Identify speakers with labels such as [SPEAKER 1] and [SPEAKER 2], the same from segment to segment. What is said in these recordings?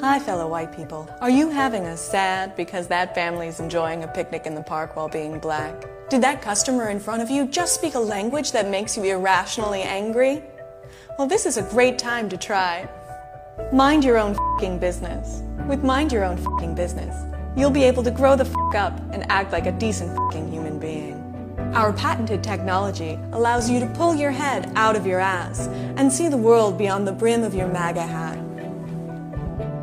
[SPEAKER 1] Hi, fellow white people. Are you having a sad because that family's enjoying a picnic in the park while being black? Did that customer in front of you just speak a language that makes you irrationally angry? Well, this is a great time to try it. Mind your own fing business. With mind your own fing business, you'll be able to grow the f up and act like a decent fing human being. Our patented technology allows you to pull your head out of your ass and see the world beyond the brim of your MAGA hat.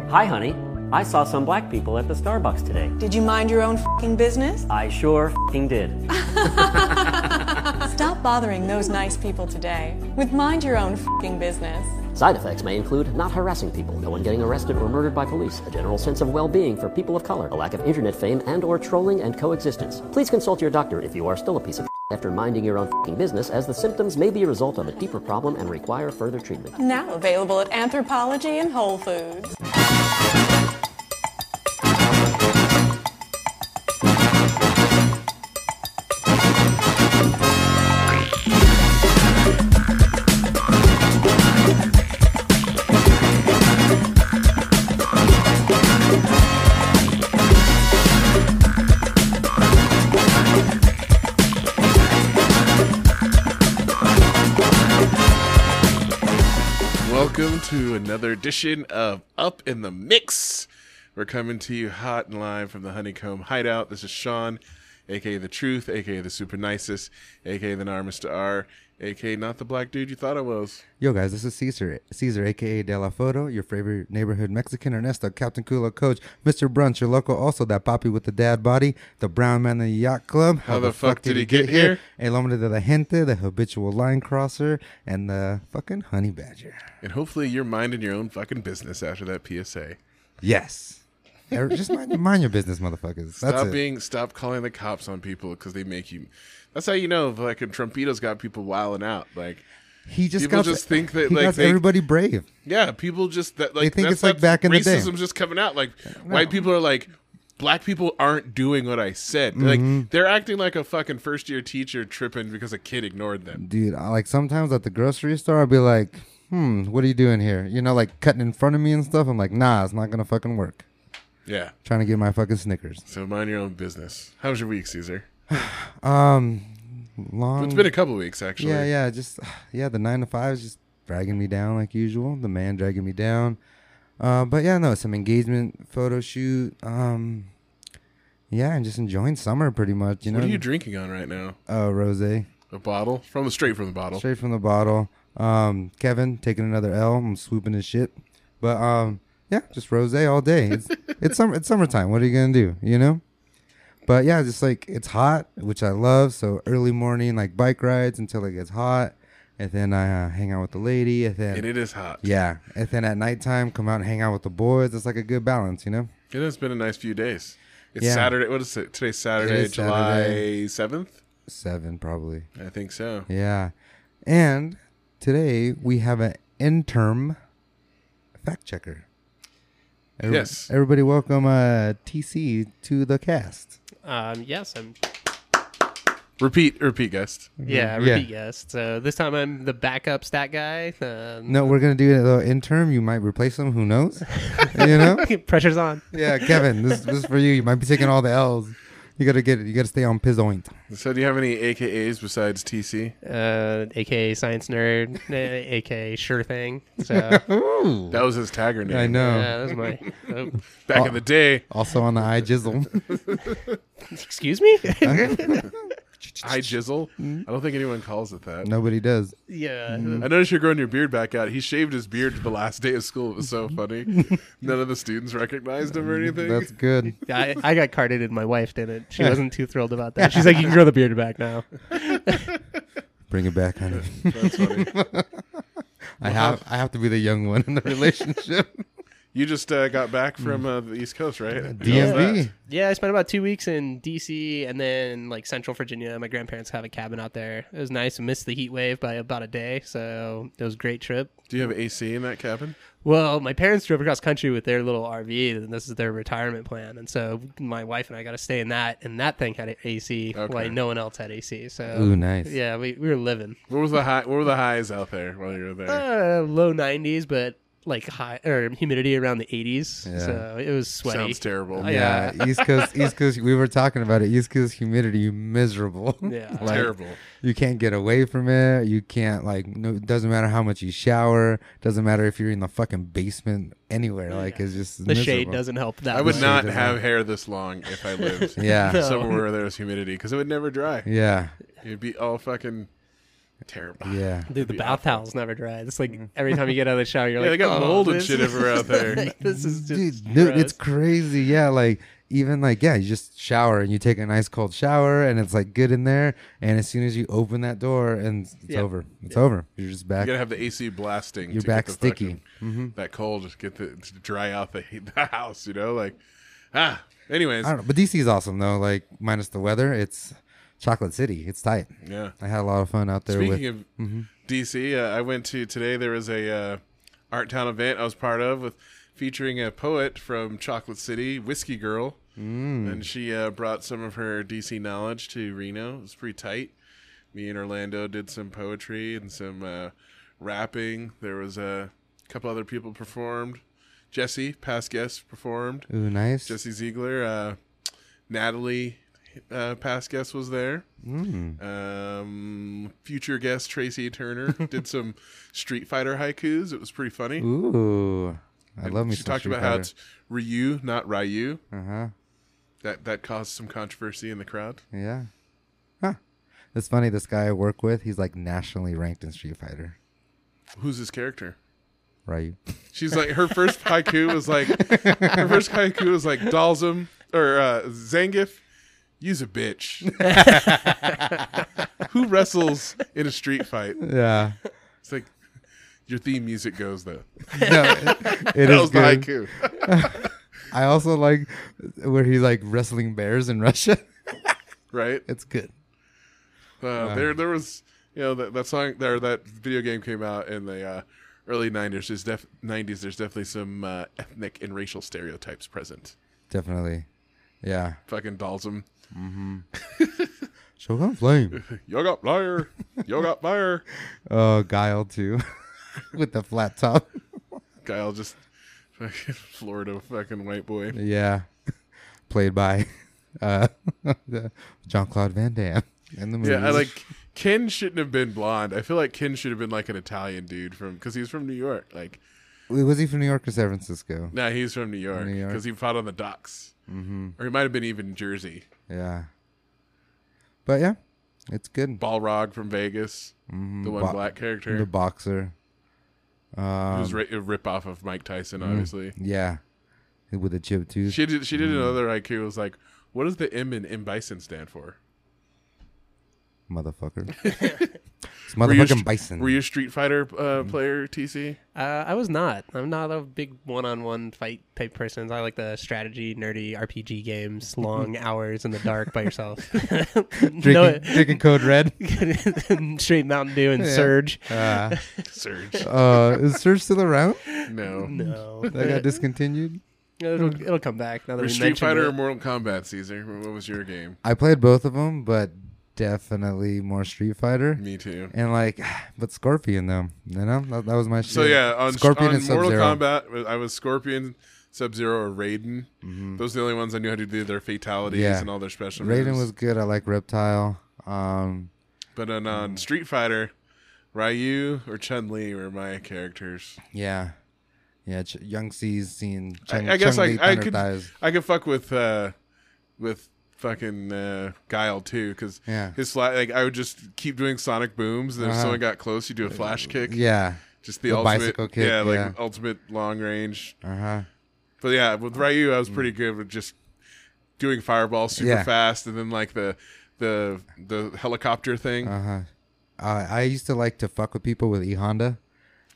[SPEAKER 2] Hi, honey. I saw some black people at the Starbucks today.
[SPEAKER 1] Did you mind your own fing business?
[SPEAKER 2] I sure fing did.
[SPEAKER 1] Stop bothering those nice people today with mind your own fing business.
[SPEAKER 2] Side effects may include not harassing people, no one getting arrested or murdered by police, a general sense of well-being for people of color, a lack of internet fame and or trolling and coexistence. Please consult your doctor if you are still a piece of after minding your own fing business as the symptoms may be a result of a deeper problem and require further treatment.
[SPEAKER 1] Now available at Anthropology and Whole Foods.
[SPEAKER 3] Welcome to another edition of Up in the Mix. We're coming to you hot and live from the Honeycomb Hideout. This is Sean, aka The Truth, aka The Super Nicest, aka The Narmist R, aka Not the Black Dude You Thought I Was.
[SPEAKER 4] Yo, guys, this is Caesar, Caesar, aka De La Foto, your favorite neighborhood Mexican, Ernesto, Captain Culo, Coach, Mr. Brunch, your local, also that poppy with the dad body, the brown man in the yacht club.
[SPEAKER 3] How the fuck did he get here?
[SPEAKER 4] El hombre de la gente, the habitual line crosser, and the fucking honey badger.
[SPEAKER 3] And hopefully you're minding your own fucking business after that PSA.
[SPEAKER 4] Yes. Er, Just mind, mind your business, motherfuckers. That's
[SPEAKER 3] Stop
[SPEAKER 4] it.
[SPEAKER 3] being, stop calling the cops on people because they make you. That's how you know, like, a Trumpito's got people wilding out. Like,
[SPEAKER 4] he just
[SPEAKER 3] people
[SPEAKER 4] got
[SPEAKER 3] just think that,
[SPEAKER 4] he
[SPEAKER 3] like,
[SPEAKER 4] got
[SPEAKER 3] they-
[SPEAKER 4] everybody brave.
[SPEAKER 3] Yeah, people just that like
[SPEAKER 4] think
[SPEAKER 3] that's
[SPEAKER 4] it's like
[SPEAKER 3] not-
[SPEAKER 4] back in the day.
[SPEAKER 3] racism's just coming out. Like white people are like, black people aren't doing what I said.
[SPEAKER 4] Mm-hmm.
[SPEAKER 3] Like they're acting like a fucking first year teacher tripping because a kid ignored them.
[SPEAKER 4] dude I, like sometimes at the grocery store i'll be like hmm what are you doing here you know like cutting in front of me and stuff i'm like nah it's not gonna fucking work
[SPEAKER 3] Yeah.
[SPEAKER 4] trying to get my fucking snickers
[SPEAKER 3] So mind your own business. How was your week, Caesar?
[SPEAKER 4] long
[SPEAKER 3] It's been a couple weeks actually.
[SPEAKER 4] Um, yeah yeah just yeah the nine to five is just dragging me down like usual the man dragging me down uh but yeah no some engagement photo shoot um yeah and just enjoying summer pretty much you know
[SPEAKER 3] What are you drinking on right now?
[SPEAKER 4] uh rose
[SPEAKER 3] A bottle from the straight from the bottle.
[SPEAKER 4] straight from the bottle. Um, Kevin taking another L. I'm swooping his shit, but um, yeah, just rose all day. It's it's summer. It's summertime. What are you gonna do? You know. But yeah, just like it's hot, which I love. So early morning, like bike rides until it gets hot, and then I uh, hang out with the lady, and then
[SPEAKER 3] And it is hot.
[SPEAKER 4] yeah, and then at nighttime come out and hang out with the boys. It's like a good balance, you know.
[SPEAKER 3] It has been a nice few days. It's
[SPEAKER 4] Yeah.
[SPEAKER 3] Saturday. What is it? Today's Saturday,
[SPEAKER 4] is
[SPEAKER 3] July
[SPEAKER 4] Saturday.
[SPEAKER 3] seventh.
[SPEAKER 4] Seven probably.
[SPEAKER 3] I think so.
[SPEAKER 4] Yeah, and today we have an interim fact checker. Every-
[SPEAKER 3] Yes.
[SPEAKER 4] Everybody, welcome uh, TC to the cast.
[SPEAKER 5] Um, yes, I'm.
[SPEAKER 3] Repeat, repeat, guest.
[SPEAKER 5] Mm-hmm. Yeah,
[SPEAKER 4] Yeah.
[SPEAKER 5] repeat yes. So this time I'm the backup stat guy. Um,
[SPEAKER 4] No, we're gonna do it though. Interim, you might replace them. Who knows? you know?
[SPEAKER 5] pressure's on.
[SPEAKER 4] Yeah, Kevin, this this is for you. You might be taking all the L's. You gotta get it. You gotta stay on pizzoint.
[SPEAKER 3] So, do you have any AKAs besides TC?
[SPEAKER 5] Uh, aka science nerd, uh, aka sure thing. So yeah,
[SPEAKER 3] That was his tagger name.
[SPEAKER 4] I know. Uh,
[SPEAKER 5] that was my. Oh,
[SPEAKER 3] Back in the day,
[SPEAKER 4] Also on the eye jizzle.
[SPEAKER 5] excuse me.
[SPEAKER 3] I jizzle.
[SPEAKER 4] mm.
[SPEAKER 3] I don't think anyone calls it that.
[SPEAKER 4] Nobody does.
[SPEAKER 5] yeah,
[SPEAKER 3] I noticed you're growing your beard back out. He shaved his beard the last day of school. It was so funny. None of the students recognized him or anything.
[SPEAKER 4] Mm, That's good.
[SPEAKER 5] I, I got carded and my wife didn't. She wasn't too thrilled about that. She's like, you can grow the beard back now.
[SPEAKER 4] Bring it back, honey.
[SPEAKER 3] That's funny.
[SPEAKER 4] I have I have to be the young one in the relationship.
[SPEAKER 3] You just uh, got back from
[SPEAKER 4] Mm.
[SPEAKER 3] uh, the East Coast, right?
[SPEAKER 4] DMV.
[SPEAKER 5] Yeah, I spent about two weeks in DC and then like Central Virginia. My grandparents have a cabin out there. It was nice. I missed the heat wave by about a day, so it was a great trip.
[SPEAKER 3] Do you have AC in that cabin?
[SPEAKER 5] Well, my parents drove across country with their little RV, and this is their retirement plan. And so my wife and I got to stay in that, and that thing had AC,
[SPEAKER 3] Okay.
[SPEAKER 5] like no one else had AC. So,
[SPEAKER 4] Ooh, nice.
[SPEAKER 5] Yeah, we, we were living
[SPEAKER 3] What was the high? What were the highs out there while you were there?
[SPEAKER 5] uh, low nineties, but like high or humidity around the 80s, so it was sweaty.
[SPEAKER 3] Sounds terrible.
[SPEAKER 5] I-
[SPEAKER 4] Yeah, East Coast, East Coast. We were talking about it. East Coast humidity, miserable.
[SPEAKER 5] Yeah.
[SPEAKER 4] Like,
[SPEAKER 3] Terrible.
[SPEAKER 4] You can't get away from it. You can't like. No, it doesn't matter how much you shower. Doesn't matter if you're in the fucking basement anywhere. Like it's just
[SPEAKER 5] the shade
[SPEAKER 4] miserable.
[SPEAKER 5] doesn't help that.
[SPEAKER 3] I would
[SPEAKER 5] much.
[SPEAKER 3] not
[SPEAKER 4] doesn't
[SPEAKER 3] have hair this long if I lived
[SPEAKER 4] Yeah,
[SPEAKER 3] somewhere where there was humidity because it would never dry.
[SPEAKER 4] yeah,
[SPEAKER 3] It'd be all fucking terrible.
[SPEAKER 4] yeah.
[SPEAKER 5] Dude, the bath towels never dry. It's like every time you get out of the shower, you're
[SPEAKER 3] Yeah,
[SPEAKER 5] like,
[SPEAKER 3] they got
[SPEAKER 5] "Oh,
[SPEAKER 3] mold and
[SPEAKER 5] this
[SPEAKER 3] shit
[SPEAKER 5] is-
[SPEAKER 3] everywhere out there.
[SPEAKER 5] this is just
[SPEAKER 4] Dude, dude, it's
[SPEAKER 5] gross."
[SPEAKER 4] crazy. Yeah, like even like yeah, you just shower and you take a nice cold shower and it's like good in there. And as soon as you open that door and it's
[SPEAKER 5] Yeah.
[SPEAKER 4] over, it's over. You're just back.
[SPEAKER 3] You gotta have the AC blasting.
[SPEAKER 4] Your
[SPEAKER 3] to get
[SPEAKER 4] back's
[SPEAKER 3] the
[SPEAKER 4] sticky.
[SPEAKER 3] fucking- That cold just get the to dry out the, the house. You know, like ah. Anyways,
[SPEAKER 4] I don't know, but DC is awesome though. Like minus the weather, it's Chocolate City. It's tight.
[SPEAKER 3] yeah.
[SPEAKER 4] I had a lot of fun out there.
[SPEAKER 3] Speaking
[SPEAKER 4] with, Mm-hmm.
[SPEAKER 3] of DC, uh, I went to today. There was a uh, art town event I was part of with featuring a poet from Chocolate City, Whiskey Girl, mm. and she uh, brought some of her DC knowledge to Reno. It was pretty tight. Me and Orlando did some poetry and some uh, rapping. There was a couple other people performed. Jesse, past guest, performed.
[SPEAKER 4] ooh, nice.
[SPEAKER 3] Jesse Ziegler, uh, Natalie, uh, past guest was there.
[SPEAKER 4] Mm.
[SPEAKER 3] Um, future guest Tracy Turner did some Street Fighter haikus. It was pretty funny.
[SPEAKER 4] ooh, I love me.
[SPEAKER 3] she
[SPEAKER 4] some
[SPEAKER 3] talked
[SPEAKER 4] Street
[SPEAKER 3] about how
[SPEAKER 4] Fighter.
[SPEAKER 3] it's Ryu, not Ryu.
[SPEAKER 4] Uh huh.
[SPEAKER 3] That that caused some controversy in the crowd.
[SPEAKER 4] Yeah. Huh. It's funny. This guy I work with, he's like nationally ranked in Street Fighter.
[SPEAKER 3] Who's his character?
[SPEAKER 4] Right.
[SPEAKER 3] She's like her first haiku was like her first haiku was like Dalzum or uh, Zangief, use a bitch. Who wrestles in a street fight?
[SPEAKER 4] Yeah.
[SPEAKER 3] It's like your theme music goes though.
[SPEAKER 4] No, it
[SPEAKER 3] That
[SPEAKER 4] is
[SPEAKER 3] was the
[SPEAKER 4] good.
[SPEAKER 3] haiku.
[SPEAKER 4] I also like where he's like wrestling bears in Russia.
[SPEAKER 3] right?
[SPEAKER 4] It's good.
[SPEAKER 3] Uh, there, there was you know that, that song there that video game came out in the uh, early '90s. There's def- '90s. There's definitely some uh, ethnic and racial stereotypes present.
[SPEAKER 4] Definitely. Yeah.
[SPEAKER 3] Fucking Dalsum,
[SPEAKER 4] Shogun Flame.
[SPEAKER 3] you got liar, you got liar.
[SPEAKER 4] Oh, Guile too, with the flat top.
[SPEAKER 3] Kyle just fucking Florida fucking white boy.
[SPEAKER 4] Yeah. Played by uh, John Claude Van Damme in the movie.
[SPEAKER 3] Yeah, I like Ken shouldn't have been blonde. I feel like Ken should have been like an Italian dude from because he's from New York. Like,
[SPEAKER 4] Wait, Was he from New York or San Francisco?
[SPEAKER 3] nah, he's from New York
[SPEAKER 4] New York.
[SPEAKER 3] because he fought on the docks, mm-hmm. or he might have been even Jersey.
[SPEAKER 4] Yeah. But yeah, it's good.
[SPEAKER 3] Balrog from Vegas, the one
[SPEAKER 4] Ba-
[SPEAKER 3] black character.
[SPEAKER 4] The boxer.
[SPEAKER 3] It was ri- a rip off of Mike Tyson, obviously.
[SPEAKER 4] Yeah. With a chip tooth.
[SPEAKER 3] She did. She did another IQ. It was like, what does the M in M Bison stand for?
[SPEAKER 4] Motherfucker. it's
[SPEAKER 3] Were you a
[SPEAKER 4] motherfucking
[SPEAKER 3] st-
[SPEAKER 4] bison.
[SPEAKER 3] Were you a Street Fighter uh, player, TC?
[SPEAKER 5] Uh, I was not. I'm not a big one-on-one fight type person. I like the strategy, nerdy RPG games, long hours in the dark by yourself.
[SPEAKER 4] drinking, drinking code red?
[SPEAKER 5] no, straight Mountain Dew and Surge.
[SPEAKER 4] Uh,
[SPEAKER 3] Surge.
[SPEAKER 4] uh, is Surge still around?
[SPEAKER 3] no.
[SPEAKER 5] No,
[SPEAKER 4] That got discontinued.
[SPEAKER 5] it'll, it'll come back. Now that
[SPEAKER 3] Were
[SPEAKER 5] we
[SPEAKER 3] Street
[SPEAKER 5] mentioned
[SPEAKER 3] Fighter
[SPEAKER 5] it.
[SPEAKER 3] or Mortal Kombat, Caesar? What was your game?
[SPEAKER 4] I played both of them, but definitely more Street Fighter.
[SPEAKER 3] Me too.
[SPEAKER 4] And like, but Scorpion though, you know that, that was my shit.
[SPEAKER 3] So yeah, on,
[SPEAKER 4] Scorpion
[SPEAKER 3] on
[SPEAKER 4] and
[SPEAKER 3] Mortal
[SPEAKER 4] Sub-Zero.
[SPEAKER 3] Kombat, I was Scorpion, Sub Zero, or Raiden. Those are the only ones I knew how to do their fatalities
[SPEAKER 4] Mm-hmm. Yeah.
[SPEAKER 3] and all their special.
[SPEAKER 4] Raiden
[SPEAKER 3] moves.
[SPEAKER 4] was good. I like Reptile. Um,
[SPEAKER 3] but on,
[SPEAKER 4] Mm.
[SPEAKER 3] on Street Fighter, Ryu or Chun Li were my characters.
[SPEAKER 4] yeah, yeah. Ch- Young C's seen. Chung,
[SPEAKER 3] I guess I,
[SPEAKER 4] Chung-Li
[SPEAKER 3] I
[SPEAKER 4] Thunder
[SPEAKER 3] could
[SPEAKER 4] Thighs.
[SPEAKER 3] I could fuck with uh, with fucking uh, Guile too because
[SPEAKER 4] Yeah.
[SPEAKER 3] his fla- like I would just keep doing Sonic booms. And if
[SPEAKER 4] Uh-huh. Uh,
[SPEAKER 3] someone got close, you do a flash kick.
[SPEAKER 4] Yeah.
[SPEAKER 3] just the,
[SPEAKER 4] the
[SPEAKER 3] ultimate
[SPEAKER 4] bicycle kick,
[SPEAKER 3] Yeah, like
[SPEAKER 4] yeah.
[SPEAKER 3] ultimate long range.
[SPEAKER 4] Uh huh.
[SPEAKER 3] But yeah, with Ryu, I was pretty good with just doing fireball super
[SPEAKER 4] Mm. Yeah.
[SPEAKER 3] fast, and then like the the the helicopter thing.
[SPEAKER 4] Uh huh. Uh, I used to like to fuck with people with E Honda.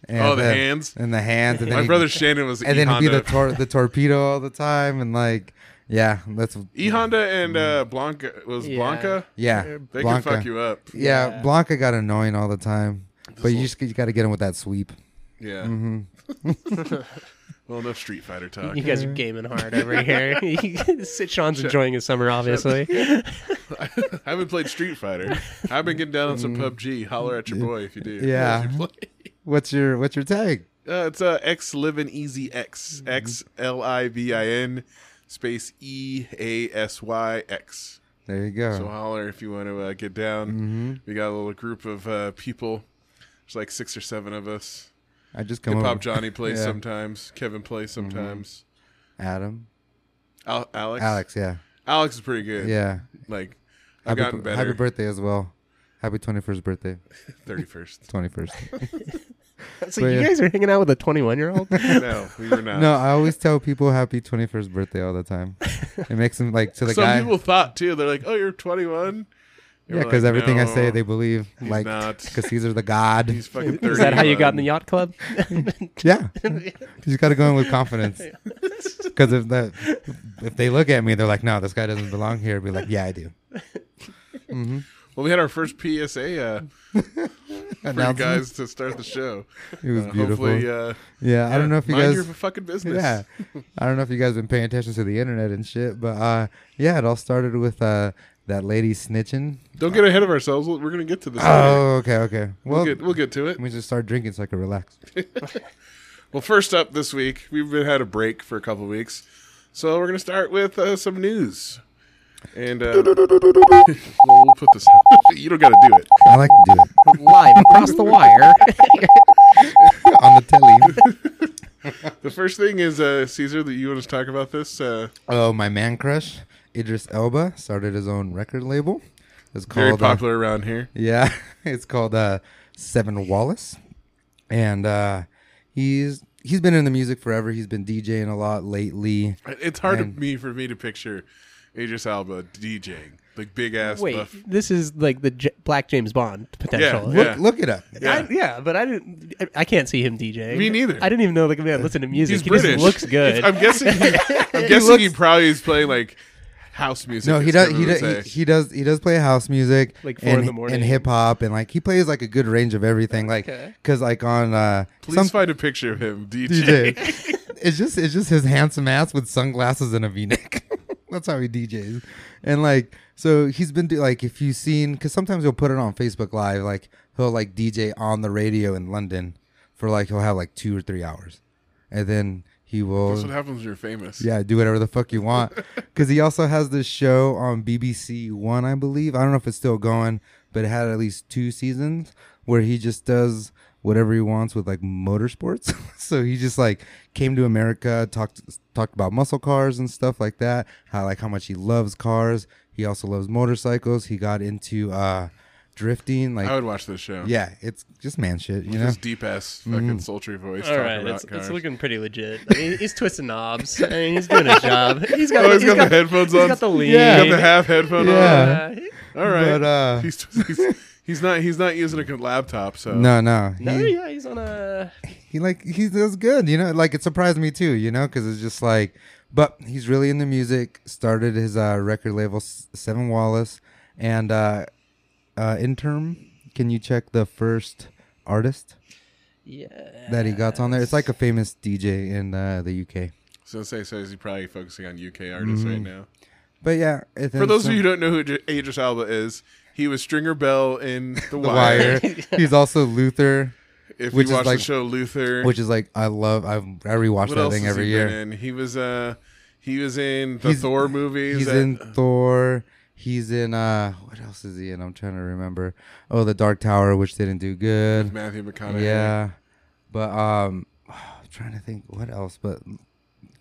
[SPEAKER 4] And
[SPEAKER 3] Oh, the
[SPEAKER 4] then-
[SPEAKER 3] hands?
[SPEAKER 4] and the hands. And then
[SPEAKER 3] my
[SPEAKER 4] he'd-
[SPEAKER 3] brother Shannon was
[SPEAKER 4] and then he'd be
[SPEAKER 3] E-Honda.
[SPEAKER 4] the tor- the torpedo all the time, and like, yeah, that's
[SPEAKER 3] E Honda and uh, Blanca was
[SPEAKER 5] Yeah.
[SPEAKER 3] Blanca.
[SPEAKER 4] yeah.
[SPEAKER 3] They
[SPEAKER 4] Blanca.
[SPEAKER 3] can fuck you up.
[SPEAKER 4] Yeah,
[SPEAKER 5] Yeah.
[SPEAKER 4] Blanca got annoying all the time, but you just you got to get him with that sweep.
[SPEAKER 3] Yeah.
[SPEAKER 4] mm-hmm.
[SPEAKER 3] well, enough Street Fighter talk.
[SPEAKER 5] You guys are gaming hard over here. Sit Sean's enjoying his summer, obviously.
[SPEAKER 3] I haven't played Street Fighter.
[SPEAKER 4] Mm-hmm.
[SPEAKER 3] I've been getting down on some PUBG. Holler at your boy if you do.
[SPEAKER 4] Yeah. What's your what's your tag?
[SPEAKER 3] Uh, it's uh, X Livin Easy X.
[SPEAKER 4] Mm-hmm.
[SPEAKER 3] X L I V I N space E A S Y X.
[SPEAKER 4] There you go.
[SPEAKER 3] So holler if you want to uh, get down.
[SPEAKER 4] Mm-hmm.
[SPEAKER 3] We got a little group of uh, people. There's like six or seven of us.
[SPEAKER 4] I just come
[SPEAKER 3] Hip Hop
[SPEAKER 4] over.
[SPEAKER 3] Johnny plays
[SPEAKER 4] Oh. Yeah. Mm-hmm.
[SPEAKER 3] sometimes. Kevin plays sometimes.
[SPEAKER 4] Adam,
[SPEAKER 3] Al- Alex.
[SPEAKER 4] Alex, yeah,
[SPEAKER 3] Alex is pretty good.
[SPEAKER 4] yeah.
[SPEAKER 3] Like I've
[SPEAKER 4] Happy,
[SPEAKER 3] gotten
[SPEAKER 4] b-
[SPEAKER 3] better.
[SPEAKER 4] happy birthday as well. Happy twenty first birthday,
[SPEAKER 3] 31st.
[SPEAKER 4] twenty first.
[SPEAKER 5] So
[SPEAKER 4] But
[SPEAKER 5] you
[SPEAKER 4] yeah.
[SPEAKER 5] guys are hanging out with a 21 year old.
[SPEAKER 3] no, we were not.
[SPEAKER 4] no, I always tell people happy twenty first birthday all the time. It makes them like to the
[SPEAKER 3] Some
[SPEAKER 4] guy,
[SPEAKER 3] people thought too. They're like, "Oh, you're 21."
[SPEAKER 4] yeah, because everything I say they believe,
[SPEAKER 3] he's
[SPEAKER 4] like
[SPEAKER 3] not.
[SPEAKER 4] because Caesar's the god.
[SPEAKER 3] He's fucking 30.
[SPEAKER 5] Is that how you got in the yacht club?
[SPEAKER 4] Yeah, you just got to go in with confidence. Because if that, if they look at me, they're like, "No, this guy doesn't belong here." I'd be like, "Yeah, I do."
[SPEAKER 3] Well, we had our first PSA uh, for you
[SPEAKER 4] Announcement.
[SPEAKER 3] guys to start the show.
[SPEAKER 4] It was
[SPEAKER 3] Uh,
[SPEAKER 4] beautiful.
[SPEAKER 3] Hopefully, uh,
[SPEAKER 4] yeah, I don't know if you
[SPEAKER 3] mind
[SPEAKER 4] guys.
[SPEAKER 3] your fucking business.
[SPEAKER 4] Yeah, I don't know if you guys been paying attention to the internet and shit, but uh, yeah, it all started with uh, that lady snitching.
[SPEAKER 3] Don't get ahead of ourselves. We'll- We're gonna get to this. later.
[SPEAKER 4] Oh, okay, okay. Well,
[SPEAKER 3] we'll, get, we'll get to it.
[SPEAKER 4] let me just start drinking so I can relax.
[SPEAKER 3] Well, first up this week, we've been had a break for a couple weeks, so we're gonna start with uh, some news. And uh, well, we'll put this. you don't gotta do it.
[SPEAKER 4] I like to do it
[SPEAKER 5] Live across the wire.
[SPEAKER 4] on the telly.
[SPEAKER 3] The first thing is uh, Caesar that you want to talk about this. Uh,
[SPEAKER 4] Oh, my man crush, Idris Elba, started his own record label. It's called
[SPEAKER 3] very
[SPEAKER 4] uh,
[SPEAKER 3] popular around here.
[SPEAKER 4] Yeah, it's called uh, Seven Wallace, and uh, he's he's been in the music forever. He's been DJing a lot lately.
[SPEAKER 3] It's hard to me for me to picture Idris Alba DJing, like big ass
[SPEAKER 5] Wait,
[SPEAKER 3] buff.
[SPEAKER 5] this is like the J- Black James Bond potential.
[SPEAKER 3] Yeah.
[SPEAKER 4] Look look it up.
[SPEAKER 5] I, yeah, but I didn't. I- I can't see him DJing.
[SPEAKER 3] Me neither.
[SPEAKER 5] I didn't even know like man listened to music.
[SPEAKER 3] He's
[SPEAKER 5] he
[SPEAKER 3] British.
[SPEAKER 5] just looks good.
[SPEAKER 3] I'm guessing. He, I'm guessing he, probably is playing like house music.
[SPEAKER 4] No, he
[SPEAKER 3] is
[SPEAKER 4] does.
[SPEAKER 3] what
[SPEAKER 4] He,
[SPEAKER 3] I would
[SPEAKER 4] does
[SPEAKER 3] say.
[SPEAKER 4] he, he does. He does play house music,
[SPEAKER 5] Like four in
[SPEAKER 4] and,
[SPEAKER 5] the morning.
[SPEAKER 4] and hip hop, and like he plays like a good range of everything. Like,
[SPEAKER 5] Okay.
[SPEAKER 4] cause like on uh,
[SPEAKER 3] Please
[SPEAKER 4] some
[SPEAKER 3] find a picture of him DJing.
[SPEAKER 4] DJ, it's just it's just his handsome ass with sunglasses and a V neck. That's how he DJs, and like so he's been do like if you've seen because sometimes he'll put it on Facebook Live. Like he'll like DJ on the radio in London for like he'll have like two or three hours, and then he will.
[SPEAKER 3] That's what happens when you're famous.
[SPEAKER 4] Yeah, do whatever the fuck you want. Because he also has this show on BBC One, I believe. I don't know if it's still going, but it had at least two seasons where he just does whatever he wants with like motorsports. so he just like came to America, talked talked about muscle cars and stuff like that. How like how much he loves cars. He also loves motorcycles. He got into uh drifting. Like
[SPEAKER 3] I would watch this show.
[SPEAKER 4] yeah, it's Oh. just man shit, you know. Mm-hmm.
[SPEAKER 3] His deep ass fucking sultry voice
[SPEAKER 5] All
[SPEAKER 3] talking
[SPEAKER 5] right,
[SPEAKER 3] about
[SPEAKER 5] it's,
[SPEAKER 3] cars.
[SPEAKER 5] it's looking pretty legit. I mean, he's twisting knobs. I mean, he's doing a job. He's got,
[SPEAKER 3] Oh, he's
[SPEAKER 5] he's
[SPEAKER 3] got the headphones
[SPEAKER 5] he's
[SPEAKER 3] on.
[SPEAKER 5] got the lean.
[SPEAKER 4] Yeah.
[SPEAKER 3] Got the half headphone
[SPEAKER 4] Yeah.
[SPEAKER 3] on. All right.
[SPEAKER 4] But, uh,
[SPEAKER 3] he's, he's he's not he's not using a good laptop. So
[SPEAKER 4] No, no. He,
[SPEAKER 3] Hmm.
[SPEAKER 5] No, yeah, he's on a.
[SPEAKER 4] he like he does good you know like it surprised me too you know because it's just like but he's really into music started his uh, record label S- seven wallace and uh uh interim can you check the first artist
[SPEAKER 5] Yeah.
[SPEAKER 4] that he got on there it's like a famous dj in uh, the uk
[SPEAKER 3] so say so is he probably focusing on UK artists right now?
[SPEAKER 4] but Mm-hmm. yeah
[SPEAKER 3] For those of you who don't know who Idri- Idris Alba is, he was Stringer Bell in The,
[SPEAKER 4] the
[SPEAKER 3] Wire.
[SPEAKER 4] wire he's also luther
[SPEAKER 3] If
[SPEAKER 4] Which
[SPEAKER 3] you
[SPEAKER 4] is
[SPEAKER 3] watch
[SPEAKER 4] like-
[SPEAKER 3] the show Luther,
[SPEAKER 4] which is like i love i i
[SPEAKER 3] what
[SPEAKER 4] rewatch that
[SPEAKER 3] else
[SPEAKER 4] thing
[SPEAKER 3] has
[SPEAKER 4] every
[SPEAKER 3] he
[SPEAKER 4] year
[SPEAKER 3] been in? He was uh he was in the
[SPEAKER 4] He's-
[SPEAKER 3] Thor movies.
[SPEAKER 4] He's
[SPEAKER 3] that-
[SPEAKER 4] in Thor. He's in uh what else is he in? I'm trying to remember. Oh, the Dark Tower, which didn't do good.
[SPEAKER 3] Matthew McConaughey.
[SPEAKER 4] Yeah. But um I'm trying to think what else, but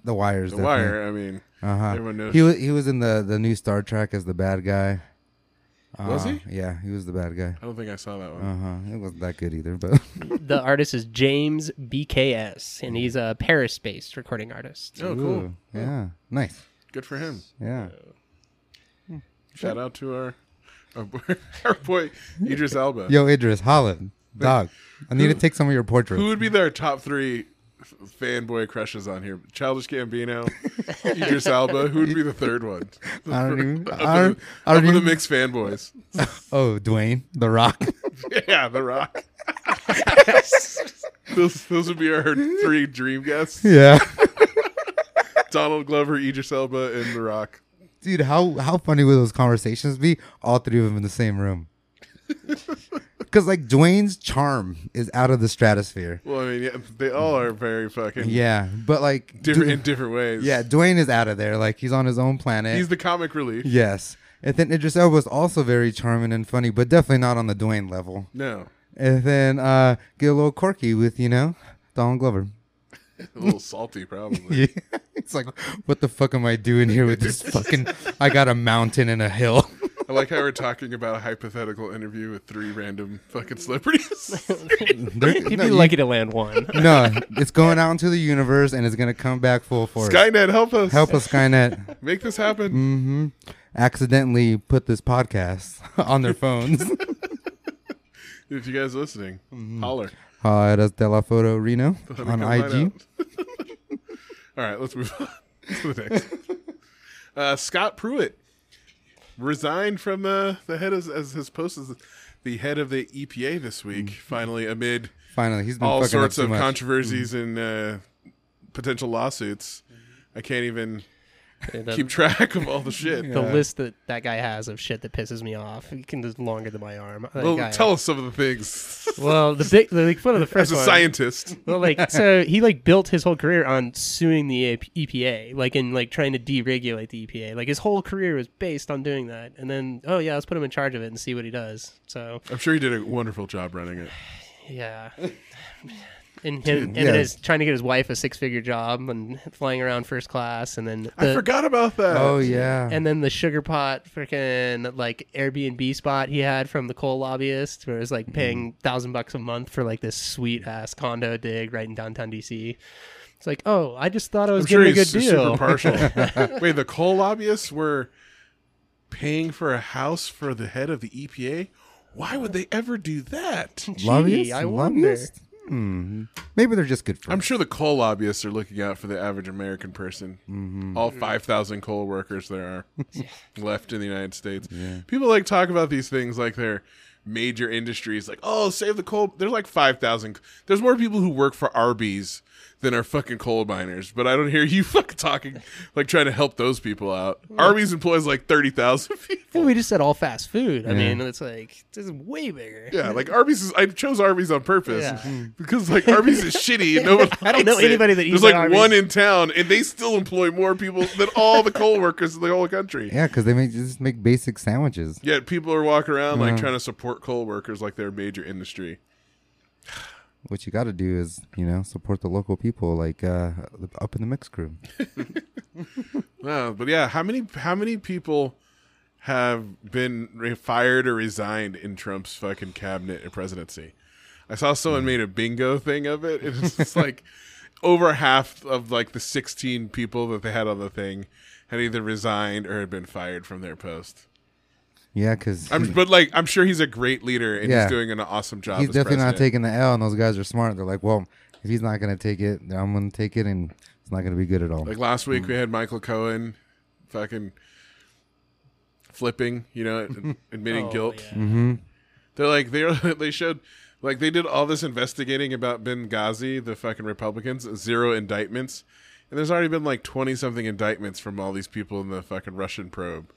[SPEAKER 4] the wires.
[SPEAKER 3] The Wire. I mean, everyone knows.
[SPEAKER 4] Uh-huh. He was he was in the, the new Star Trek as the bad guy.
[SPEAKER 3] was
[SPEAKER 4] Uh,
[SPEAKER 3] he?
[SPEAKER 4] Yeah, he was the bad guy.
[SPEAKER 3] I don't think I saw that one.
[SPEAKER 4] Uh huh. It wasn't that good either, but
[SPEAKER 5] The artist is James BKS, and he's a Paris-based recording artist.
[SPEAKER 3] oh, cool.
[SPEAKER 4] Ooh, yeah, nice.
[SPEAKER 3] Good for him.
[SPEAKER 4] Yeah,
[SPEAKER 3] Shout out to our our boy, our boy Idris Alba.
[SPEAKER 4] yo, Idris Holland, dog. I need to take some of your portraits.
[SPEAKER 3] Who would be their top three f- fanboy crushes on here? Childish Gambino, Idris Alba. Who would be the third one?
[SPEAKER 4] I don't even.
[SPEAKER 3] Of
[SPEAKER 4] I don't,
[SPEAKER 3] the,
[SPEAKER 4] I
[SPEAKER 3] of
[SPEAKER 4] don't
[SPEAKER 3] the
[SPEAKER 4] even.
[SPEAKER 3] mixed fanboys.
[SPEAKER 4] Oh, Dwayne, The Rock.
[SPEAKER 3] yeah, The Rock. those, those would be our three dream guests:
[SPEAKER 4] Yeah.
[SPEAKER 3] Donald Glover, Idris Elba, and The Rock.
[SPEAKER 4] Dude, how how funny would those conversations be? All three of them in the same room. because like Dwayne's charm is out of the stratosphere.
[SPEAKER 3] Well, I mean, yeah, they all are very fucking
[SPEAKER 4] Yeah, but like
[SPEAKER 3] different
[SPEAKER 4] Du-
[SPEAKER 3] in different ways.
[SPEAKER 4] yeah, Dwayne is out of there. Like he's on his own planet.
[SPEAKER 3] he's the comic relief.
[SPEAKER 4] yes, and then Idris Elba is also very charming and funny, but definitely not on the Dwayne level.
[SPEAKER 3] No,
[SPEAKER 4] And then uh, get a little quirky with you know Donald Glover.
[SPEAKER 3] a little salty probably.
[SPEAKER 4] Yeah. It's like, what the fuck am I doing here with this fucking? I got a mountain and a hill.
[SPEAKER 3] I like how we're talking about a hypothetical interview with three random fucking celebrities.
[SPEAKER 5] He'd be lucky to land one.
[SPEAKER 4] no, it's going out into the universe and it's gonna come back full force.
[SPEAKER 3] Skynet, help us!
[SPEAKER 4] Help Mm. us, Skynet.
[SPEAKER 3] Make this happen.
[SPEAKER 4] Accidentally put this podcast on their phones.
[SPEAKER 3] If you guys are listening, holler.
[SPEAKER 4] Hi, that's Uh, De La Foto Reno
[SPEAKER 3] Let me
[SPEAKER 4] Mm. on
[SPEAKER 3] come find
[SPEAKER 4] IG.
[SPEAKER 3] out. All right, let's move on to the next. Uh, Scott Pruitt resigned from the the head as, as his post as the head of the EPA this week.
[SPEAKER 4] Mm.
[SPEAKER 3] Finally, amid
[SPEAKER 4] Finally, he's been
[SPEAKER 3] all
[SPEAKER 4] fucking
[SPEAKER 3] sorts
[SPEAKER 4] up too
[SPEAKER 3] of
[SPEAKER 4] much. Mm.
[SPEAKER 3] controversies and uh, potential lawsuits,
[SPEAKER 5] Mm-hmm.
[SPEAKER 3] I can't even
[SPEAKER 5] The,
[SPEAKER 3] keep track of all the shit.
[SPEAKER 5] the list that that guy has of shit that pisses me off it can is longer than my arm. That
[SPEAKER 3] Well,
[SPEAKER 5] guy-
[SPEAKER 3] tell us some of the things.
[SPEAKER 5] Well, the big, the, like, one of the
[SPEAKER 3] As
[SPEAKER 5] first
[SPEAKER 3] a
[SPEAKER 5] ones-
[SPEAKER 3] scientist,
[SPEAKER 5] Well, like so, he like built his whole career on suing the E AP EPA, like and like trying to deregulate the EPA. Like his whole career was based on doing that. And then, oh yeah, let's put him in charge of it and see what he does. So
[SPEAKER 3] I'm sure he did a wonderful job running it. yeah.
[SPEAKER 5] yeah, and him, and
[SPEAKER 4] yeah.
[SPEAKER 5] then his, trying to get his wife a six figure job and flying around first class, and then
[SPEAKER 3] I
[SPEAKER 5] the-
[SPEAKER 3] forgot about that.
[SPEAKER 4] Oh yeah,
[SPEAKER 3] Uh-huh.
[SPEAKER 5] And then the sugar pot freaking like Airbnb spot he had from the coal lobbyist where it was like paying
[SPEAKER 3] Mm-hmm.
[SPEAKER 5] thousand bucks a month for like this sweet ass condo dig right in downtown DC. It's like, oh, I just thought I was
[SPEAKER 3] I'm sure
[SPEAKER 5] getting
[SPEAKER 3] he's
[SPEAKER 5] a good
[SPEAKER 3] super
[SPEAKER 5] deal.
[SPEAKER 3] partial. Wait, the coal lobbyists were paying for a house for the head of the EPA. Why would they ever do that?
[SPEAKER 5] Gee,
[SPEAKER 4] lobbyists.
[SPEAKER 5] I wonder.
[SPEAKER 4] lobbyists? Hmm. Maybe they're just good
[SPEAKER 3] I'm
[SPEAKER 4] friends.
[SPEAKER 3] sure the coal lobbyists are looking out for the average American person. All 5,000 coal workers there are left in the United States. People like talk about these things like they're major industries, like, oh, save the coal. There's like 5,000. There's more people who work for Arby's than are fucking coal miners, but I don't hear you fucking talking, like trying to help those people out. Arby's employs like 30,000 people.
[SPEAKER 5] Well, we just said all fast food. I mean, it's like this is way bigger.
[SPEAKER 3] Yeah, like Arby's is. I chose Arby's on purpose
[SPEAKER 5] Yeah.
[SPEAKER 3] because like Arby's is shitty and no one.
[SPEAKER 5] I don't know
[SPEAKER 3] likes it.
[SPEAKER 5] anybody that
[SPEAKER 3] There's
[SPEAKER 5] eats
[SPEAKER 3] like
[SPEAKER 5] at Arby's.
[SPEAKER 3] one in town, and they still employ more people than all the coal workers in the whole country.
[SPEAKER 4] Yeah, because they make just make basic sandwiches.
[SPEAKER 3] Yet people are walking around like trying to support coal workers like they're a major industry.
[SPEAKER 4] What you got to do is you know support the local people, like uh, up in the mix crew.
[SPEAKER 3] No, but yeah, how many how many people have been re- fired or resigned in Trump's fucking cabinet and presidency? I saw someone
[SPEAKER 4] Hmm.
[SPEAKER 3] made a bingo thing of it. It's just like over half of like the 16 people that they had on the thing had either resigned or had been fired from their post.
[SPEAKER 4] Yeah, because
[SPEAKER 3] I'm, but like, I'm sure he's a great leader and
[SPEAKER 4] Hmm. Yeah.
[SPEAKER 3] he's doing an awesome job.
[SPEAKER 4] he's
[SPEAKER 3] as
[SPEAKER 4] definitely not
[SPEAKER 3] president.
[SPEAKER 4] taking the L, and those guys are smart. They're like, well, if he's not gonna take it, then I'm gonna take it, and it's not gonna be good at all.
[SPEAKER 3] Like last
[SPEAKER 5] Hmm.
[SPEAKER 3] week, we had Michael Cohen fucking flipping, you know, ad- admitting
[SPEAKER 5] Oh,
[SPEAKER 3] guilt.
[SPEAKER 5] yeah.
[SPEAKER 3] They're like they are they showed like they did all this investigating about Benghazi, the fucking Republicans, zero indictments. And there's already been like 20 something indictments from all these people in the fucking Russian probe.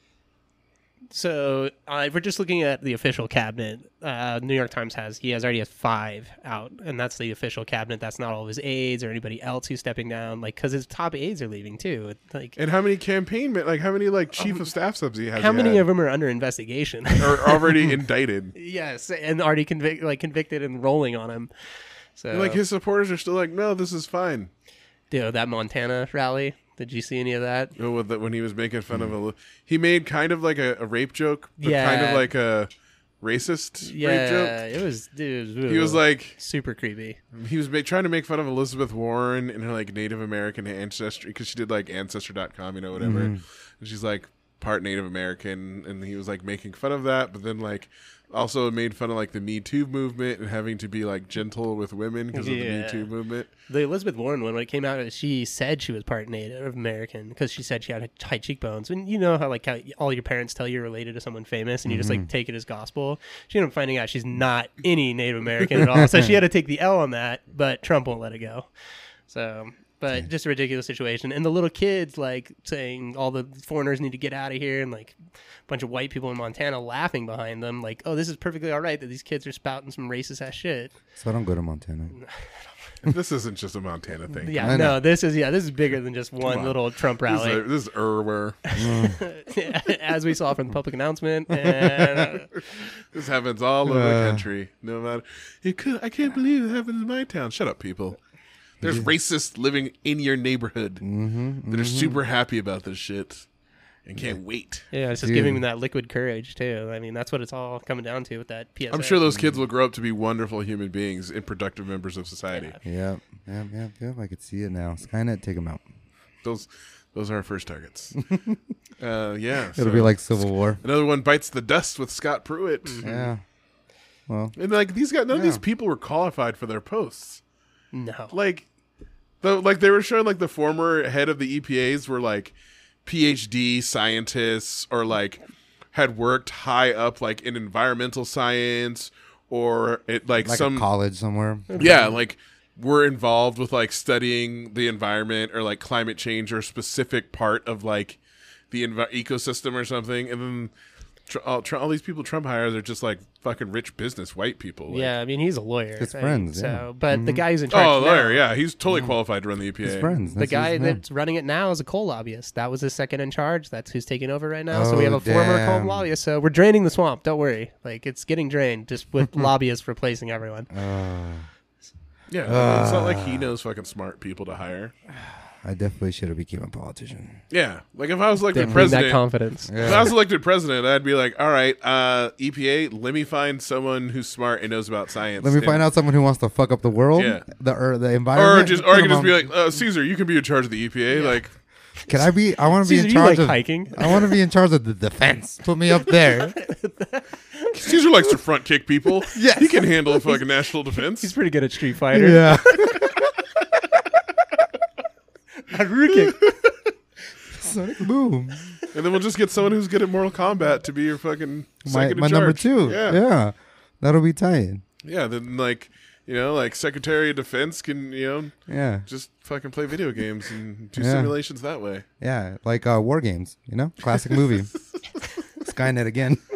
[SPEAKER 5] So uh, if we're just looking at the official cabinet, uh, New York Times has he has already has five out, and that's the official cabinet. That's not all of his aides or anybody else who's stepping down, like because his top aides are leaving too. It's Like
[SPEAKER 3] And how many campaign men- like how many like chief of staff subs he has?
[SPEAKER 5] Um, how
[SPEAKER 3] he
[SPEAKER 5] many
[SPEAKER 3] had
[SPEAKER 5] of them are under investigation?
[SPEAKER 3] are already indicted?
[SPEAKER 5] yes, and already convic- like convicted and rolling on him. So
[SPEAKER 3] And, like his supporters are still like, no, this is fine.
[SPEAKER 5] dude, that Montana rally. Did you see any of that?
[SPEAKER 3] Oh, with the, when he was making fun of a, li- he made kind of like a, a rape joke, but kind of
[SPEAKER 5] Hmm. Yeah.
[SPEAKER 3] like a racist rape
[SPEAKER 5] Yeah,
[SPEAKER 3] joke.
[SPEAKER 5] it was dude. It
[SPEAKER 3] He was like,
[SPEAKER 5] super creepy.
[SPEAKER 3] he was ma- trying to make fun of Elizabeth Warren and her like Native American ancestry because she did like ancestor.com, you know, whatever.
[SPEAKER 5] Mm-hmm.
[SPEAKER 3] And she's like part Native American, and he was like making fun of that, but then like also made fun of like the Me Too movement and having to be like gentle with women because of the
[SPEAKER 5] Yeah.
[SPEAKER 3] Me Too movement.
[SPEAKER 5] The Elizabeth Warren one, when it came out, she said she was part Native American because she said she had high cheekbones. And you know how like how all your parents tell you you're related to someone famous, and you just like take it as gospel. She ended up finding out she's not any Native American at all, so she had to take the L on that. But Trump won't let it go. So but just a ridiculous situation. And the little kids like saying all the foreigners need to get out of here, and like a bunch of white people in Montana laughing behind them, like, oh, this is perfectly all right that these kids are spouting some racist ass shit.
[SPEAKER 4] So I don't go to Montana.
[SPEAKER 3] this isn't just a Montana thing.
[SPEAKER 5] Yeah,
[SPEAKER 4] know.
[SPEAKER 5] no, this is yeah, this is bigger than just one little Trump
[SPEAKER 3] This is,
[SPEAKER 5] rally,
[SPEAKER 3] a, this is Erware.
[SPEAKER 5] as we saw from the public announcement. And, uh,
[SPEAKER 3] This happens all over
[SPEAKER 4] Uh.
[SPEAKER 3] the country. No matter. It could, I can't believe it happened in my town. Shut up, people. There's racists living in your neighborhood
[SPEAKER 4] Mm-hmm,
[SPEAKER 3] that are super happy about this shit and can't wait.
[SPEAKER 5] yeah, it's just giving them that liquid courage too. I mean, that's what it's all coming down to with that PSA.
[SPEAKER 3] I'm sure those kids
[SPEAKER 4] Mm-hmm.
[SPEAKER 3] will grow up to be wonderful human beings and productive members of society.
[SPEAKER 4] Yep, yep, yep, yep. I could see it now. Skynet, take them out.
[SPEAKER 3] Those those are our first targets. uh, yeah.
[SPEAKER 4] It'll be like Mm. Civil War.
[SPEAKER 3] another one bites the dust with Scott Pruitt.
[SPEAKER 4] Yeah. Well,
[SPEAKER 3] And like these guys, none of these people were qualified for their posts.
[SPEAKER 5] no,
[SPEAKER 3] Like, the, like they were showing like the former head of the EPAs were like PhD scientists or like had worked high up like in environmental science or it like,
[SPEAKER 4] like
[SPEAKER 3] some
[SPEAKER 4] a college somewhere.
[SPEAKER 3] yeah like were involved with like studying the environment or like climate change or a specific part of like the envi- ecosystem or something and then tr- all, tr- all these people trump hires are just like fucking rich business white people like-
[SPEAKER 5] yeah, I mean, he's a lawyer.
[SPEAKER 4] His
[SPEAKER 5] right?
[SPEAKER 4] friends, yeah.
[SPEAKER 5] So, but the guy who's in charge.
[SPEAKER 3] oh
[SPEAKER 5] now-
[SPEAKER 3] lawyer yeah he's totally qualified to run the E epa
[SPEAKER 4] His friends.
[SPEAKER 5] The
[SPEAKER 4] that's
[SPEAKER 5] guy
[SPEAKER 4] his- yeah.
[SPEAKER 5] that's running it now is a coal lobbyist. That was his second in charge. That's who's taking over right now. so we
[SPEAKER 4] Oh,
[SPEAKER 5] have a former
[SPEAKER 4] damn.
[SPEAKER 5] coal lobbyist. So we're draining the swamp. Don't worry. Like it's getting drained just with lobbyists replacing everyone.
[SPEAKER 3] Uh, yeah it's not like he
[SPEAKER 4] Ah.
[SPEAKER 3] knows fucking smart people to hire
[SPEAKER 4] I definitely should have become a politician.
[SPEAKER 3] yeah like if i was elected
[SPEAKER 5] Bring that
[SPEAKER 3] president
[SPEAKER 5] confidence.
[SPEAKER 3] if I was elected president, I'd be like, "All right, uh, EPA, let me find someone who's smart and knows about science.
[SPEAKER 4] Let me
[SPEAKER 3] and-
[SPEAKER 4] find out someone who wants to fuck up the world,
[SPEAKER 3] Yeah.
[SPEAKER 4] the or the
[SPEAKER 3] or
[SPEAKER 4] environment.
[SPEAKER 3] just or I can
[SPEAKER 4] Come
[SPEAKER 3] just be
[SPEAKER 4] on.
[SPEAKER 3] like uh, Caesar, you can be in charge of the EPA. Like,
[SPEAKER 4] can I be? I want to be
[SPEAKER 5] Caesar,
[SPEAKER 4] in
[SPEAKER 5] you
[SPEAKER 4] charge
[SPEAKER 5] like
[SPEAKER 4] of
[SPEAKER 5] hiking.
[SPEAKER 4] I want to be in charge of the defense. Put me up there.
[SPEAKER 3] Caesar likes to front kick people.
[SPEAKER 4] Yes.
[SPEAKER 3] he can handle fucking national defense.
[SPEAKER 5] He's pretty good at Street Fighter.
[SPEAKER 4] yeah,
[SPEAKER 5] Haruki.
[SPEAKER 4] Sonic boom.
[SPEAKER 3] and then we'll just get someone who's good at Mortal Kombat to be your fucking
[SPEAKER 4] My,
[SPEAKER 3] second in
[SPEAKER 4] my number
[SPEAKER 3] charge.
[SPEAKER 4] two.
[SPEAKER 3] Yeah.
[SPEAKER 4] Yeah.
[SPEAKER 3] yeah,
[SPEAKER 4] that'll be tight.
[SPEAKER 3] Then like you know, like Secretary of Defense can you know
[SPEAKER 4] Yeah,
[SPEAKER 3] just fucking play video games and do
[SPEAKER 4] Yeah.
[SPEAKER 3] simulations that way.
[SPEAKER 4] yeah, like uh, war games. You know, classic movie. Skynet again.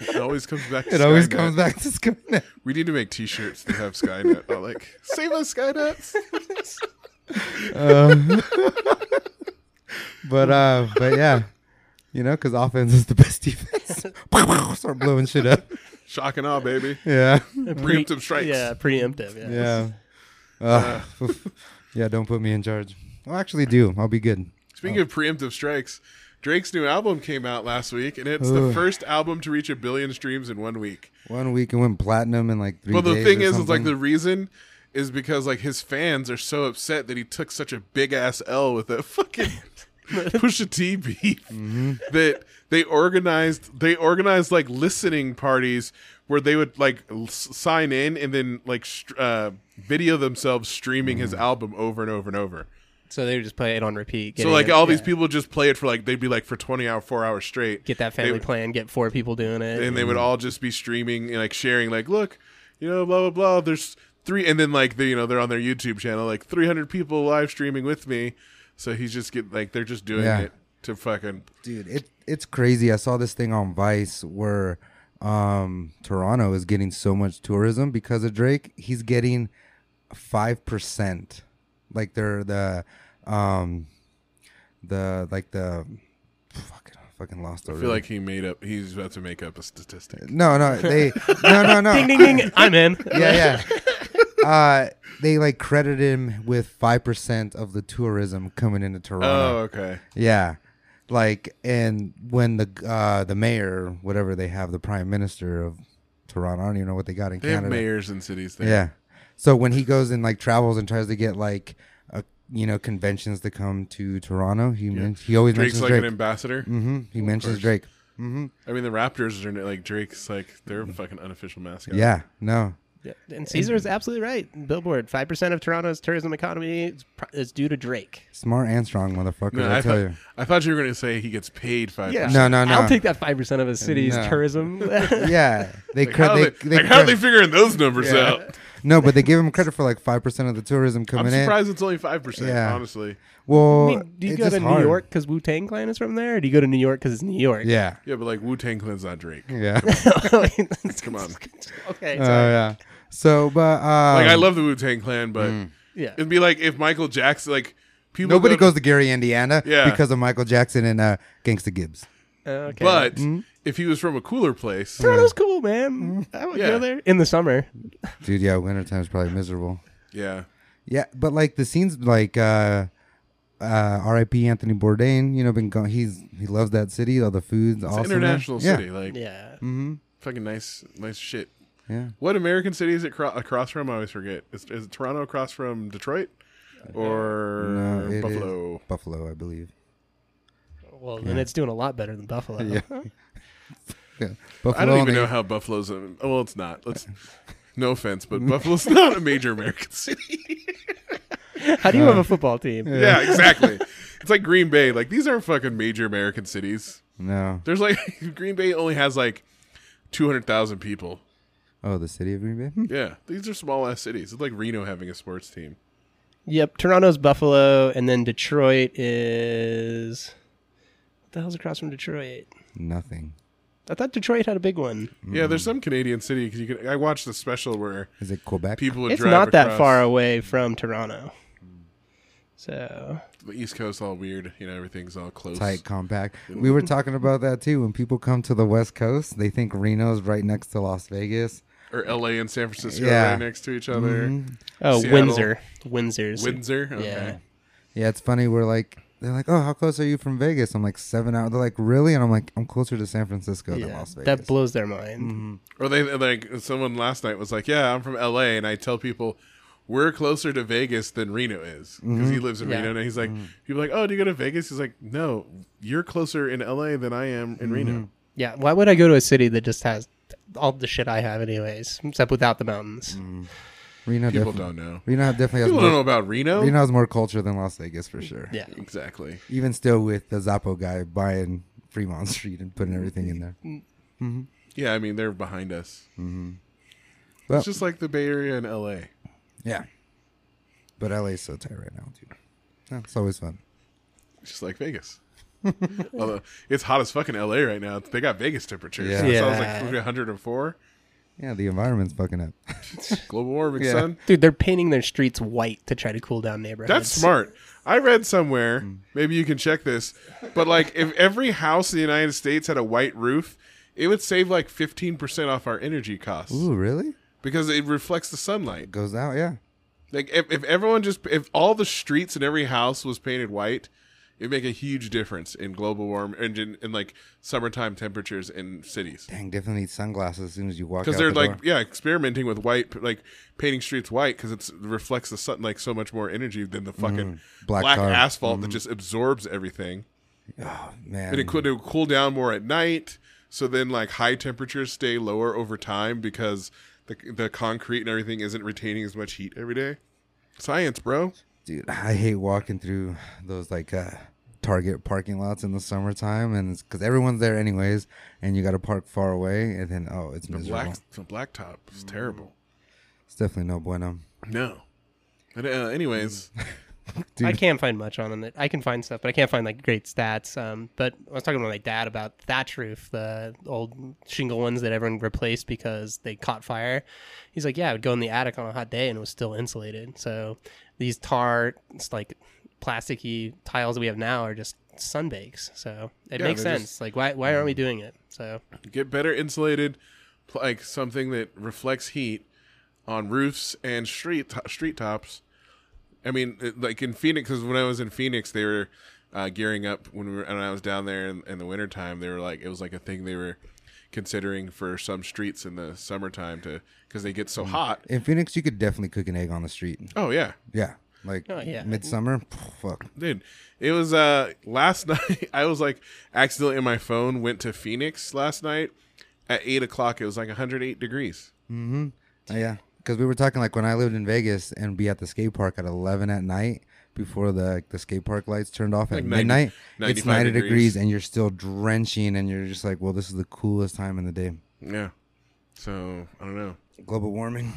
[SPEAKER 3] It always comes back. To
[SPEAKER 4] It always
[SPEAKER 3] Skynet.
[SPEAKER 4] comes back to Skynet.
[SPEAKER 3] We need to make T-shirts that have Skynet. on, like save us, Skynet.
[SPEAKER 4] But uh, but yeah, you know, because offense is the best defense. Start blowing shit up.
[SPEAKER 3] Shock and awe, baby.
[SPEAKER 4] Yeah,
[SPEAKER 3] Preemptive strikes.
[SPEAKER 5] Yeah, preemptive. Yeah.
[SPEAKER 4] yeah, uh, yeah. Don't put me in charge. I'll actually do. I'll be good.
[SPEAKER 3] Speaking of preemptive strikes, Drake's new album came out last week, and it's the
[SPEAKER 4] Ugh.
[SPEAKER 3] first album to reach a billion streams in one week.
[SPEAKER 4] One week and went platinum in like three.
[SPEAKER 3] Well, the
[SPEAKER 4] days
[SPEAKER 3] thing
[SPEAKER 4] or
[SPEAKER 3] is, is like
[SPEAKER 4] something.
[SPEAKER 3] the reason is because like his fans are so upset that he took such a big ass L with that fucking Pusha T beef
[SPEAKER 5] Mm-hmm.
[SPEAKER 3] that they organized. They organized like listening parties where they would like l- s- sign in and then like str uh, video themselves streaming his
[SPEAKER 5] Mm-hmm.
[SPEAKER 3] album over and over and over.
[SPEAKER 5] So they would just play it on
[SPEAKER 3] So
[SPEAKER 5] repeat. getting
[SPEAKER 3] like
[SPEAKER 5] it-
[SPEAKER 3] all these
[SPEAKER 5] yeah.
[SPEAKER 3] people just play it for like they'd be like for twenty hour, four hours straight.
[SPEAKER 5] get that
[SPEAKER 3] They
[SPEAKER 5] family
[SPEAKER 3] would-
[SPEAKER 5] plan, get four people doing it.
[SPEAKER 3] and they
[SPEAKER 4] Mm-hmm.
[SPEAKER 3] would all just be streaming and like sharing like look you know blah blah blah there's three and then like they you know they're on their youtube channel like 300 people live streaming with me so he's just get like they're just doing
[SPEAKER 4] Yeah.
[SPEAKER 3] it to fucking
[SPEAKER 4] dude it it's crazy i saw this thing on vice where um toronto is getting so much tourism because of drake he's getting 5% like they're the um the like the fucking fucking lost
[SPEAKER 3] i feel like he made up he's about to make up a statistic
[SPEAKER 4] no no they no no no
[SPEAKER 5] ding ding ding. I'm in.
[SPEAKER 4] yeah yeah uh they like credited him with 5% of the tourism coming into toronto
[SPEAKER 3] oh okay
[SPEAKER 4] yeah. Like and when the uh the mayor, whatever they have, the prime minister of Toronto, I don't even know what they got in
[SPEAKER 3] they have
[SPEAKER 4] Canada.
[SPEAKER 3] mayors and cities there
[SPEAKER 4] Yeah. So when he goes and like travels and tries to get like a, you know conventions to come to Toronto, he men- he always
[SPEAKER 3] drake's
[SPEAKER 4] mentions
[SPEAKER 3] like
[SPEAKER 4] Drake.
[SPEAKER 3] an ambassador
[SPEAKER 4] hmm He mentions Drake.
[SPEAKER 3] i mean the raptors are like drake's like they're a fucking unofficial mascot
[SPEAKER 4] Mm. Yeah. No.
[SPEAKER 5] Yeah. And Caesar is absolutely right. Billboard, five percent of Toronto's tourism economy is, pro- is due to Drake.
[SPEAKER 4] Smart and strong motherfuckers,
[SPEAKER 3] no,
[SPEAKER 4] I,
[SPEAKER 3] I,
[SPEAKER 4] tell
[SPEAKER 3] thought,
[SPEAKER 4] you.
[SPEAKER 3] I thought you were going to say he gets paid five percent.
[SPEAKER 4] No, no, no.
[SPEAKER 5] I'll take that five percent of a city's
[SPEAKER 4] No.
[SPEAKER 5] tourism.
[SPEAKER 4] Yeah. They
[SPEAKER 3] Like,
[SPEAKER 4] cre-
[SPEAKER 3] how,
[SPEAKER 4] they,
[SPEAKER 3] are they, like, how are
[SPEAKER 4] cre-
[SPEAKER 3] they figuring those numbers out?
[SPEAKER 4] No, but they gave him credit for like five percent of the tourism
[SPEAKER 3] I'm
[SPEAKER 4] coming in.
[SPEAKER 3] surprised it's only five percent.
[SPEAKER 4] Yeah.
[SPEAKER 3] Honestly,
[SPEAKER 4] Well,
[SPEAKER 5] I mean, do you
[SPEAKER 4] it's
[SPEAKER 5] go
[SPEAKER 4] just
[SPEAKER 5] to New
[SPEAKER 4] hard.
[SPEAKER 5] York because Wu Tang Clan is from there? Or do you go to New York because it's New York?
[SPEAKER 4] Yeah,
[SPEAKER 3] yeah, but like Wu Tang Clan's not Drake.
[SPEAKER 4] yeah,
[SPEAKER 5] Come
[SPEAKER 3] on. Uh,
[SPEAKER 5] okay.
[SPEAKER 4] Oh,
[SPEAKER 5] sorry.
[SPEAKER 4] yeah. So, but um, Mm.
[SPEAKER 3] Like I love the Wu Tang Clan, but
[SPEAKER 5] yeah.
[SPEAKER 3] it'd be like if Michael Jackson, like people
[SPEAKER 4] nobody
[SPEAKER 3] go to-
[SPEAKER 4] goes to Gary, Indiana,
[SPEAKER 3] Yeah.
[SPEAKER 4] because of Michael Jackson and uh, Gangsta Gibbs.
[SPEAKER 5] okay.
[SPEAKER 3] but
[SPEAKER 4] Mm-hmm.
[SPEAKER 3] if he was from a cooler place,
[SPEAKER 5] Toronto's cool, man. I would
[SPEAKER 3] Mm. Yeah.
[SPEAKER 5] go there in the summer.
[SPEAKER 4] Dude, yeah, wintertime is probably miserable.
[SPEAKER 3] yeah,
[SPEAKER 4] Yeah, but like the scenes, like uh, uh, R.I.P. Anthony Bourdain. You know, been going. He's he loves that city, all the food,
[SPEAKER 3] it's an international city, like
[SPEAKER 5] Yeah.
[SPEAKER 3] Mm. fucking nice, nice shit.
[SPEAKER 4] Yeah.
[SPEAKER 3] What American city is it cro- across from? I always forget. Is, is it Toronto across from Detroit or
[SPEAKER 4] No, it is-
[SPEAKER 3] Buffalo?
[SPEAKER 4] Buffalo, I believe.
[SPEAKER 5] Well, then it's doing a lot better than Buffalo.
[SPEAKER 4] Yeah. Buffalo
[SPEAKER 3] I don't even
[SPEAKER 4] only-
[SPEAKER 3] know how Buffalo's. A, well, it's not. Let's. No offense, but Buffalo's not a major American city.
[SPEAKER 5] How do you have a football team?
[SPEAKER 3] Uh, yeah, exactly. It's like Green Bay. Like these aren't fucking major American cities.
[SPEAKER 4] No.
[SPEAKER 3] There's like Green Bay only has like two hundred thousand people.
[SPEAKER 4] Oh, the city of Green Bay. Hmm.
[SPEAKER 3] Yeah, these are small ass cities. It's like Reno having a sports team.
[SPEAKER 5] Yep. Toronto's Buffalo, and then Detroit is. What the hell's across from Detroit?
[SPEAKER 4] Nothing.
[SPEAKER 5] I thought Detroit had a big one.
[SPEAKER 3] Yeah, there's some Canadian city because you can. I watched the special where
[SPEAKER 4] Is it Quebec?
[SPEAKER 3] people would
[SPEAKER 5] It's
[SPEAKER 3] drive
[SPEAKER 5] not that
[SPEAKER 3] across
[SPEAKER 5] far away from Toronto. So
[SPEAKER 3] The East Coast all weird. You know, everything's all close.
[SPEAKER 4] tight, compact. We were talking about that too. When people come to the West Coast, they think Reno's right next to Las Vegas.
[SPEAKER 3] Or L.A. and San Francisco
[SPEAKER 4] Yeah.
[SPEAKER 3] right next to each other.
[SPEAKER 5] Oh,
[SPEAKER 3] Seattle.
[SPEAKER 5] Windsor. Windsor's.
[SPEAKER 3] Windsor. Okay.
[SPEAKER 5] Yeah.
[SPEAKER 4] Yeah, it's funny. We're like, they're like, oh, how close are you from Vegas? I'm like seven hours. They're like, really? And I'm like, I'm closer to San Francisco than
[SPEAKER 5] Yeah.
[SPEAKER 4] Las Vegas.
[SPEAKER 5] That blows their mind.
[SPEAKER 3] Or they like someone last night was like, "Yeah, I'm from L.A." and I tell people we're closer to Vegas than Reno is because
[SPEAKER 4] Mm-hmm.
[SPEAKER 3] he lives in
[SPEAKER 5] Yeah.
[SPEAKER 3] Reno, and he's like, people are like, "Oh, do you go to Vegas?" He's like, "No, you're closer in L.A. than I am in
[SPEAKER 4] Mm-hmm.
[SPEAKER 3] Reno."
[SPEAKER 5] Yeah, why would I go to a city that just has all the shit I have, anyways, except without the mountains?
[SPEAKER 4] Mm. Reno
[SPEAKER 3] People
[SPEAKER 4] definitely.
[SPEAKER 3] don't know.
[SPEAKER 4] Reno definitely has
[SPEAKER 3] People don't know
[SPEAKER 4] more,
[SPEAKER 3] about Reno.
[SPEAKER 4] Reno has more culture than Las Vegas for sure.
[SPEAKER 5] Yeah,
[SPEAKER 3] Exactly.
[SPEAKER 4] Even still with the Zappo guy buying Fremont Street and putting everything in there.
[SPEAKER 3] Yeah, I mean they're behind us.
[SPEAKER 4] Mm-hmm. Well-
[SPEAKER 3] it's just like the Bay Area and L.A.
[SPEAKER 4] Yeah. But LA's so tight right now, dude. Yeah, it's always fun.
[SPEAKER 3] It's just like Vegas. Although it's hot as fucking L.A. right now. They got Vegas temperatures.
[SPEAKER 4] Yeah.
[SPEAKER 3] So I was
[SPEAKER 5] Yeah.
[SPEAKER 3] like 104.
[SPEAKER 4] Yeah, the environment's fucking up.
[SPEAKER 3] Global warming,
[SPEAKER 4] Yeah.
[SPEAKER 3] son.
[SPEAKER 5] dude, they're painting their streets white to try to cool down neighborhoods.
[SPEAKER 3] That's smart. I read somewhere, maybe you can check this, but like if every house in the United States had a white roof, it would save like 15% off our energy costs
[SPEAKER 4] Ooh, really?
[SPEAKER 3] because it reflects the sunlight.
[SPEAKER 4] Goes out, yeah.
[SPEAKER 3] Like if, if everyone just, if all the streets in every house was painted white, it'd make a huge difference in global warm and in, in like summertime temperatures in cities.
[SPEAKER 4] Dang, definitely need sunglasses as soon as you walk out.
[SPEAKER 3] Because they're
[SPEAKER 4] the
[SPEAKER 3] like,
[SPEAKER 4] door.
[SPEAKER 3] yeah, experimenting with white, like painting streets white because it reflects the sun like so much more energy than the fucking
[SPEAKER 4] Mm, Black
[SPEAKER 3] black,
[SPEAKER 4] tar. Mm.
[SPEAKER 3] asphalt that just absorbs everything.
[SPEAKER 4] man.
[SPEAKER 3] And it could, it would cool down more at night. So then, like high temperatures stay lower over time because the the concrete and everything isn't retaining as much heat every day. Science, bro.
[SPEAKER 4] Dude, I hate walking through those like uh, Target parking lots in the summertime, and it's because everyone's there anyways, and you got to park far away, and then oh, it's
[SPEAKER 3] The
[SPEAKER 4] miserable. Mm.
[SPEAKER 3] black the blacktop is terrible.
[SPEAKER 4] It's definitely no bueno.
[SPEAKER 3] No. But uh,
[SPEAKER 4] Mm.
[SPEAKER 3] anyways,
[SPEAKER 5] I can't find much on it. I can find stuff, but I can't find like great stats. Um, but I was talking to my dad about thatch roof, the old shingle ones that everyone replaced because they caught fire. He's like, yeah, I would go in the attic on a hot day and it was still insulated. So these tar, it's like plasticky tiles that we have now are just sunbakes. So it
[SPEAKER 3] Yeah,
[SPEAKER 5] makes
[SPEAKER 3] they're
[SPEAKER 5] sense.
[SPEAKER 3] just-
[SPEAKER 5] Like, why why aren't we doing it? So
[SPEAKER 3] get better insulated, pl- like something that reflects heat on roofs and street to- street tops. I mean, it- like in Phoenix, because when I was in Phoenix, they were uh, gearing up when we were, and I was down there in, in the wintertime. They were like, it was like a thing they were considering for some streets in the summertime to because they get so hot.
[SPEAKER 4] In Phoenix, you could definitely cook an egg on the street.
[SPEAKER 3] Oh yeah,
[SPEAKER 4] Yeah, like
[SPEAKER 5] Oh, yeah.
[SPEAKER 4] midsummer. pff, Fuck.
[SPEAKER 3] dude it was uh last night i was like accidentally in my phone went to phoenix last night at eight o'clock it was like 108 degrees
[SPEAKER 4] Uh, yeah, because we were talking like when I lived in Vegas and be at the skate park at eleven at night before the like, the skate park lights turned off at
[SPEAKER 3] Like 90
[SPEAKER 4] midnight. It's
[SPEAKER 3] 95
[SPEAKER 4] ninety degrees.
[SPEAKER 3] degrees.
[SPEAKER 4] and you're still drenching, and you're just like, well, this is the coolest time in the day.
[SPEAKER 3] yeah so i don't know
[SPEAKER 4] Global warming.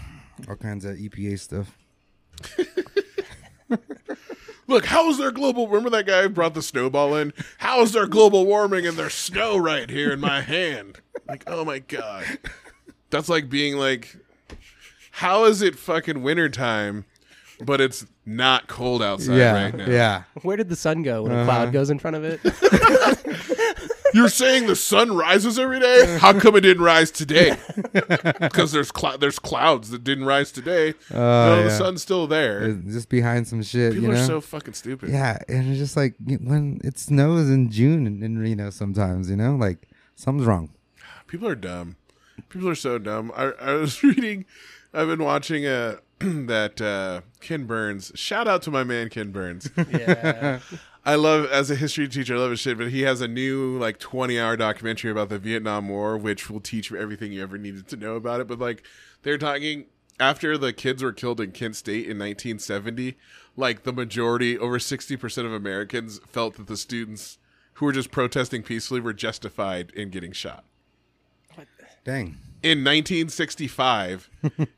[SPEAKER 4] all kinds of EPA stuff.
[SPEAKER 3] Look, how is there global? Remember that guy who brought the snowball in? How is there global warming and there's snow right here in my hand? Like, oh my god, that's like being like, how is it fucking wintertime, but it's not cold outside
[SPEAKER 4] yeah,
[SPEAKER 3] right now?
[SPEAKER 4] yeah.
[SPEAKER 5] Where did the sun go when a cloud goes in front of it?
[SPEAKER 3] You're saying the sun rises every day? How come it didn't rise today? Because there's clou- there's clouds that didn't rise today. no, the
[SPEAKER 4] Oh, yeah.
[SPEAKER 3] sun's still there.
[SPEAKER 4] It's Just behind some shit,
[SPEAKER 3] People
[SPEAKER 4] you know.
[SPEAKER 3] are so fucking stupid.
[SPEAKER 4] yeah, and it's just like y- when it snows in June in, in Reno sometimes, you know, like something's wrong.
[SPEAKER 3] People are dumb. People are so dumb. I, I was reading. I've been watching uh, that uh, Ken Burns. Shout out to my man Ken Burns.
[SPEAKER 5] yeah.
[SPEAKER 3] I love as a history teacher. I love his shit. But he has a new like twenty hour documentary about the Vietnam War, which will teach you everything you ever needed to know about it. But like they're talking after the kids were killed in Kent State in 1970, like the majority, over 60 percent of Americans felt that the students who were just protesting peacefully were justified in getting shot.
[SPEAKER 4] Dang.
[SPEAKER 3] In 1965,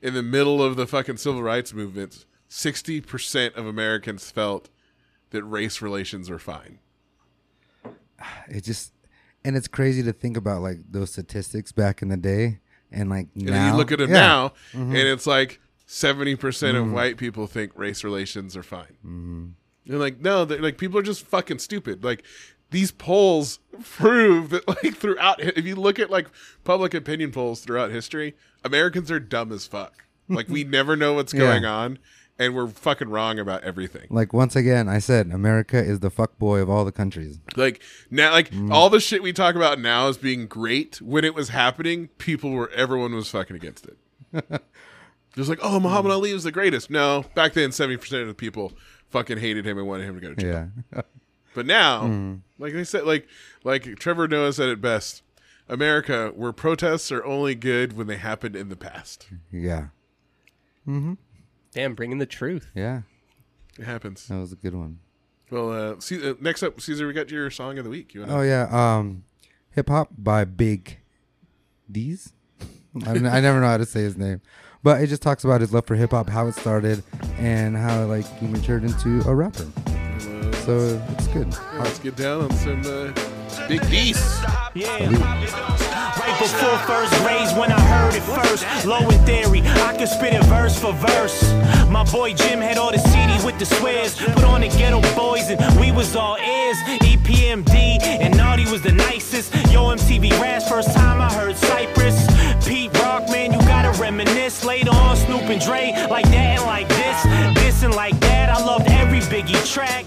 [SPEAKER 3] in the middle of the fucking civil rights movement, 60% of Americans felt that race relations were fine.
[SPEAKER 4] It just and it's crazy to think about like those statistics back in the day and like now.
[SPEAKER 3] And then you look at it
[SPEAKER 4] Yeah. Mm-hmm. Mm.
[SPEAKER 3] now, and it's like 70% percent of white people think race relations are fine. Mm-hmm. And like, no, they're- like people are just fucking stupid. Like, these polls prove that, like, throughout, if you look at like public opinion polls throughout history, Americans are dumb as fuck. Like, we never know what's going on, and we're fucking wrong about everything.
[SPEAKER 4] Like once again, I said America is the fuck boy of all the countries.
[SPEAKER 3] Like now, like
[SPEAKER 4] Mm.
[SPEAKER 3] all the shit we talk about now is being great. When it was happening, people were everyone was fucking against it. Just like, oh, Muhammad
[SPEAKER 4] Mm.
[SPEAKER 3] Ali was the greatest. No, back then, seventy percent of the people fucking hated him and wanted him to go to jail.
[SPEAKER 4] Yeah. Mm.
[SPEAKER 3] But now, like they said, like like Trevor Noah said it best: America, where protests are only good when they happened in the past.
[SPEAKER 4] Yeah.
[SPEAKER 5] Damn, bringing the truth.
[SPEAKER 4] Yeah.
[SPEAKER 3] It happens.
[SPEAKER 4] That was a good one.
[SPEAKER 3] Well, uh, Ce- uh, next up, Caesar, we got your song of the week. You wanna-
[SPEAKER 4] Oh yeah, um, hip hop by Big D's. I, don't- I never know how to say his name, but it just talks about his love for hip hop, how it started, and how like he matured into a rapper. So it's good.
[SPEAKER 3] let's get down on some uh, big beasts.
[SPEAKER 6] Right before first grades when I heard it first. Low in theory, I could spit it verse for verse. My boy Jim had all the CD with the swears. Put on the ghetto boys and we was all ears. E EPMD and Naughty was the nicest. Yo, MTV Raps, first time I heard Cypress. Pete Rock, man, you gotta reminisce. Later on, Snoop and Dre, like that and like this. This and like that, I loved every Biggie track.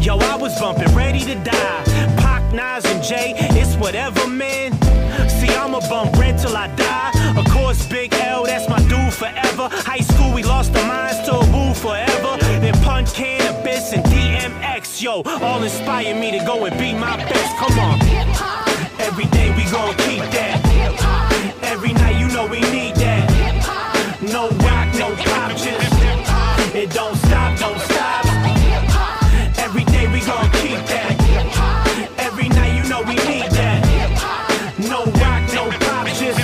[SPEAKER 6] Yo, I was bumping, ready to die. Pac, Nas, and Jay, it's whatever, man. See, I'ma bump rent till I die. Of course, Big L, that's my dude forever. High school, we lost our minds to a woo forever. Then Punk Cannabis and DMX, yo, all inspire me to go and be my best. Come on. Every day we gon' keep that. Every night, you know we need that. No rock, no pop, just it don't stop, don't stop. Every day we gon' keep that. Every night, you know we need that. No rock, no pop, just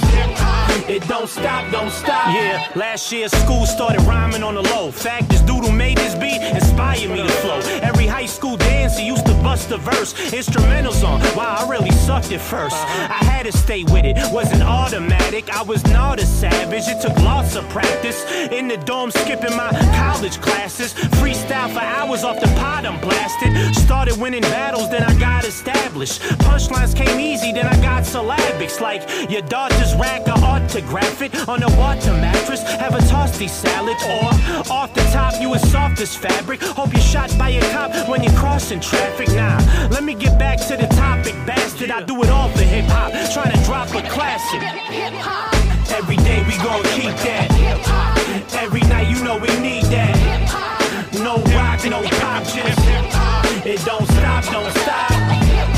[SPEAKER 6] it don't stop, don't stop. Yeah, last year school started rhyming on the low. Fact is, Doodle made this beat, inspired me to flow. Every high school dance, he used to bust a verse. Instrumentals on, wow, I really sucked at first. I had to stay with it, wasn't automatic. I was not a savage, it took lots of practice. In the dorm, skipping my college classes. Freestyle for hours off the pot, I'm blasted. Started winning battles, then I got established. Punchlines came easy, then I got syllabics. Like, your daughter's rack, I autograph it. On a water mattress, have a toasty salad. Or, off the top, you as soft as fabric. Hope you're shot by a cop when you're crossing traffic. Nah, let me get back to the topic, bastard. I do it all for hip hop, trying to drop a classic. Every day we gon' keep that. Every night, you know we need that. No rock, no pop, just it don't stop, don't stop.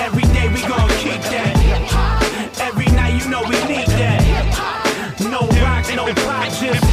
[SPEAKER 6] Every day we gon' keep that. Every night, you know we need that. No rock, no pop, just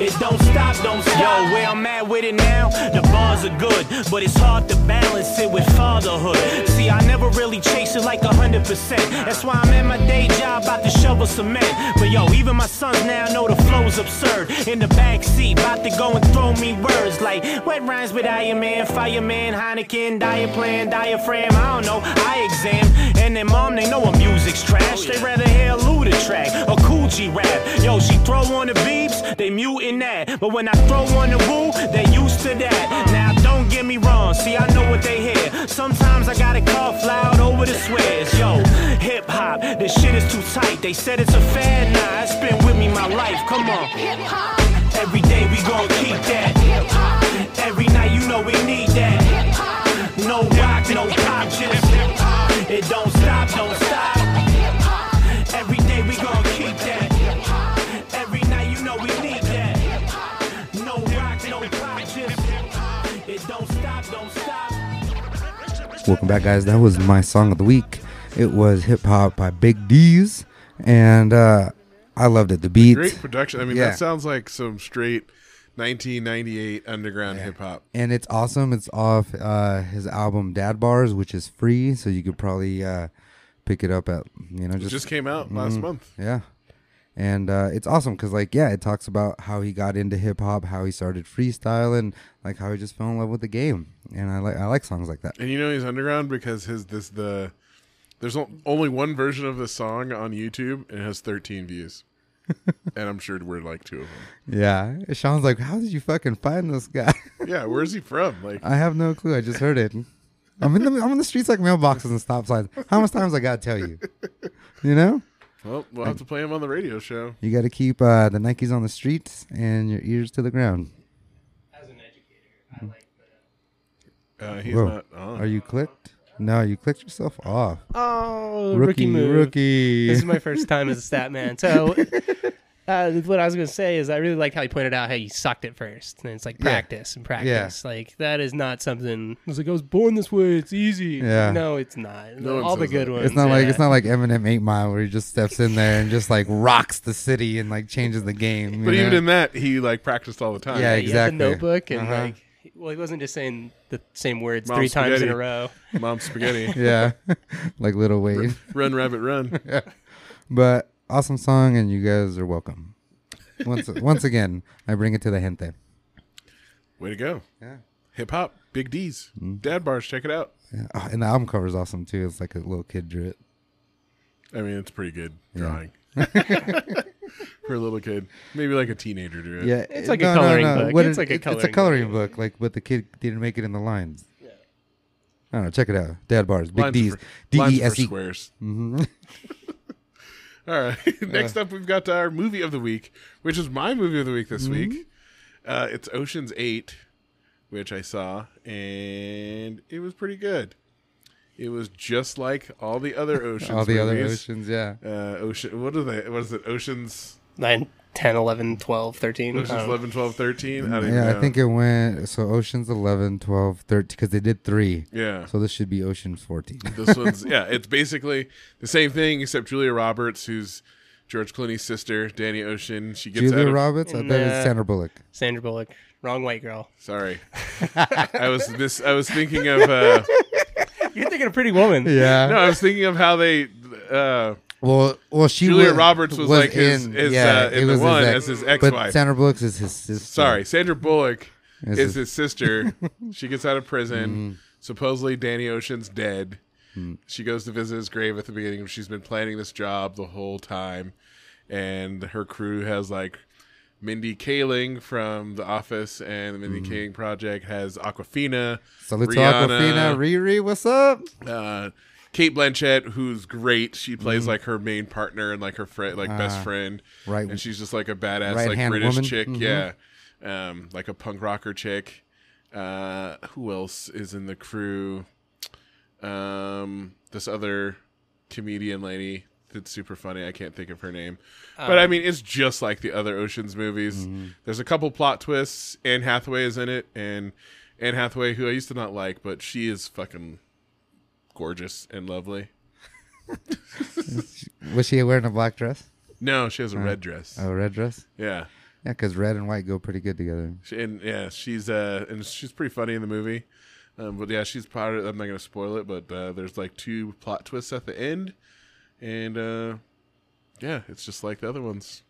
[SPEAKER 6] it don't stop, niggas don't stop. Yo, where I'm at with it now, the bars are good, but it's hard to balance it with fatherhood. See, I never really chase it like 100%. That's why I'm at my day job, about to shovel cement. But yo, even my sons now know the flow's absurd. In the backseat, about to go and throw me words like wet rhymes with Iron Man, Fireman, Heineken, Diet Plan, Diaphragm. I don't know, I exam. And their mom, they know her music's trash. They rather hear a Luda track, a Coogee rap. Yo, she throw on the beeps, they muting that. But when I throw on the woo, they used to that. Now, don't get me wrong, see, I know what they hear. Sometimes I gotta cough loud over the swears. Yo, hip hop, this shit is too tight. They said it's a fan, nah, it's been with me my life. Come on. Every day we gon' keep that. Every night you know we need that. No rock, no pop, just It don't stop, don't stop. Every day we gon' keep that. Every night you know we need that. No rock, no pop, just It don't stop, don't stop.
[SPEAKER 4] Welcome back, guys. That was my song of the week. It was hip hop by Big D's, and uh, I loved it. The beat,
[SPEAKER 3] Great production. I mean,
[SPEAKER 4] Yeah.
[SPEAKER 3] that sounds like some straight 1998 underground hip hop.
[SPEAKER 4] and it's awesome. It's off uh, his album Dad Bars, which is free, so you could probably uh, pick it up at you know
[SPEAKER 3] It
[SPEAKER 4] just, mm-hmm.
[SPEAKER 3] just came out last month.
[SPEAKER 4] yeah. And uh, it's awesome because like yeah, it talks about how he got into hip hop, how he started freestyling, like how he just fell in love with the game. And I like I like songs like that.
[SPEAKER 3] And you know he's underground because his this the there's o- only one version of the song on YouTube and it has 13 views. and I'm sure we're like two of them.
[SPEAKER 4] Yeah, Sean's like, how did you fucking find this guy?
[SPEAKER 3] Yeah, where's he from? Like
[SPEAKER 4] I have no clue. I just heard it. I'm in the I'm in the streets like mailboxes and stop signs. How much times I gotta tell you? You know,
[SPEAKER 3] Well, we'll have to play him on the radio show.
[SPEAKER 4] you got to keep uh, the Nikes on the streets and your ears to the ground.
[SPEAKER 5] As an educator, I like
[SPEAKER 3] Uh, he's
[SPEAKER 4] Whoa.
[SPEAKER 3] not on.
[SPEAKER 4] Are you clicked? No, you clicked yourself off.
[SPEAKER 5] Oh,
[SPEAKER 4] Rookie,
[SPEAKER 5] rookie, move.
[SPEAKER 4] rookie.
[SPEAKER 5] This is my first time as a stat man. So, uh, what I was going to say is, I really liked how he pointed out how he sucked at first, and it's like practice and practice. Like that is not something. It's like I was born this way. It's easy.
[SPEAKER 4] Yeah.
[SPEAKER 5] No, it's not.
[SPEAKER 3] No one
[SPEAKER 5] All the
[SPEAKER 3] says
[SPEAKER 5] good
[SPEAKER 3] that.
[SPEAKER 5] ones. uh,
[SPEAKER 4] It's not like it's
[SPEAKER 5] yeah.
[SPEAKER 4] not like Eminem Eight Mile where he just steps in there and just like rocks the city and like changes the game. you
[SPEAKER 3] But even
[SPEAKER 4] know?
[SPEAKER 3] in that, he like practiced all the time.
[SPEAKER 4] uh, Yeah,
[SPEAKER 5] Yeah, he had
[SPEAKER 4] exactly.
[SPEAKER 5] the notebook and
[SPEAKER 4] Uh-huh.
[SPEAKER 5] like. Well, he wasn't just saying the same words
[SPEAKER 3] Mom
[SPEAKER 5] three times in
[SPEAKER 3] spaghetti.
[SPEAKER 5] a row.
[SPEAKER 3] Mom spaghetti.
[SPEAKER 4] yeah, like Little Wayne.
[SPEAKER 3] run rabbit run.
[SPEAKER 4] But awesome song, and you guys are welcome. Once once again, I bring it to the gente.
[SPEAKER 3] Way to go. Yeah. Hip hop, big D's.
[SPEAKER 4] Mm-hmm.
[SPEAKER 3] Dad bars, check it out.
[SPEAKER 4] Yeah. Oh, and the album cover is awesome too. It's like a little kid drew it.
[SPEAKER 3] I mean, it's pretty good drawing. For a little kid. Maybe like a teenager do it.
[SPEAKER 4] Yeah,
[SPEAKER 5] It's like a coloring book.
[SPEAKER 4] What
[SPEAKER 5] It's
[SPEAKER 4] is-
[SPEAKER 5] like a
[SPEAKER 4] it- it's a
[SPEAKER 5] coloring
[SPEAKER 4] coloring book. like but the kid didn't make it in the lines. I don't know. Check it out. Dad bars, big
[SPEAKER 3] Lines
[SPEAKER 4] D's,
[SPEAKER 3] for-
[SPEAKER 4] D
[SPEAKER 3] lines
[SPEAKER 4] E
[SPEAKER 3] for
[SPEAKER 4] S E.
[SPEAKER 3] squares. All right. Next
[SPEAKER 4] Uh.
[SPEAKER 3] up, we've got our movie of the week, which is my movie of the week this
[SPEAKER 4] Mm-hmm.
[SPEAKER 3] week. Uh, it's Ocean's Eight, which I saw, and it was pretty good. It was just like all the other oceans.
[SPEAKER 4] All the other
[SPEAKER 3] movies.
[SPEAKER 4] oceans. Yeah.
[SPEAKER 3] Uh, ocean. What are they? What is it? Oceans.
[SPEAKER 5] 9, 10, 11, 12, 13. I
[SPEAKER 3] Oceans
[SPEAKER 5] don't know.
[SPEAKER 3] 11, 12, 13? I don't even
[SPEAKER 4] Mm, Yeah,
[SPEAKER 3] know.
[SPEAKER 4] I think it went so Ocean's 11, 12, 13 because they did three.
[SPEAKER 3] Yeah.
[SPEAKER 4] So this should be Ocean 14.
[SPEAKER 3] This one's yeah, it's basically the same thing except Julia Roberts, who's George Clooney's sister, Danny Ocean. She gets out
[SPEAKER 4] Julia
[SPEAKER 3] of,
[SPEAKER 4] Roberts. I
[SPEAKER 5] And,
[SPEAKER 4] bet
[SPEAKER 5] uh,
[SPEAKER 4] it's Sandra Bullock.
[SPEAKER 5] Sandra Bullock, wrong white girl.
[SPEAKER 3] Sorry, I was this. I was thinking of uh,
[SPEAKER 5] You're thinking of Pretty Woman.
[SPEAKER 4] Yeah.
[SPEAKER 3] no, I was thinking of how they. Uh,
[SPEAKER 4] Well, well, she
[SPEAKER 3] Julia
[SPEAKER 4] wa-
[SPEAKER 3] Roberts was like his- his, uh,
[SPEAKER 4] it
[SPEAKER 3] in the one as his
[SPEAKER 4] But
[SPEAKER 3] ex-wife.
[SPEAKER 4] Sandra Bullock is his sister.
[SPEAKER 3] sorry, Sandra Bullock
[SPEAKER 4] This
[SPEAKER 3] is
[SPEAKER 4] is- Mm-hmm.
[SPEAKER 3] his sister. she gets out of prison. Supposedly, Danny Ocean's dead.
[SPEAKER 4] Mm.
[SPEAKER 3] She goes to visit his grave at the beginning. She's been planning this job the whole time, and her crew has like Mindy Kaling from The Office, and the Mindy Kaling Project has Aquafina,
[SPEAKER 4] Mm. Salute
[SPEAKER 3] Rihanna,
[SPEAKER 4] to Aquafina, Riri. What's up?
[SPEAKER 3] uh, Kate Blanchett, who's great. She
[SPEAKER 4] Mm.
[SPEAKER 3] plays like her main partner and like her friend, like best friend,
[SPEAKER 4] Ah. right-
[SPEAKER 3] And she's just like a badass, like
[SPEAKER 4] right-hand
[SPEAKER 3] British
[SPEAKER 4] woman.
[SPEAKER 3] chick,
[SPEAKER 4] Mhm.
[SPEAKER 3] yeah, um, like a punk rocker chick. Uh, who else is in the crew? Um, this other comedian lady that's super funny. I can't think of her name, but I mean, it's just like the other Ocean's movies. There's a couple plot twists. Anne Hathaway is in it, and Anne Hathaway, who I used to not like, but she is fucking gorgeous and lovely.
[SPEAKER 4] Was she wearing a black dress?
[SPEAKER 3] No, she has a red dress.
[SPEAKER 4] Oh. A red dress?
[SPEAKER 3] Yeah.
[SPEAKER 4] Yeah, because red and white go pretty good together.
[SPEAKER 3] She- and yeah, she's uh, and she's pretty funny in the movie. Um, but yeah, she's part of. I'm not gonna spoil it, but uh, there's like two plot twists at the end, and uh, yeah, it's just like the other ones.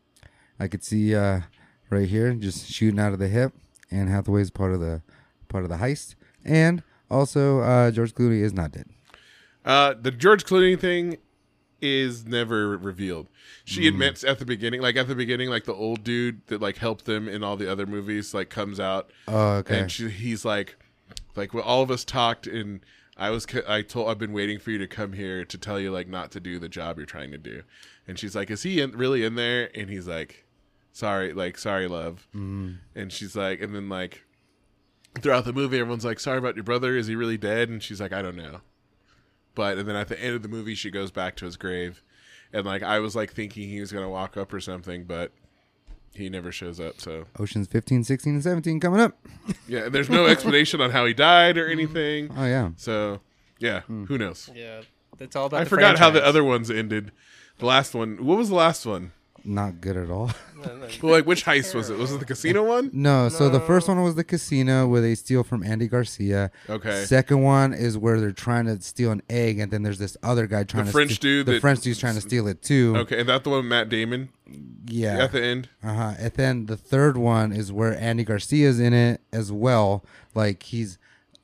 [SPEAKER 4] I could see uh, right here just shooting out of the hip. Anne Hathaway's part of the part of the heist, and also uh, George Clooney is not dead.
[SPEAKER 3] Uh, the George Clooney thing is never revealed. She admits at the beginning, like at the beginning, like the old dude that like helped them in all the other movies, like comes out.
[SPEAKER 4] Oh, okay.
[SPEAKER 3] And she, he's like, like well, all of us talked, and I was, c- I told, I've been waiting for you to come here to tell you like not to do the job you're trying to do. And she's like, is he in, really in there? And he's like, sorry, like sorry, love.
[SPEAKER 4] Mm-hmm.
[SPEAKER 3] And she's like, and then like throughout the movie, everyone's like, sorry about your brother. Is he really dead? And she's like, I don't know. But and then at the end of the movie, she goes back to his grave, and like I was like thinking he was gonna walk up or something, but he never shows up. So
[SPEAKER 4] Oceans 15, 16, and 17 coming up.
[SPEAKER 3] yeah, and there's no explanation on how he died or anything.
[SPEAKER 4] Oh, yeah. Hmm.
[SPEAKER 3] So yeah, who knows?
[SPEAKER 5] Yeah, that's all about.
[SPEAKER 3] I
[SPEAKER 5] the
[SPEAKER 3] forgot how the
[SPEAKER 5] franchise.
[SPEAKER 3] other ones ended. The last one. What was the last one?
[SPEAKER 4] Not good at all.
[SPEAKER 3] Well, like which heist was it? Was it the casino one?
[SPEAKER 4] No, so the first one was the casino where they steal from Andy Garcia.
[SPEAKER 3] Okay.
[SPEAKER 4] Second one is where they're trying to steal an egg, and then there's this other guy trying to
[SPEAKER 3] French
[SPEAKER 4] ste-
[SPEAKER 3] dude
[SPEAKER 4] The
[SPEAKER 3] that-
[SPEAKER 4] French dude's trying to steal it too.
[SPEAKER 3] Okay, and that the one with Matt Damon
[SPEAKER 4] Yeah.
[SPEAKER 3] at the end.
[SPEAKER 4] Uh huh. And then the third one is where Andy Garcia's in it as well. Like he's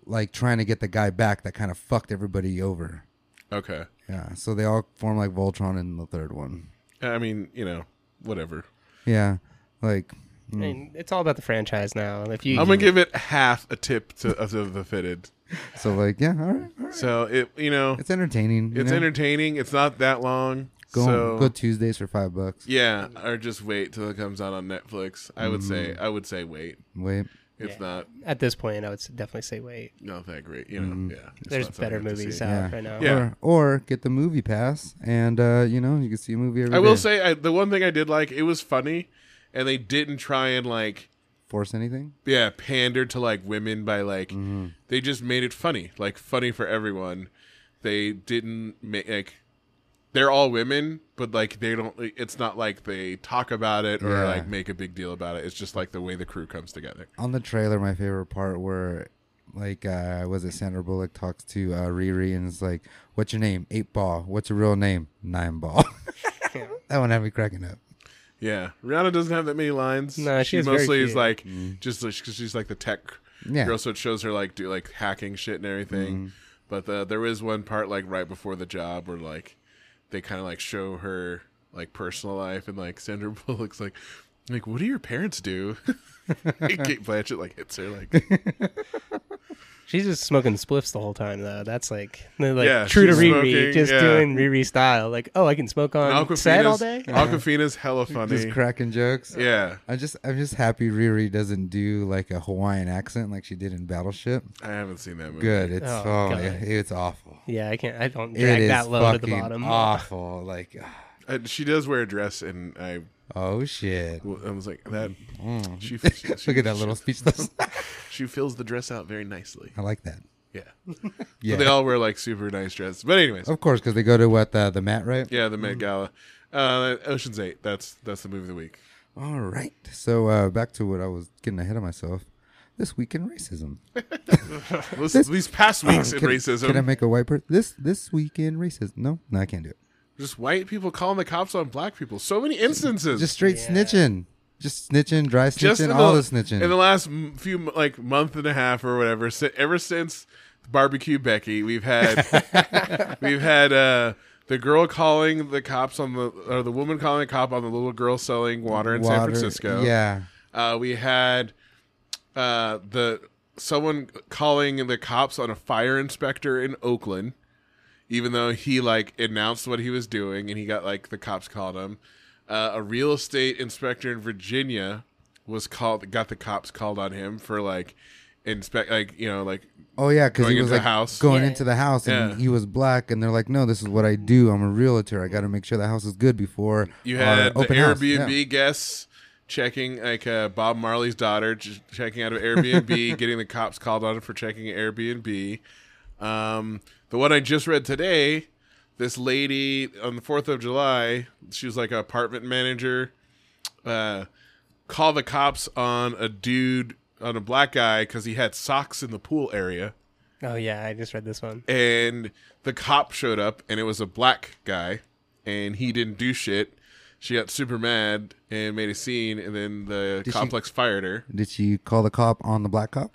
[SPEAKER 4] like trying to get the guy back that kind of fucked everybody over.
[SPEAKER 3] Okay,
[SPEAKER 4] Yeah. So they all form like Voltron in the third one.
[SPEAKER 3] I mean you know whatever.
[SPEAKER 4] Yeah. Like
[SPEAKER 5] I mean, it's all about the franchise now. If you,
[SPEAKER 3] I'm gonna give it half a tip to of the fitted.
[SPEAKER 4] so. Like yeah. All right. all right.
[SPEAKER 3] So it you know
[SPEAKER 4] It's entertaining. you
[SPEAKER 3] It's
[SPEAKER 4] know?
[SPEAKER 3] entertaining. It's not that long.
[SPEAKER 4] Go
[SPEAKER 3] so
[SPEAKER 4] go Tuesdays for five bucks.
[SPEAKER 3] yeah, or just wait till it comes out on Netflix. I would say
[SPEAKER 4] Mm.
[SPEAKER 3] I would say wait.
[SPEAKER 4] Wait.
[SPEAKER 3] It's
[SPEAKER 5] Yeah.
[SPEAKER 3] not
[SPEAKER 5] at this point, I would s- definitely say wait.
[SPEAKER 3] not that great. You know, yeah. it's
[SPEAKER 5] There's
[SPEAKER 3] not something
[SPEAKER 5] better
[SPEAKER 3] to
[SPEAKER 5] movies
[SPEAKER 3] see.
[SPEAKER 5] out
[SPEAKER 4] Yeah.
[SPEAKER 5] right now.
[SPEAKER 3] Yeah.
[SPEAKER 4] Or, or get the movie pass, and uh, you know you can see a movie every
[SPEAKER 3] I will
[SPEAKER 4] day.
[SPEAKER 3] say I, the one thing I did like it was funny, and they didn't try and like
[SPEAKER 4] force anything.
[SPEAKER 3] yeah pander to like women by like they just made it funny like funny for everyone. They didn't make like they're all women, but like they don't. It's not like they talk about it or
[SPEAKER 4] Yeah.
[SPEAKER 3] like make a big deal about it. It's just like the way the crew comes together.
[SPEAKER 4] On the trailer, my favorite part where, like, uh, was it Sandra Bullock talks to uh, Riri and is like, "What's your name? Eight Ball. What's your real name? Nine Ball." that one had me cracking up.
[SPEAKER 3] Yeah, Rihanna doesn't have that many lines.
[SPEAKER 5] No, she
[SPEAKER 3] she
[SPEAKER 5] is very
[SPEAKER 3] mostly is
[SPEAKER 5] cute.
[SPEAKER 3] like just because she's like the tech
[SPEAKER 4] Mm-hmm. Yeah. Mm-hmm.
[SPEAKER 3] girl, so it shows her like do like hacking shit and everything. But uh there is one part like right before the job where like they kind of like show her like personal life and like Sandra Bullock's like like what do your parents do? And Kate Blanchett like hits her like
[SPEAKER 5] She's just smoking spliffs the whole time though. That's like, they're, like
[SPEAKER 3] Yeah,
[SPEAKER 5] true to
[SPEAKER 3] she's
[SPEAKER 5] Riri,
[SPEAKER 3] smoking,
[SPEAKER 5] just
[SPEAKER 3] yeah.
[SPEAKER 5] doing Riri style. Like, oh, I can smoke on set all
[SPEAKER 3] Aquafina's
[SPEAKER 5] day.
[SPEAKER 3] Aquafina's hella funny.
[SPEAKER 4] Just cracking jokes.
[SPEAKER 3] Yeah,
[SPEAKER 4] I just I'm just happy Riri doesn't do like a Hawaiian accent like she did in Battleship.
[SPEAKER 3] I haven't seen that movie.
[SPEAKER 4] Good. It's
[SPEAKER 5] Oh,
[SPEAKER 4] oh,
[SPEAKER 5] God.
[SPEAKER 4] yeah, it's awful.
[SPEAKER 5] Yeah, I can't. I don't
[SPEAKER 4] it
[SPEAKER 5] drag
[SPEAKER 4] is
[SPEAKER 5] that low to the
[SPEAKER 4] fucking
[SPEAKER 5] bottom.
[SPEAKER 4] awful. Like,
[SPEAKER 3] Uh, she does wear a dress, and I
[SPEAKER 4] oh shit.
[SPEAKER 3] I was like that. She, she-
[SPEAKER 4] Mm. Look at that little speechless.
[SPEAKER 3] She fills the dress out very nicely.
[SPEAKER 4] I like that.
[SPEAKER 3] Yeah.
[SPEAKER 4] Yeah. Oh.
[SPEAKER 3] But they all wear like super nice dresses. But anyways,
[SPEAKER 4] Of course, because they go to what the the mat, right?
[SPEAKER 3] yeah, the Met Gala, uh, Ocean's Eight. That's that's the movie of the week.
[SPEAKER 4] All right. So uh, back to what I was getting ahead of myself. This week in racism. Um,
[SPEAKER 3] This- these past weeks in
[SPEAKER 4] Can-
[SPEAKER 3] racism,
[SPEAKER 4] Can I make a white person? This this week in racism. No, no, I can't do it.
[SPEAKER 3] just white people calling the cops on black people. So many instances.
[SPEAKER 4] Just straight snitching. Just snitching, dry snitching, all the, snitching.
[SPEAKER 3] in the last m- few like month and a half or whatever si- ever since barbecue becky we've had we've had uh the girl calling the cops on the or the woman calling the cop on the little girl selling water in san
[SPEAKER 4] Water-
[SPEAKER 3] francisco
[SPEAKER 4] Yeah.
[SPEAKER 3] Uh, we had uh, the someone calling the cops on a fire inspector in Oakland, even though he like announced what he was doing, and he got like the cops called him. Uh, a real estate inspector in Virginia was called, got the cops called on him for like inspect, like you know, like
[SPEAKER 4] Oh yeah, because
[SPEAKER 3] Going
[SPEAKER 4] he was
[SPEAKER 3] into the
[SPEAKER 4] like
[SPEAKER 3] house.
[SPEAKER 4] going into the house, and
[SPEAKER 3] Yeah.
[SPEAKER 4] he was black, and they're like, "No, this is what I do. I'm a realtor. I got to make sure the house is good before
[SPEAKER 3] you
[SPEAKER 4] our
[SPEAKER 3] had the
[SPEAKER 4] house."
[SPEAKER 3] Airbnb
[SPEAKER 4] Yeah.
[SPEAKER 3] guests checking like uh, Bob Marley's daughter j- checking out of Airbnb, getting the cops called on her for checking Airbnb. Um, the one I just read today, this lady on the Fourth of July, she was like an apartment manager. Uh, call the cops on a dude on a black guy because he had socks in the pool area,
[SPEAKER 5] Oh yeah, I just read this one.
[SPEAKER 3] and the cop showed up, and it was a black guy, and he didn't do shit. She got super mad and made a scene, and then the
[SPEAKER 4] Did she-
[SPEAKER 3] complex fired her.
[SPEAKER 4] Did she call the cop on the black cop?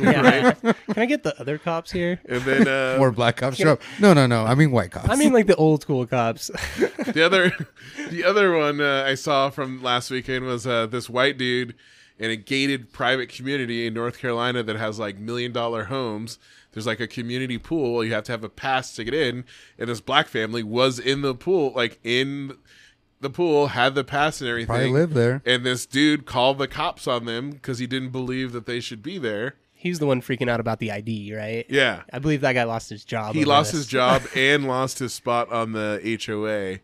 [SPEAKER 5] Yeah. Can I get the other cops here?
[SPEAKER 3] And then uh,
[SPEAKER 4] or black cop show up? No, no, no. I mean white cops.
[SPEAKER 5] I mean, like the old school cops.
[SPEAKER 3] the other the other one uh, I saw from last weekend was uh, this white dude in a gated private community in North Carolina that has like million dollar homes. There's like a community pool. You have to have a pass to get in. And this black family was in the pool, like in the pool, had the pass and everything.
[SPEAKER 4] Probably live there.
[SPEAKER 3] And this dude called the cops on them because he didn't believe that they should be there.
[SPEAKER 5] He's the one freaking out about the ID, right?
[SPEAKER 3] Yeah.
[SPEAKER 5] I believe that guy lost his job.
[SPEAKER 3] He
[SPEAKER 5] over
[SPEAKER 3] lost
[SPEAKER 5] this.
[SPEAKER 3] his job and lost his spot on the HOA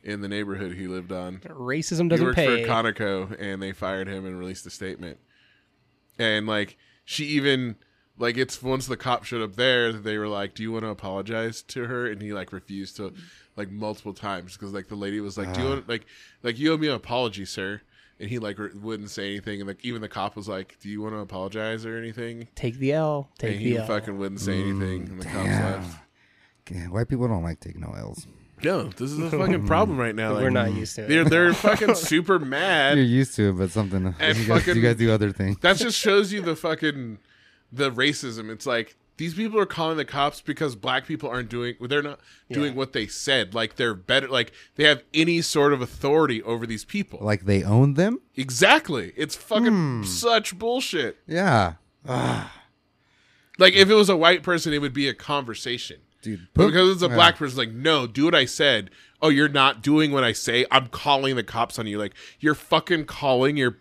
[SPEAKER 3] in the neighborhood he lived on.
[SPEAKER 5] Racism
[SPEAKER 3] he
[SPEAKER 5] doesn't
[SPEAKER 3] worked
[SPEAKER 5] pay.
[SPEAKER 3] for Conoco and they fired him and released a statement. And like she even like it's once the cop showed up there that they were like, "Do you want to apologize to her?" And he like refused to like multiple times because like the lady was like, "Do you want like like you owe me an apology, sir?" And he like re- wouldn't say anything, and like even the cop was like, "Do you want to apologize or anything?"
[SPEAKER 5] Take the L. Take
[SPEAKER 3] And
[SPEAKER 5] the
[SPEAKER 3] he
[SPEAKER 5] L.
[SPEAKER 3] fucking wouldn't say anything, and the
[SPEAKER 4] damn.
[SPEAKER 3] cops left.
[SPEAKER 4] Yeah, white people don't like taking no L's.
[SPEAKER 3] No, this is a fucking problem right now. like,
[SPEAKER 5] We're
[SPEAKER 4] Mm.
[SPEAKER 5] not used to it.
[SPEAKER 3] They're they're fucking super mad.
[SPEAKER 4] You're used to it, but something you guys,
[SPEAKER 3] fucking-
[SPEAKER 4] you guys do other things.
[SPEAKER 3] That just shows you the fucking the racism. It's like these people are calling the cops because black people aren't doing they're not doing what they said. Like they're better like they have any sort of authority over these people.
[SPEAKER 4] Like Hmm. they own them.
[SPEAKER 3] exactly. It's fucking such bullshit.
[SPEAKER 4] Yeah,
[SPEAKER 3] Like if it was a white person it would be a conversation.
[SPEAKER 4] dude.
[SPEAKER 3] But
[SPEAKER 4] poop-
[SPEAKER 3] because it's a
[SPEAKER 4] yeah.
[SPEAKER 3] black person, like, no, do what I said. Oh, you're not doing what I say. I'm calling the cops on you. Like, you're fucking calling your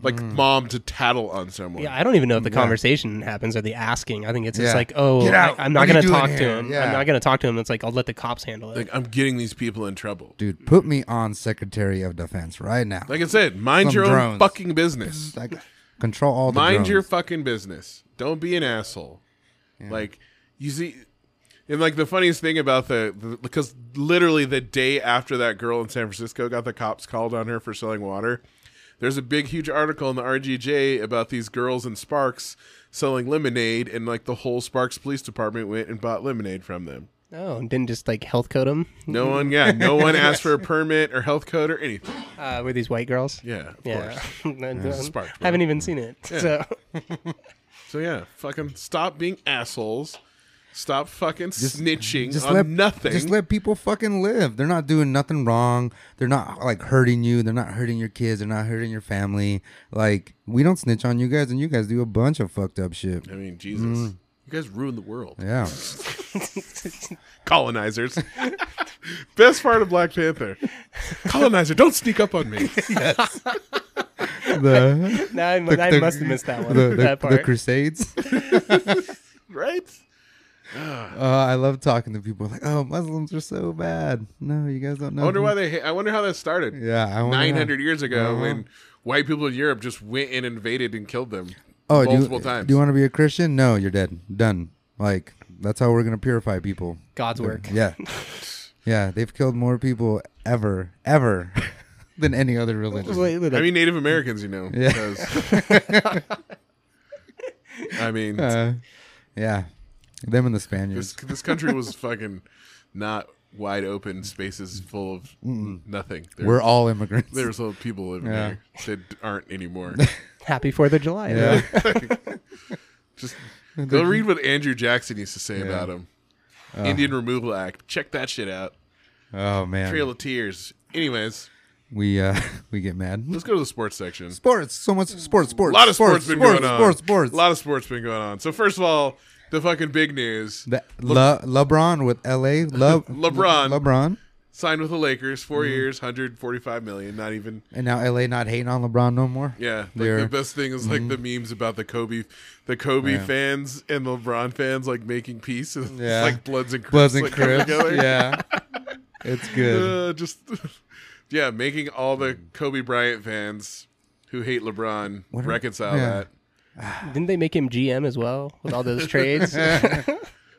[SPEAKER 3] like
[SPEAKER 4] Hmm.
[SPEAKER 3] mom to tattle on someone.
[SPEAKER 5] Yeah, I don't even know if the conversation happens or the asking. I think it's just
[SPEAKER 4] Yeah.
[SPEAKER 5] like, oh,
[SPEAKER 4] Get out.
[SPEAKER 5] I, am not
[SPEAKER 4] What are
[SPEAKER 5] going
[SPEAKER 4] you
[SPEAKER 5] to
[SPEAKER 4] doing
[SPEAKER 5] talk to
[SPEAKER 4] here?
[SPEAKER 5] him.
[SPEAKER 4] Yeah.
[SPEAKER 5] I'm not going to talk to him. It's like I'll let the cops handle it.
[SPEAKER 3] Like, I'm getting these people in trouble.
[SPEAKER 4] dude, put me on Secretary of Defense right now.
[SPEAKER 3] Like I said, mind
[SPEAKER 4] Some
[SPEAKER 3] your own
[SPEAKER 4] drones.
[SPEAKER 3] fucking business.
[SPEAKER 4] Like, control all the
[SPEAKER 3] Mind your
[SPEAKER 4] drones.
[SPEAKER 3] fucking business. Don't be an asshole. Like you see, and like the funniest thing about the, the because literally the day after that girl in San Francisco got the cops called on her for selling water, there's a big huge article in the RGJ about these girls in Sparks selling lemonade, and like the whole Sparks Police Department went and bought lemonade from them.
[SPEAKER 5] oh, and didn't just like health code him
[SPEAKER 3] No one, yeah, no one asked for a permit or health code or anything.
[SPEAKER 5] uh, with these white girls.
[SPEAKER 3] Yeah, of
[SPEAKER 5] Yeah,
[SPEAKER 3] course.
[SPEAKER 5] I
[SPEAKER 3] Spark, bro.
[SPEAKER 5] haven't even seen it. So
[SPEAKER 3] So yeah, fucking stop being assholes. Stop fucking snitching
[SPEAKER 4] Just
[SPEAKER 3] on
[SPEAKER 4] let
[SPEAKER 3] nothing.
[SPEAKER 4] Just let people fucking live. They're not doing nothing wrong. They're not like hurting you. They're not hurting your kids. They're not hurting your family. Like we don't snitch on you guys, and you guys do a bunch of fucked up shit.
[SPEAKER 3] I mean, Jesus, you guys ruined the world.
[SPEAKER 4] Mm. Yeah,
[SPEAKER 3] Colonizers. Best part of Black Panther. Colonizer, don't sneak up on me.
[SPEAKER 4] the,
[SPEAKER 5] now I, I
[SPEAKER 4] the-
[SPEAKER 5] must have missed that one.
[SPEAKER 4] the, the-
[SPEAKER 5] that
[SPEAKER 4] the
[SPEAKER 5] part.
[SPEAKER 4] Crusades.
[SPEAKER 3] right?
[SPEAKER 4] Uh, I love talking to people like, oh, Muslims are so bad. No, you guys don't know.
[SPEAKER 3] I wonder why they. Ha- I wonder how that started.
[SPEAKER 4] Yeah, I wonder how-
[SPEAKER 3] nine hundred years ago,
[SPEAKER 4] Uh-huh.
[SPEAKER 3] when white people in Europe just went and invaded and killed them
[SPEAKER 4] oh,
[SPEAKER 3] multiple
[SPEAKER 4] do, you-
[SPEAKER 3] times.
[SPEAKER 4] Do you want to be a Christian? No, you're dead. Done. Like that's how we're gonna purify people.
[SPEAKER 5] God's work.
[SPEAKER 4] Yeah. Yeah, they've killed more people ever, ever than any other religion.
[SPEAKER 5] Wait, wait,
[SPEAKER 3] I
[SPEAKER 5] like-
[SPEAKER 3] mean, Native Americans, you know.
[SPEAKER 4] Yeah.
[SPEAKER 3] because- I mean,
[SPEAKER 4] Uh, yeah. Them and the Spaniards.
[SPEAKER 3] This, this country was fucking not wide open spaces full of nothing. There,
[SPEAKER 4] We're all immigrants.
[SPEAKER 3] there's little people living
[SPEAKER 4] Yeah.
[SPEAKER 3] there that aren't anymore.
[SPEAKER 5] happy Fourth of July.
[SPEAKER 4] yeah.
[SPEAKER 3] Just go read what Andrew Jackson used to say about him.
[SPEAKER 4] Uh.
[SPEAKER 3] Indian Removal Act. Check that shit out.
[SPEAKER 4] Oh
[SPEAKER 3] Trail
[SPEAKER 4] man.
[SPEAKER 3] of Tears. Anyways,
[SPEAKER 4] We uh we get mad.
[SPEAKER 3] let's go to the sports section.
[SPEAKER 4] Sports, so much sports, sports.
[SPEAKER 3] A lot of sports, been
[SPEAKER 4] sports,
[SPEAKER 3] going on.
[SPEAKER 4] sports, sports.
[SPEAKER 3] A lot of sports been going on. So first of all, the fucking big news.
[SPEAKER 4] the, Le, LeBron with LA. Le,
[SPEAKER 3] LeBron.
[SPEAKER 4] LeBron.
[SPEAKER 3] Signed with the Lakers, four
[SPEAKER 4] Mm-hmm.
[SPEAKER 3] years, 145 million. Not even
[SPEAKER 4] And now LA not hating on LeBron no more.
[SPEAKER 3] Yeah, like the
[SPEAKER 4] They're-
[SPEAKER 3] best thing is like
[SPEAKER 4] mm-hmm.
[SPEAKER 3] the memes about the Kobe, the Kobe fans and LeBron fans like making peace. It's
[SPEAKER 4] Yeah.
[SPEAKER 3] like Bloods and Crips,
[SPEAKER 4] Bloods and
[SPEAKER 3] like, coming
[SPEAKER 4] Crips.
[SPEAKER 3] together.
[SPEAKER 4] Yeah. It's good.
[SPEAKER 3] Uh, just yeah, making all the Kobe Bryant fans who hate LeBron
[SPEAKER 4] Mm. What are-
[SPEAKER 3] reconcile
[SPEAKER 4] yeah.
[SPEAKER 3] that.
[SPEAKER 5] Didn't they make him GM as well with all those trades?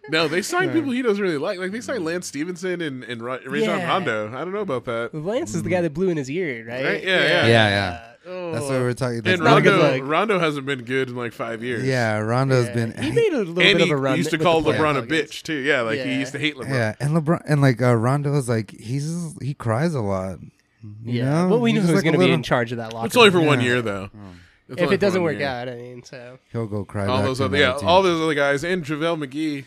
[SPEAKER 3] No, they signed people he doesn't really like. Like they signed Lance Stevenson and and Ra- Rajon
[SPEAKER 5] Yeah.
[SPEAKER 3] Rondo. I don't know about that.
[SPEAKER 5] Lance is the guy that blew in his ear, right?
[SPEAKER 3] Right? Yeah, yeah.
[SPEAKER 4] Yeah, yeah.
[SPEAKER 5] Oh,
[SPEAKER 4] That's what we were talking. that's
[SPEAKER 3] uh, And
[SPEAKER 4] not
[SPEAKER 5] Rondo-
[SPEAKER 3] Rondo,
[SPEAKER 4] good.
[SPEAKER 5] like-
[SPEAKER 3] Rondo hasn't been good in like five years.
[SPEAKER 4] Yeah, Rondo's been.
[SPEAKER 5] he made a little
[SPEAKER 3] and
[SPEAKER 5] bit
[SPEAKER 3] he
[SPEAKER 5] of a run.
[SPEAKER 3] used to
[SPEAKER 5] with
[SPEAKER 3] call
[SPEAKER 5] the playoff
[SPEAKER 3] LeBron a
[SPEAKER 5] against-
[SPEAKER 3] bitch too. Yeah, like
[SPEAKER 5] Yeah.
[SPEAKER 3] he used to hate LeBron.
[SPEAKER 4] Yeah, and LeBron and like uh, Rondo's like he's he cries a lot. You
[SPEAKER 5] Yeah,
[SPEAKER 4] know?
[SPEAKER 5] but we
[SPEAKER 4] He's
[SPEAKER 5] knew
[SPEAKER 4] just
[SPEAKER 5] who
[SPEAKER 4] like
[SPEAKER 5] was
[SPEAKER 4] a
[SPEAKER 5] going to be
[SPEAKER 4] little-
[SPEAKER 5] in charge of that locker.
[SPEAKER 3] It's only for
[SPEAKER 5] room.
[SPEAKER 3] one
[SPEAKER 4] Yeah. Oh.
[SPEAKER 3] year though. It's only
[SPEAKER 5] if it
[SPEAKER 3] for
[SPEAKER 5] doesn't
[SPEAKER 3] one
[SPEAKER 5] work
[SPEAKER 3] year.
[SPEAKER 5] out, I mean, so
[SPEAKER 4] He'll go cry.
[SPEAKER 3] all
[SPEAKER 4] back
[SPEAKER 3] those
[SPEAKER 4] to
[SPEAKER 3] other yeah,
[SPEAKER 4] another team.
[SPEAKER 3] all those other guys and JaVale McGee,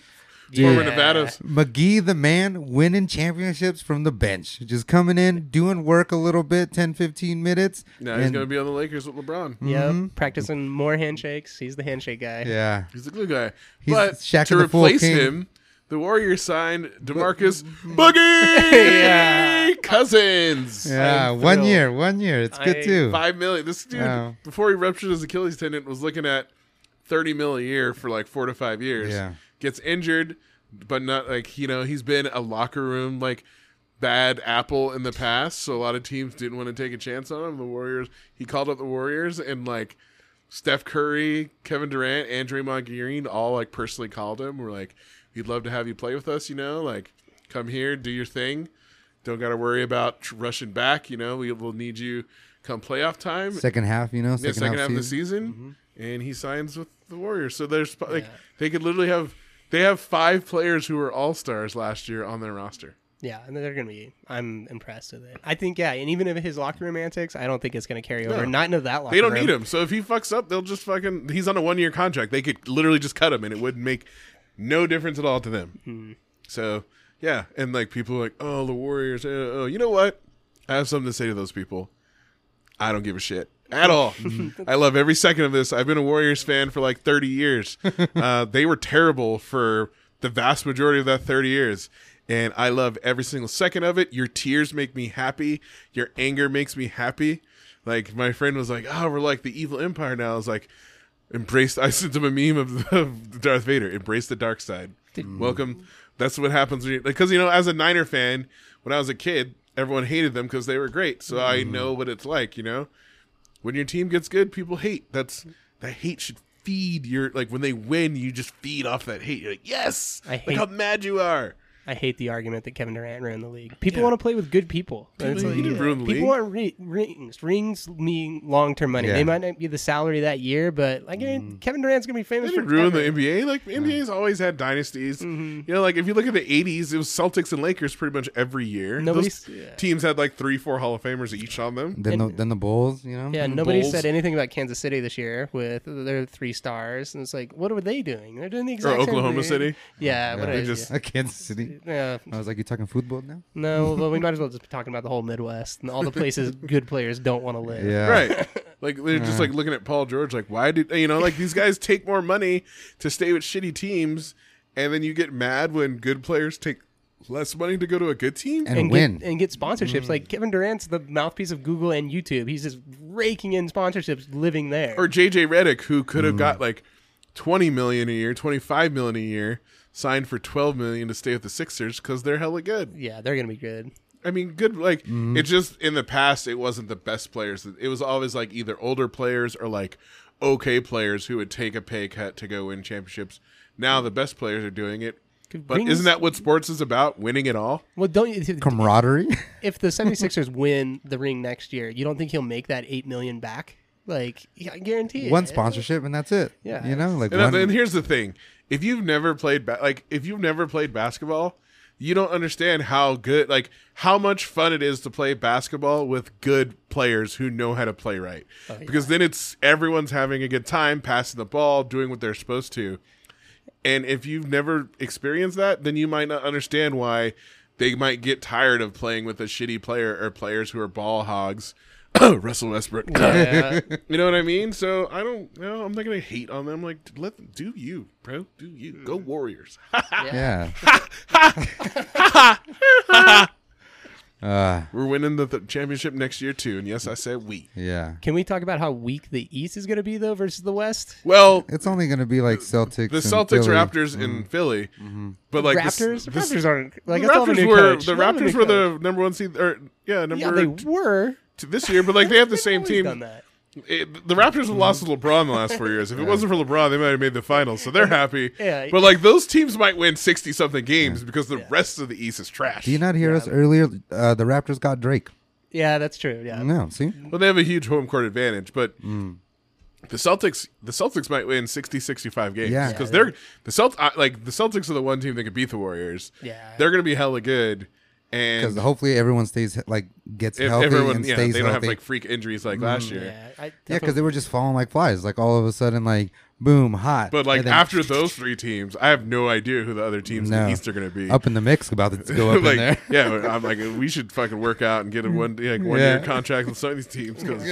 [SPEAKER 5] Yeah.
[SPEAKER 3] former Nevada's.
[SPEAKER 4] McGee the man winning championships from the bench. Just coming in, doing work a little bit, 10 15 minutes.
[SPEAKER 3] Now he's
[SPEAKER 4] and-
[SPEAKER 3] gonna be on the Lakers with LeBron.
[SPEAKER 5] yeah, practicing more handshakes. He's the handshake guy.
[SPEAKER 4] Mm-hmm. Yeah.
[SPEAKER 3] He's a glue guy.
[SPEAKER 4] He's
[SPEAKER 3] but
[SPEAKER 4] Shaq
[SPEAKER 3] to
[SPEAKER 4] the Fool
[SPEAKER 3] replace
[SPEAKER 4] King.
[SPEAKER 3] him, the Warriors signed DeMarcus Boogie Cousins.
[SPEAKER 4] Yeah,
[SPEAKER 5] I'm
[SPEAKER 4] one
[SPEAKER 5] thrilled.
[SPEAKER 4] year, one year. It's
[SPEAKER 5] I-
[SPEAKER 4] good too.
[SPEAKER 3] Five million. This dude
[SPEAKER 4] Wow.
[SPEAKER 3] before he ruptured his Achilles tendon was looking at thirty mil a year for like four to five years.
[SPEAKER 4] Yeah.
[SPEAKER 3] Gets injured, but not like you know he's been a locker room like bad apple in the past. So a lot of teams didn't want to take a chance on him. The Warriors. He called up the Warriors and like. Steph Curry, Kevin Durant, and Draymond Green all like personally called him. We're like, we'd love to have you play with us. You know, like come here, do your thing. Don't got to worry about tr- rushing back. You know, we will need you come playoff time.
[SPEAKER 4] Second half, you know,
[SPEAKER 3] Yeah,
[SPEAKER 4] second,
[SPEAKER 3] second half,
[SPEAKER 4] half,
[SPEAKER 3] of the
[SPEAKER 4] season.
[SPEAKER 3] season, and he signs with the Warriors. So there's sp- like they could literally have they have five players who were all stars last year on their roster.
[SPEAKER 5] Yeah, and they're going to be. I'm impressed with it. I think, yeah, and even if his locker room antics, I don't think it's going to carry over. Not into that locker
[SPEAKER 3] They don't
[SPEAKER 5] room.
[SPEAKER 3] need him. So if he fucks up, they'll just fucking he's on a one year contract. They could literally just cut him, and it wouldn't make no difference at all to them.
[SPEAKER 5] Hmm.
[SPEAKER 3] So yeah, and like people are like, oh, the Warriors. uh, Oh, you know what? I have something to say to those people. I don't give a shit at all. I love every second of this. I've been a Warriors fan for like 30 years. uh, they were terrible for the vast majority of that 30 years. And I love every single second of it. Your tears make me happy. Your anger makes me happy. Like my friend was like, "Oh, we're like the evil empire now." I was like, "Embrace." I sent him a meme of, of Darth Vader. Embrace the dark side. Welcome. That's what happens when you because you know, as a Niner fan, when I was a kid, everyone hated them because they were great. So I know what it's like. You know, when your team gets good, people hate. That's that hate should feed your like when they win, you just feed off that hate. You're like, yes,
[SPEAKER 5] I hate-
[SPEAKER 3] look how mad you are.
[SPEAKER 5] I hate the argument that Kevin Durant ruined the league. People want to play with good people. And it's
[SPEAKER 3] he didn't ruin the
[SPEAKER 5] people
[SPEAKER 3] league.
[SPEAKER 5] want ri- rings. Rings mean long term money.
[SPEAKER 4] Yeah. Mm.
[SPEAKER 5] They might not be the salary that year, but like Kevin Durant's going to be famous
[SPEAKER 3] They
[SPEAKER 5] for
[SPEAKER 3] didn't ruin the NBA. Like the NBA's always had dynasties.
[SPEAKER 4] Mm-hmm.
[SPEAKER 3] You know, like if you look at the '80s, it was Celtics and Lakers pretty much every year.
[SPEAKER 5] Nobody's-
[SPEAKER 3] Those
[SPEAKER 5] yeah.
[SPEAKER 3] teams had like three, four Hall of Famers each on them.
[SPEAKER 4] Then the, then the Bulls, you know.
[SPEAKER 5] Yeah, nobody
[SPEAKER 3] Bulls.
[SPEAKER 5] said anything about Kansas City this year with their three stars, and it's like, what were they doing? They're doing the exact same
[SPEAKER 3] Oklahoma
[SPEAKER 5] thing.
[SPEAKER 3] City.
[SPEAKER 5] Yeah, what
[SPEAKER 3] They
[SPEAKER 5] is-
[SPEAKER 3] just-
[SPEAKER 4] Kansas City.
[SPEAKER 5] yeah.
[SPEAKER 4] I was like, you talking football now?
[SPEAKER 5] No, well, we might as well just be talking about the whole Midwest and all the places good players don't want to live.
[SPEAKER 4] Yeah.
[SPEAKER 3] Right. Like they're just like looking at Paul George, like why did you know like these guys take more money to stay with shitty teams, and then you get mad when good players take less money to go to a good team.
[SPEAKER 4] And,
[SPEAKER 5] And
[SPEAKER 4] win.
[SPEAKER 5] get, and get sponsorships.
[SPEAKER 3] Mm.
[SPEAKER 5] Like Kevin Durant's the mouthpiece of Google and YouTube. He's just raking in sponsorships, living there.
[SPEAKER 3] or JJ Redick, who could
[SPEAKER 4] Mm.
[SPEAKER 3] have got like twenty million a year, twenty five million a year, signed for twelve million to stay with the Sixers because they're hella good.
[SPEAKER 5] yeah, they're gonna be good.
[SPEAKER 3] I mean, good. Like it just in the past, it wasn't the best players. It was always like either older players or like okay players who would take a pay cut to go win championships. Now the best players are doing it.
[SPEAKER 5] Could
[SPEAKER 3] But
[SPEAKER 5] bring-
[SPEAKER 3] isn't that what sports is about? Winning it all?
[SPEAKER 5] Well, don't you?
[SPEAKER 4] Camaraderie.
[SPEAKER 5] If the 76ers win the ring next year, you don't think he'll make that eight million back? Like, yeah, I guarantee it.
[SPEAKER 4] one sponsorship and that's it.
[SPEAKER 5] Yeah.
[SPEAKER 4] You know, like
[SPEAKER 3] And,
[SPEAKER 4] one,
[SPEAKER 3] that- and here's the thing: if you've never played, ba- like if you've never played basketball, you don't understand how good, like how much fun it is to play basketball with good players who know how to play right. Because then it's everyone's having a good time, passing the ball, doing what they're supposed to. And if you've never experienced that, then you might not understand why they might get tired of playing with a shitty player or players who are ball hogs. Russell Westbrook.
[SPEAKER 5] Yeah.
[SPEAKER 3] You know what I mean? So I don't. No, I'm not gonna hate on them. Like, let them do you, bro. Do you?
[SPEAKER 4] Hmm.
[SPEAKER 3] Go Warriors.
[SPEAKER 4] yeah. uh,
[SPEAKER 3] We're winning the, the championship next year too. And yes, I said we.
[SPEAKER 4] yeah.
[SPEAKER 5] Can we talk about how weak the East is going to be though versus the West?
[SPEAKER 3] Well,
[SPEAKER 4] It's only going to be like Celtics.
[SPEAKER 3] the
[SPEAKER 4] and
[SPEAKER 3] Celtics,
[SPEAKER 4] Philly. Mm-hmm.
[SPEAKER 3] Raptors, and Philly, but like the-
[SPEAKER 5] Raptors,
[SPEAKER 3] the,
[SPEAKER 5] the, Raptors aren't like
[SPEAKER 3] the
[SPEAKER 5] that's all the
[SPEAKER 3] Raptors
[SPEAKER 5] new
[SPEAKER 3] were
[SPEAKER 5] coach.
[SPEAKER 3] the
[SPEAKER 5] That's all
[SPEAKER 3] Raptors
[SPEAKER 5] new
[SPEAKER 3] were
[SPEAKER 5] coach.
[SPEAKER 3] the number one seed, or yeah, number
[SPEAKER 5] yeah they
[SPEAKER 3] t-
[SPEAKER 5] were
[SPEAKER 3] t- this year. But like they have the
[SPEAKER 5] They've
[SPEAKER 3] same
[SPEAKER 5] always
[SPEAKER 3] team.
[SPEAKER 5] Done that.
[SPEAKER 3] It- the Raptors have lost to LeBron the last four years. If it wasn't for LeBron, they might have made the finals. So they're happy.
[SPEAKER 5] Yeah.
[SPEAKER 3] But like those teams might win sixty something games because the rest of the East is trash.
[SPEAKER 4] Do you not hear us earlier? Uh, the Raptors got Drake.
[SPEAKER 5] Yeah, that's true. Yeah.
[SPEAKER 3] Mm.
[SPEAKER 4] No, see,
[SPEAKER 3] Well, they have a huge home court advantage, but
[SPEAKER 4] Mm.
[SPEAKER 3] the Celtics the Celtics might win 60 65 games
[SPEAKER 4] Yeah.
[SPEAKER 3] cuz they're the Celt I- like the Celtics are the one team that could beat the Warriors.
[SPEAKER 5] Yeah.
[SPEAKER 3] They're going to be hella good and
[SPEAKER 4] because hopefully everyone stays like gets
[SPEAKER 3] if
[SPEAKER 4] healthy
[SPEAKER 3] everyone
[SPEAKER 4] and
[SPEAKER 3] yeah,
[SPEAKER 4] stays
[SPEAKER 3] they don't
[SPEAKER 4] healthy.
[SPEAKER 3] have
[SPEAKER 4] Mm.
[SPEAKER 3] like freak injuries like last year.
[SPEAKER 5] Yeah, I
[SPEAKER 4] yeah, because
[SPEAKER 5] definitely-
[SPEAKER 4] they were just falling like flies. Like all of a sudden, like boom, hot.
[SPEAKER 3] But like
[SPEAKER 4] and then
[SPEAKER 3] after those three teams, I have no idea who the other teams in
[SPEAKER 4] no,
[SPEAKER 3] the East are going to be.
[SPEAKER 4] up in the mix, about to go up
[SPEAKER 3] like,
[SPEAKER 4] in there.
[SPEAKER 3] yeah, I'm like, we should fucking work out and get a one like one year
[SPEAKER 4] Yeah.
[SPEAKER 3] contract with some of these teams because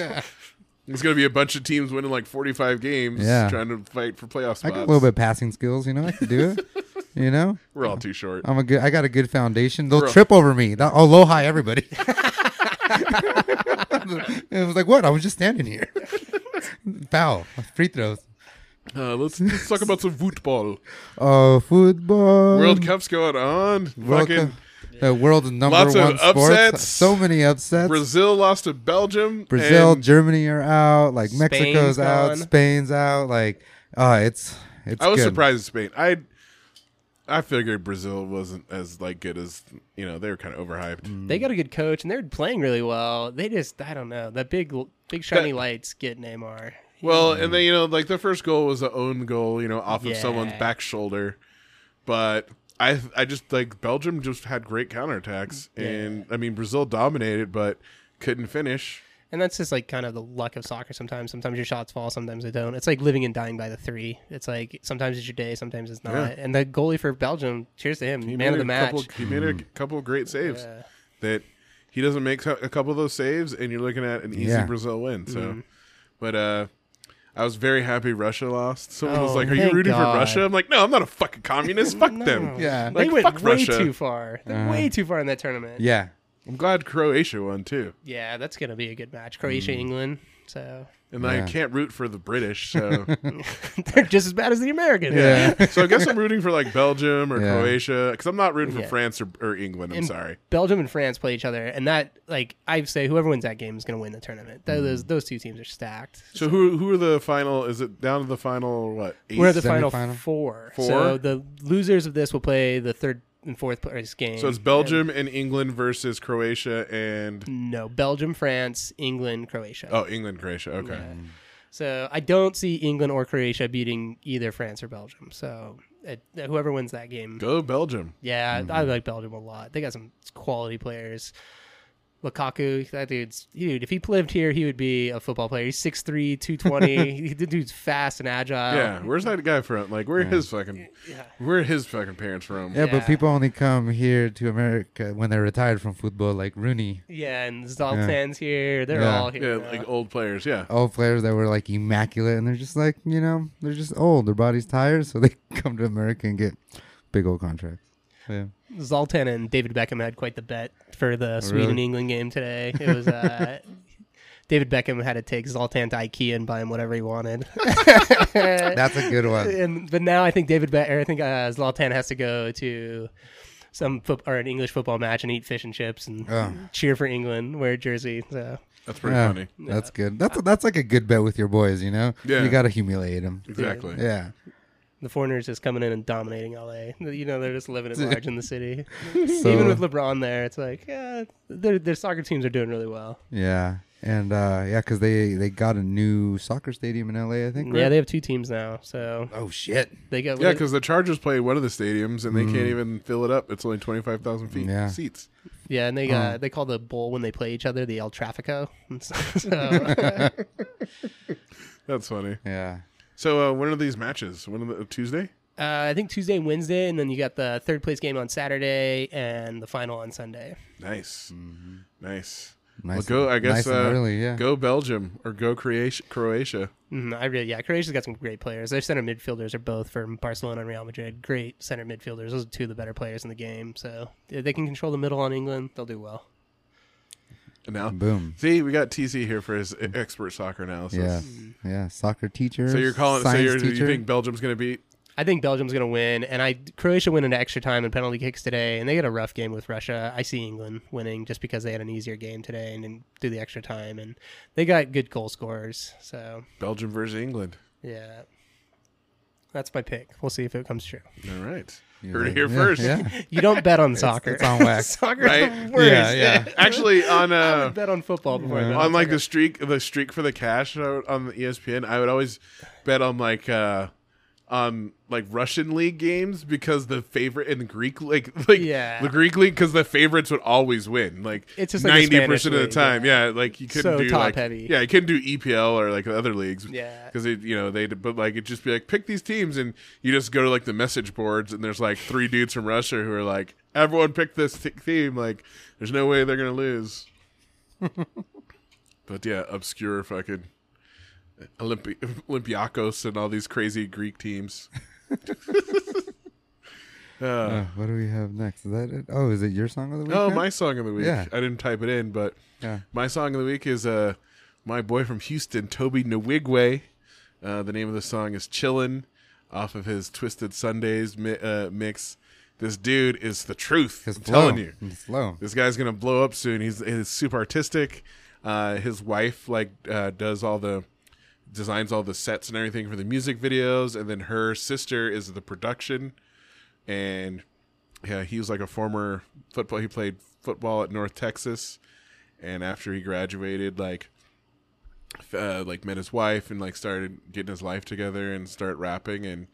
[SPEAKER 3] it's gonna be a bunch of teams winning like 45 games,
[SPEAKER 4] Yeah.
[SPEAKER 3] trying to fight for playoff spots.
[SPEAKER 4] I got a little bit of passing skills, you know. I can do it. you know,
[SPEAKER 3] We're all too short.
[SPEAKER 4] I'm a good. I got a good foundation. They'll
[SPEAKER 3] Bro.
[SPEAKER 4] trip over me. They'll- I'll low high everybody. it was like what? I was just standing here. Foul. Free throws.
[SPEAKER 3] Uh, let's, let's talk about some football.
[SPEAKER 4] Oh, football.
[SPEAKER 3] World Cup's going on.
[SPEAKER 4] World
[SPEAKER 3] fucking
[SPEAKER 4] Cup. The world's number
[SPEAKER 3] Lots of
[SPEAKER 4] one sports.
[SPEAKER 3] upsets.
[SPEAKER 4] So many upsets.
[SPEAKER 3] Brazil lost to Belgium.
[SPEAKER 4] Brazil,
[SPEAKER 3] and
[SPEAKER 4] Germany are out. Like Mexico's
[SPEAKER 5] Spain's
[SPEAKER 4] out.
[SPEAKER 5] gone.
[SPEAKER 4] Spain's out. Like, uh, it's it's.
[SPEAKER 3] I was
[SPEAKER 4] good.
[SPEAKER 3] surprised at Spain. I I figured Brazil wasn't as like good as you know they were kind of overhyped.
[SPEAKER 4] Mm.
[SPEAKER 5] They got a good coach and they're playing really well. They just, I don't know, that big, big shiny lights get Neymar.
[SPEAKER 3] Well, and then you know, like the first goal was an own goal, you know, off of
[SPEAKER 5] Yeah.
[SPEAKER 3] someone's back shoulder. But I, I just like Belgium just had great counterattacks, and I mean Brazil dominated, but couldn't finish.
[SPEAKER 5] And that's just like kind of the luck of soccer sometimes. Sometimes your shots fall, sometimes they don't. It's like living and dying by the three. It's like sometimes it's your day, sometimes it's not.
[SPEAKER 3] Yeah.
[SPEAKER 5] And the goalie for Belgium, cheers to him,
[SPEAKER 3] He
[SPEAKER 5] man of
[SPEAKER 3] made
[SPEAKER 5] the
[SPEAKER 3] a
[SPEAKER 5] match.
[SPEAKER 3] Couple, he made
[SPEAKER 5] Hmm.
[SPEAKER 3] a couple of great saves that he doesn't make so- a couple of those saves, and you're looking at an easy
[SPEAKER 4] Yeah.
[SPEAKER 3] Brazil win. So,
[SPEAKER 5] Mm-hmm.
[SPEAKER 3] but uh. I was very happy Russia lost. Someone was
[SPEAKER 5] Oh,
[SPEAKER 3] like, "Are you
[SPEAKER 5] thank
[SPEAKER 3] rooting
[SPEAKER 5] God.
[SPEAKER 3] for Russia?" I'm like, "No, I'm not a fucking communist. Fuck them.
[SPEAKER 4] Yeah.
[SPEAKER 5] they
[SPEAKER 3] Like,
[SPEAKER 5] went
[SPEAKER 3] fuck
[SPEAKER 5] way
[SPEAKER 3] Russia. Uh-huh.
[SPEAKER 5] too far. They're way too far in that tournament. Yeah,
[SPEAKER 4] Yeah.
[SPEAKER 3] I'm glad Croatia won too."
[SPEAKER 5] that's gonna be a good match. Croatia,
[SPEAKER 3] Mm.
[SPEAKER 5] England. So
[SPEAKER 3] and I can't root for the British, so
[SPEAKER 5] they're just as bad as the Americans.
[SPEAKER 4] Yeah.
[SPEAKER 3] so I guess I'm rooting for like Belgium or
[SPEAKER 4] Yeah.
[SPEAKER 3] Croatia because I'm not rooting for
[SPEAKER 5] Yeah.
[SPEAKER 3] France or, or England. I'm
[SPEAKER 5] and
[SPEAKER 3] sorry.
[SPEAKER 5] Belgium and France play each other, and that like I say, whoever wins that game is going to win the tournament. Tho- Those
[SPEAKER 3] Mm.
[SPEAKER 5] those two teams are stacked.
[SPEAKER 3] So who who are the final? Is it down to the final what? Eight?
[SPEAKER 5] We're at the final
[SPEAKER 4] Semifinal?
[SPEAKER 5] four.
[SPEAKER 3] Four?
[SPEAKER 5] So the losers of this will play the third and Mm. fourth place game.
[SPEAKER 3] so it's Belgium and England versus Croatia and
[SPEAKER 5] And- no, Belgium, France, England, Croatia.
[SPEAKER 3] oh England Croatia. Okay,
[SPEAKER 5] So I don't see England or Croatia beating either France or Belgium. So it, whoever wins that game,
[SPEAKER 3] go Belgium.
[SPEAKER 5] yeah, I like Belgium a lot. They got some quality players. Lukaku, that dude's dude. If he lived here, he would be a football player. He's 6'3", 220. the dude's fast and agile.
[SPEAKER 3] Yeah, where's that guy from? Like where his fucking where his fucking parents from?
[SPEAKER 4] Yeah, but
[SPEAKER 5] Yeah.
[SPEAKER 4] people only come here to America when they're retired from football, like Rooney.
[SPEAKER 5] Yeah, and Zoltan's here. They're
[SPEAKER 4] Yeah.
[SPEAKER 5] all
[SPEAKER 3] Yeah,
[SPEAKER 5] here. now.
[SPEAKER 3] like old players. Yeah,
[SPEAKER 4] All players that were like immaculate, and they're just like, you know, they're just old. Their body's tired, so they come to America and get big old contracts. Yeah.
[SPEAKER 5] Zoltan and David Beckham had quite the bet for the Sweden England game today. It was uh, David Beckham had to take Zoltan to IKEA and buy him whatever he wanted.
[SPEAKER 4] That's a good one.
[SPEAKER 5] and but now I think David Be- or I think uh, Zoltan has to go to some foot- or an English football match and eat fish and chips and cheer for England, wear a jersey. So
[SPEAKER 3] that's pretty
[SPEAKER 4] Yeah,
[SPEAKER 3] funny.
[SPEAKER 4] That's good. That's that's like a good bet with your boys, you know.
[SPEAKER 3] Yeah.
[SPEAKER 4] You gotta humiliate them.
[SPEAKER 3] Exactly.
[SPEAKER 4] Yeah.
[SPEAKER 5] the foreigners just coming in and dominating LA. You know they're just living at large in the city.
[SPEAKER 4] So,
[SPEAKER 5] Even with LeBron there, it's like yeah, their their soccer teams are doing really well.
[SPEAKER 4] yeah, and uh, yeah, because they they got a new soccer stadium in LA, I think.
[SPEAKER 5] Yeah,
[SPEAKER 4] right?
[SPEAKER 5] they have two teams now, so
[SPEAKER 4] oh shit.
[SPEAKER 5] they got
[SPEAKER 3] Yeah, because the Chargers play one of the stadiums and they can't even fill it up. It's only twenty five thousand feet
[SPEAKER 4] Mm. Yeah.
[SPEAKER 3] seats.
[SPEAKER 5] Yeah, and they uh, they call the bowl when they play each other the El Trafico. And so, so-
[SPEAKER 3] That's funny.
[SPEAKER 4] Yeah.
[SPEAKER 3] So uh, when are these matches? When are the Tuesday?
[SPEAKER 5] uh, I think Tuesday and Wednesday, and then you got the third place game on Saturday and the final on Sunday.
[SPEAKER 3] Nice, nice.
[SPEAKER 4] Mm-hmm. Nice
[SPEAKER 3] well, go.
[SPEAKER 4] and-
[SPEAKER 3] I guess
[SPEAKER 4] nice and
[SPEAKER 3] uh,
[SPEAKER 4] early, yeah.
[SPEAKER 3] go Belgium or go Croatia. Croatia.
[SPEAKER 5] Mm, I really, yeah, Croatia's got some great players. Their center midfielders are both from Barcelona and Real Madrid. Great center midfielders. Those are two of the better players in the game. So if they can control the middle on England, they'll do well.
[SPEAKER 3] And now,
[SPEAKER 4] Boom.
[SPEAKER 3] See, we got TC here for his expert soccer analysis.
[SPEAKER 4] Yeah. Yeah. Soccer teacher.
[SPEAKER 3] So you're calling? So
[SPEAKER 4] Science
[SPEAKER 3] you're,
[SPEAKER 4] teacher.
[SPEAKER 3] you think Belgium's going to beat?
[SPEAKER 5] I think Belgium's going to win, and I Croatia went into extra time and penalty kicks today, and they got a rough game with Russia. I see England winning just because they had an easier game today and, and through the extra time, and they got good goal scorers. So
[SPEAKER 3] Belgium versus England.
[SPEAKER 5] yeah, That's my pick. We'll see if it comes true.
[SPEAKER 3] All right. Heard it
[SPEAKER 4] like,
[SPEAKER 3] here
[SPEAKER 4] yeah,
[SPEAKER 3] first.
[SPEAKER 4] yeah.
[SPEAKER 5] You don't bet on soccer.
[SPEAKER 4] it's on whack.
[SPEAKER 5] Soccer's
[SPEAKER 3] Right?
[SPEAKER 5] the worst.
[SPEAKER 4] Yeah, yeah.
[SPEAKER 3] Actually, on
[SPEAKER 5] I
[SPEAKER 3] uh,
[SPEAKER 5] would bet on football before I bet
[SPEAKER 3] on like the streak the streak for the cash I would- on the E ESPN, I would always bet on like uh on like Russian league games because the favorite in the Greek like like
[SPEAKER 5] Yeah.
[SPEAKER 3] the Greek league because the favorites would always win like
[SPEAKER 5] It's just like the
[SPEAKER 3] ninety percent of the
[SPEAKER 5] Spanish league,
[SPEAKER 3] time yeah. like you couldn't
[SPEAKER 5] So
[SPEAKER 3] do
[SPEAKER 5] top
[SPEAKER 3] like
[SPEAKER 5] heavy.
[SPEAKER 3] yeah you couldn't do EPL or like other leagues
[SPEAKER 5] Yeah.
[SPEAKER 3] because you know they but like it'd just be like pick these teams and you just go to like the message boards and there's like three dudes from Russia who are like everyone picked this th- theme like there's no way they're gonna lose. But yeah, obscure fucking Olympi- Olympiacos and all these crazy Greek teams.
[SPEAKER 4] Uh, what do we have next? Is that it? Oh, is it your song of the week?
[SPEAKER 3] Oh,
[SPEAKER 4] now?
[SPEAKER 3] my song of the week.
[SPEAKER 4] Yeah.
[SPEAKER 3] I didn't type it in, but
[SPEAKER 4] Yeah.
[SPEAKER 3] my song of the week is uh, my boy from Houston, Toby Nwigwe. Uh, the name of the song is Chillin' off of his Twisted Sundays mi- uh, mix. This dude is the truth.
[SPEAKER 4] It's
[SPEAKER 3] I'm
[SPEAKER 4] slow.
[SPEAKER 3] telling you.
[SPEAKER 4] It's slow.
[SPEAKER 3] this guy's gonna blow up soon. He's, he's super artistic. Uh, his wife like uh, does all the designs all the sets and everything for the music videos, and then her sister is the production. And yeah, he was like a former football. He played football at North Texas, and after he graduated, like f- uh, like met his wife and like started getting his life together and start rapping. And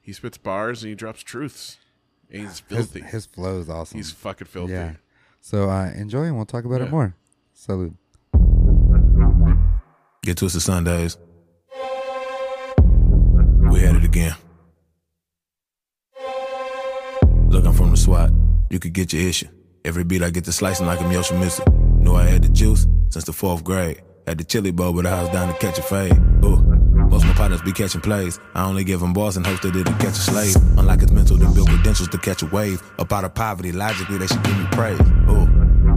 [SPEAKER 3] he spits bars and he drops truths. And he's
[SPEAKER 4] His,
[SPEAKER 3] filthy.
[SPEAKER 4] his flow is awesome.
[SPEAKER 3] he's fucking filthy.
[SPEAKER 4] Yeah. So uh, enjoy, and we'll talk about it more. Salute.
[SPEAKER 7] Get twisted Sundays. We had it again. Look, I'm from the SWAT. You could get your issue. Every beat I get to slicing like I'm Yoshimissa. Knew I had the juice since the fourth grade. Had the chili bowl, but I was down to catch a fade. Ooh. Most of my partners be catching plays. I only give them balls and hope that it'll catch a slave. Unlike his mental, then build credentials to catch a wave. Up out of poverty, logically, they should give me praise. Ooh.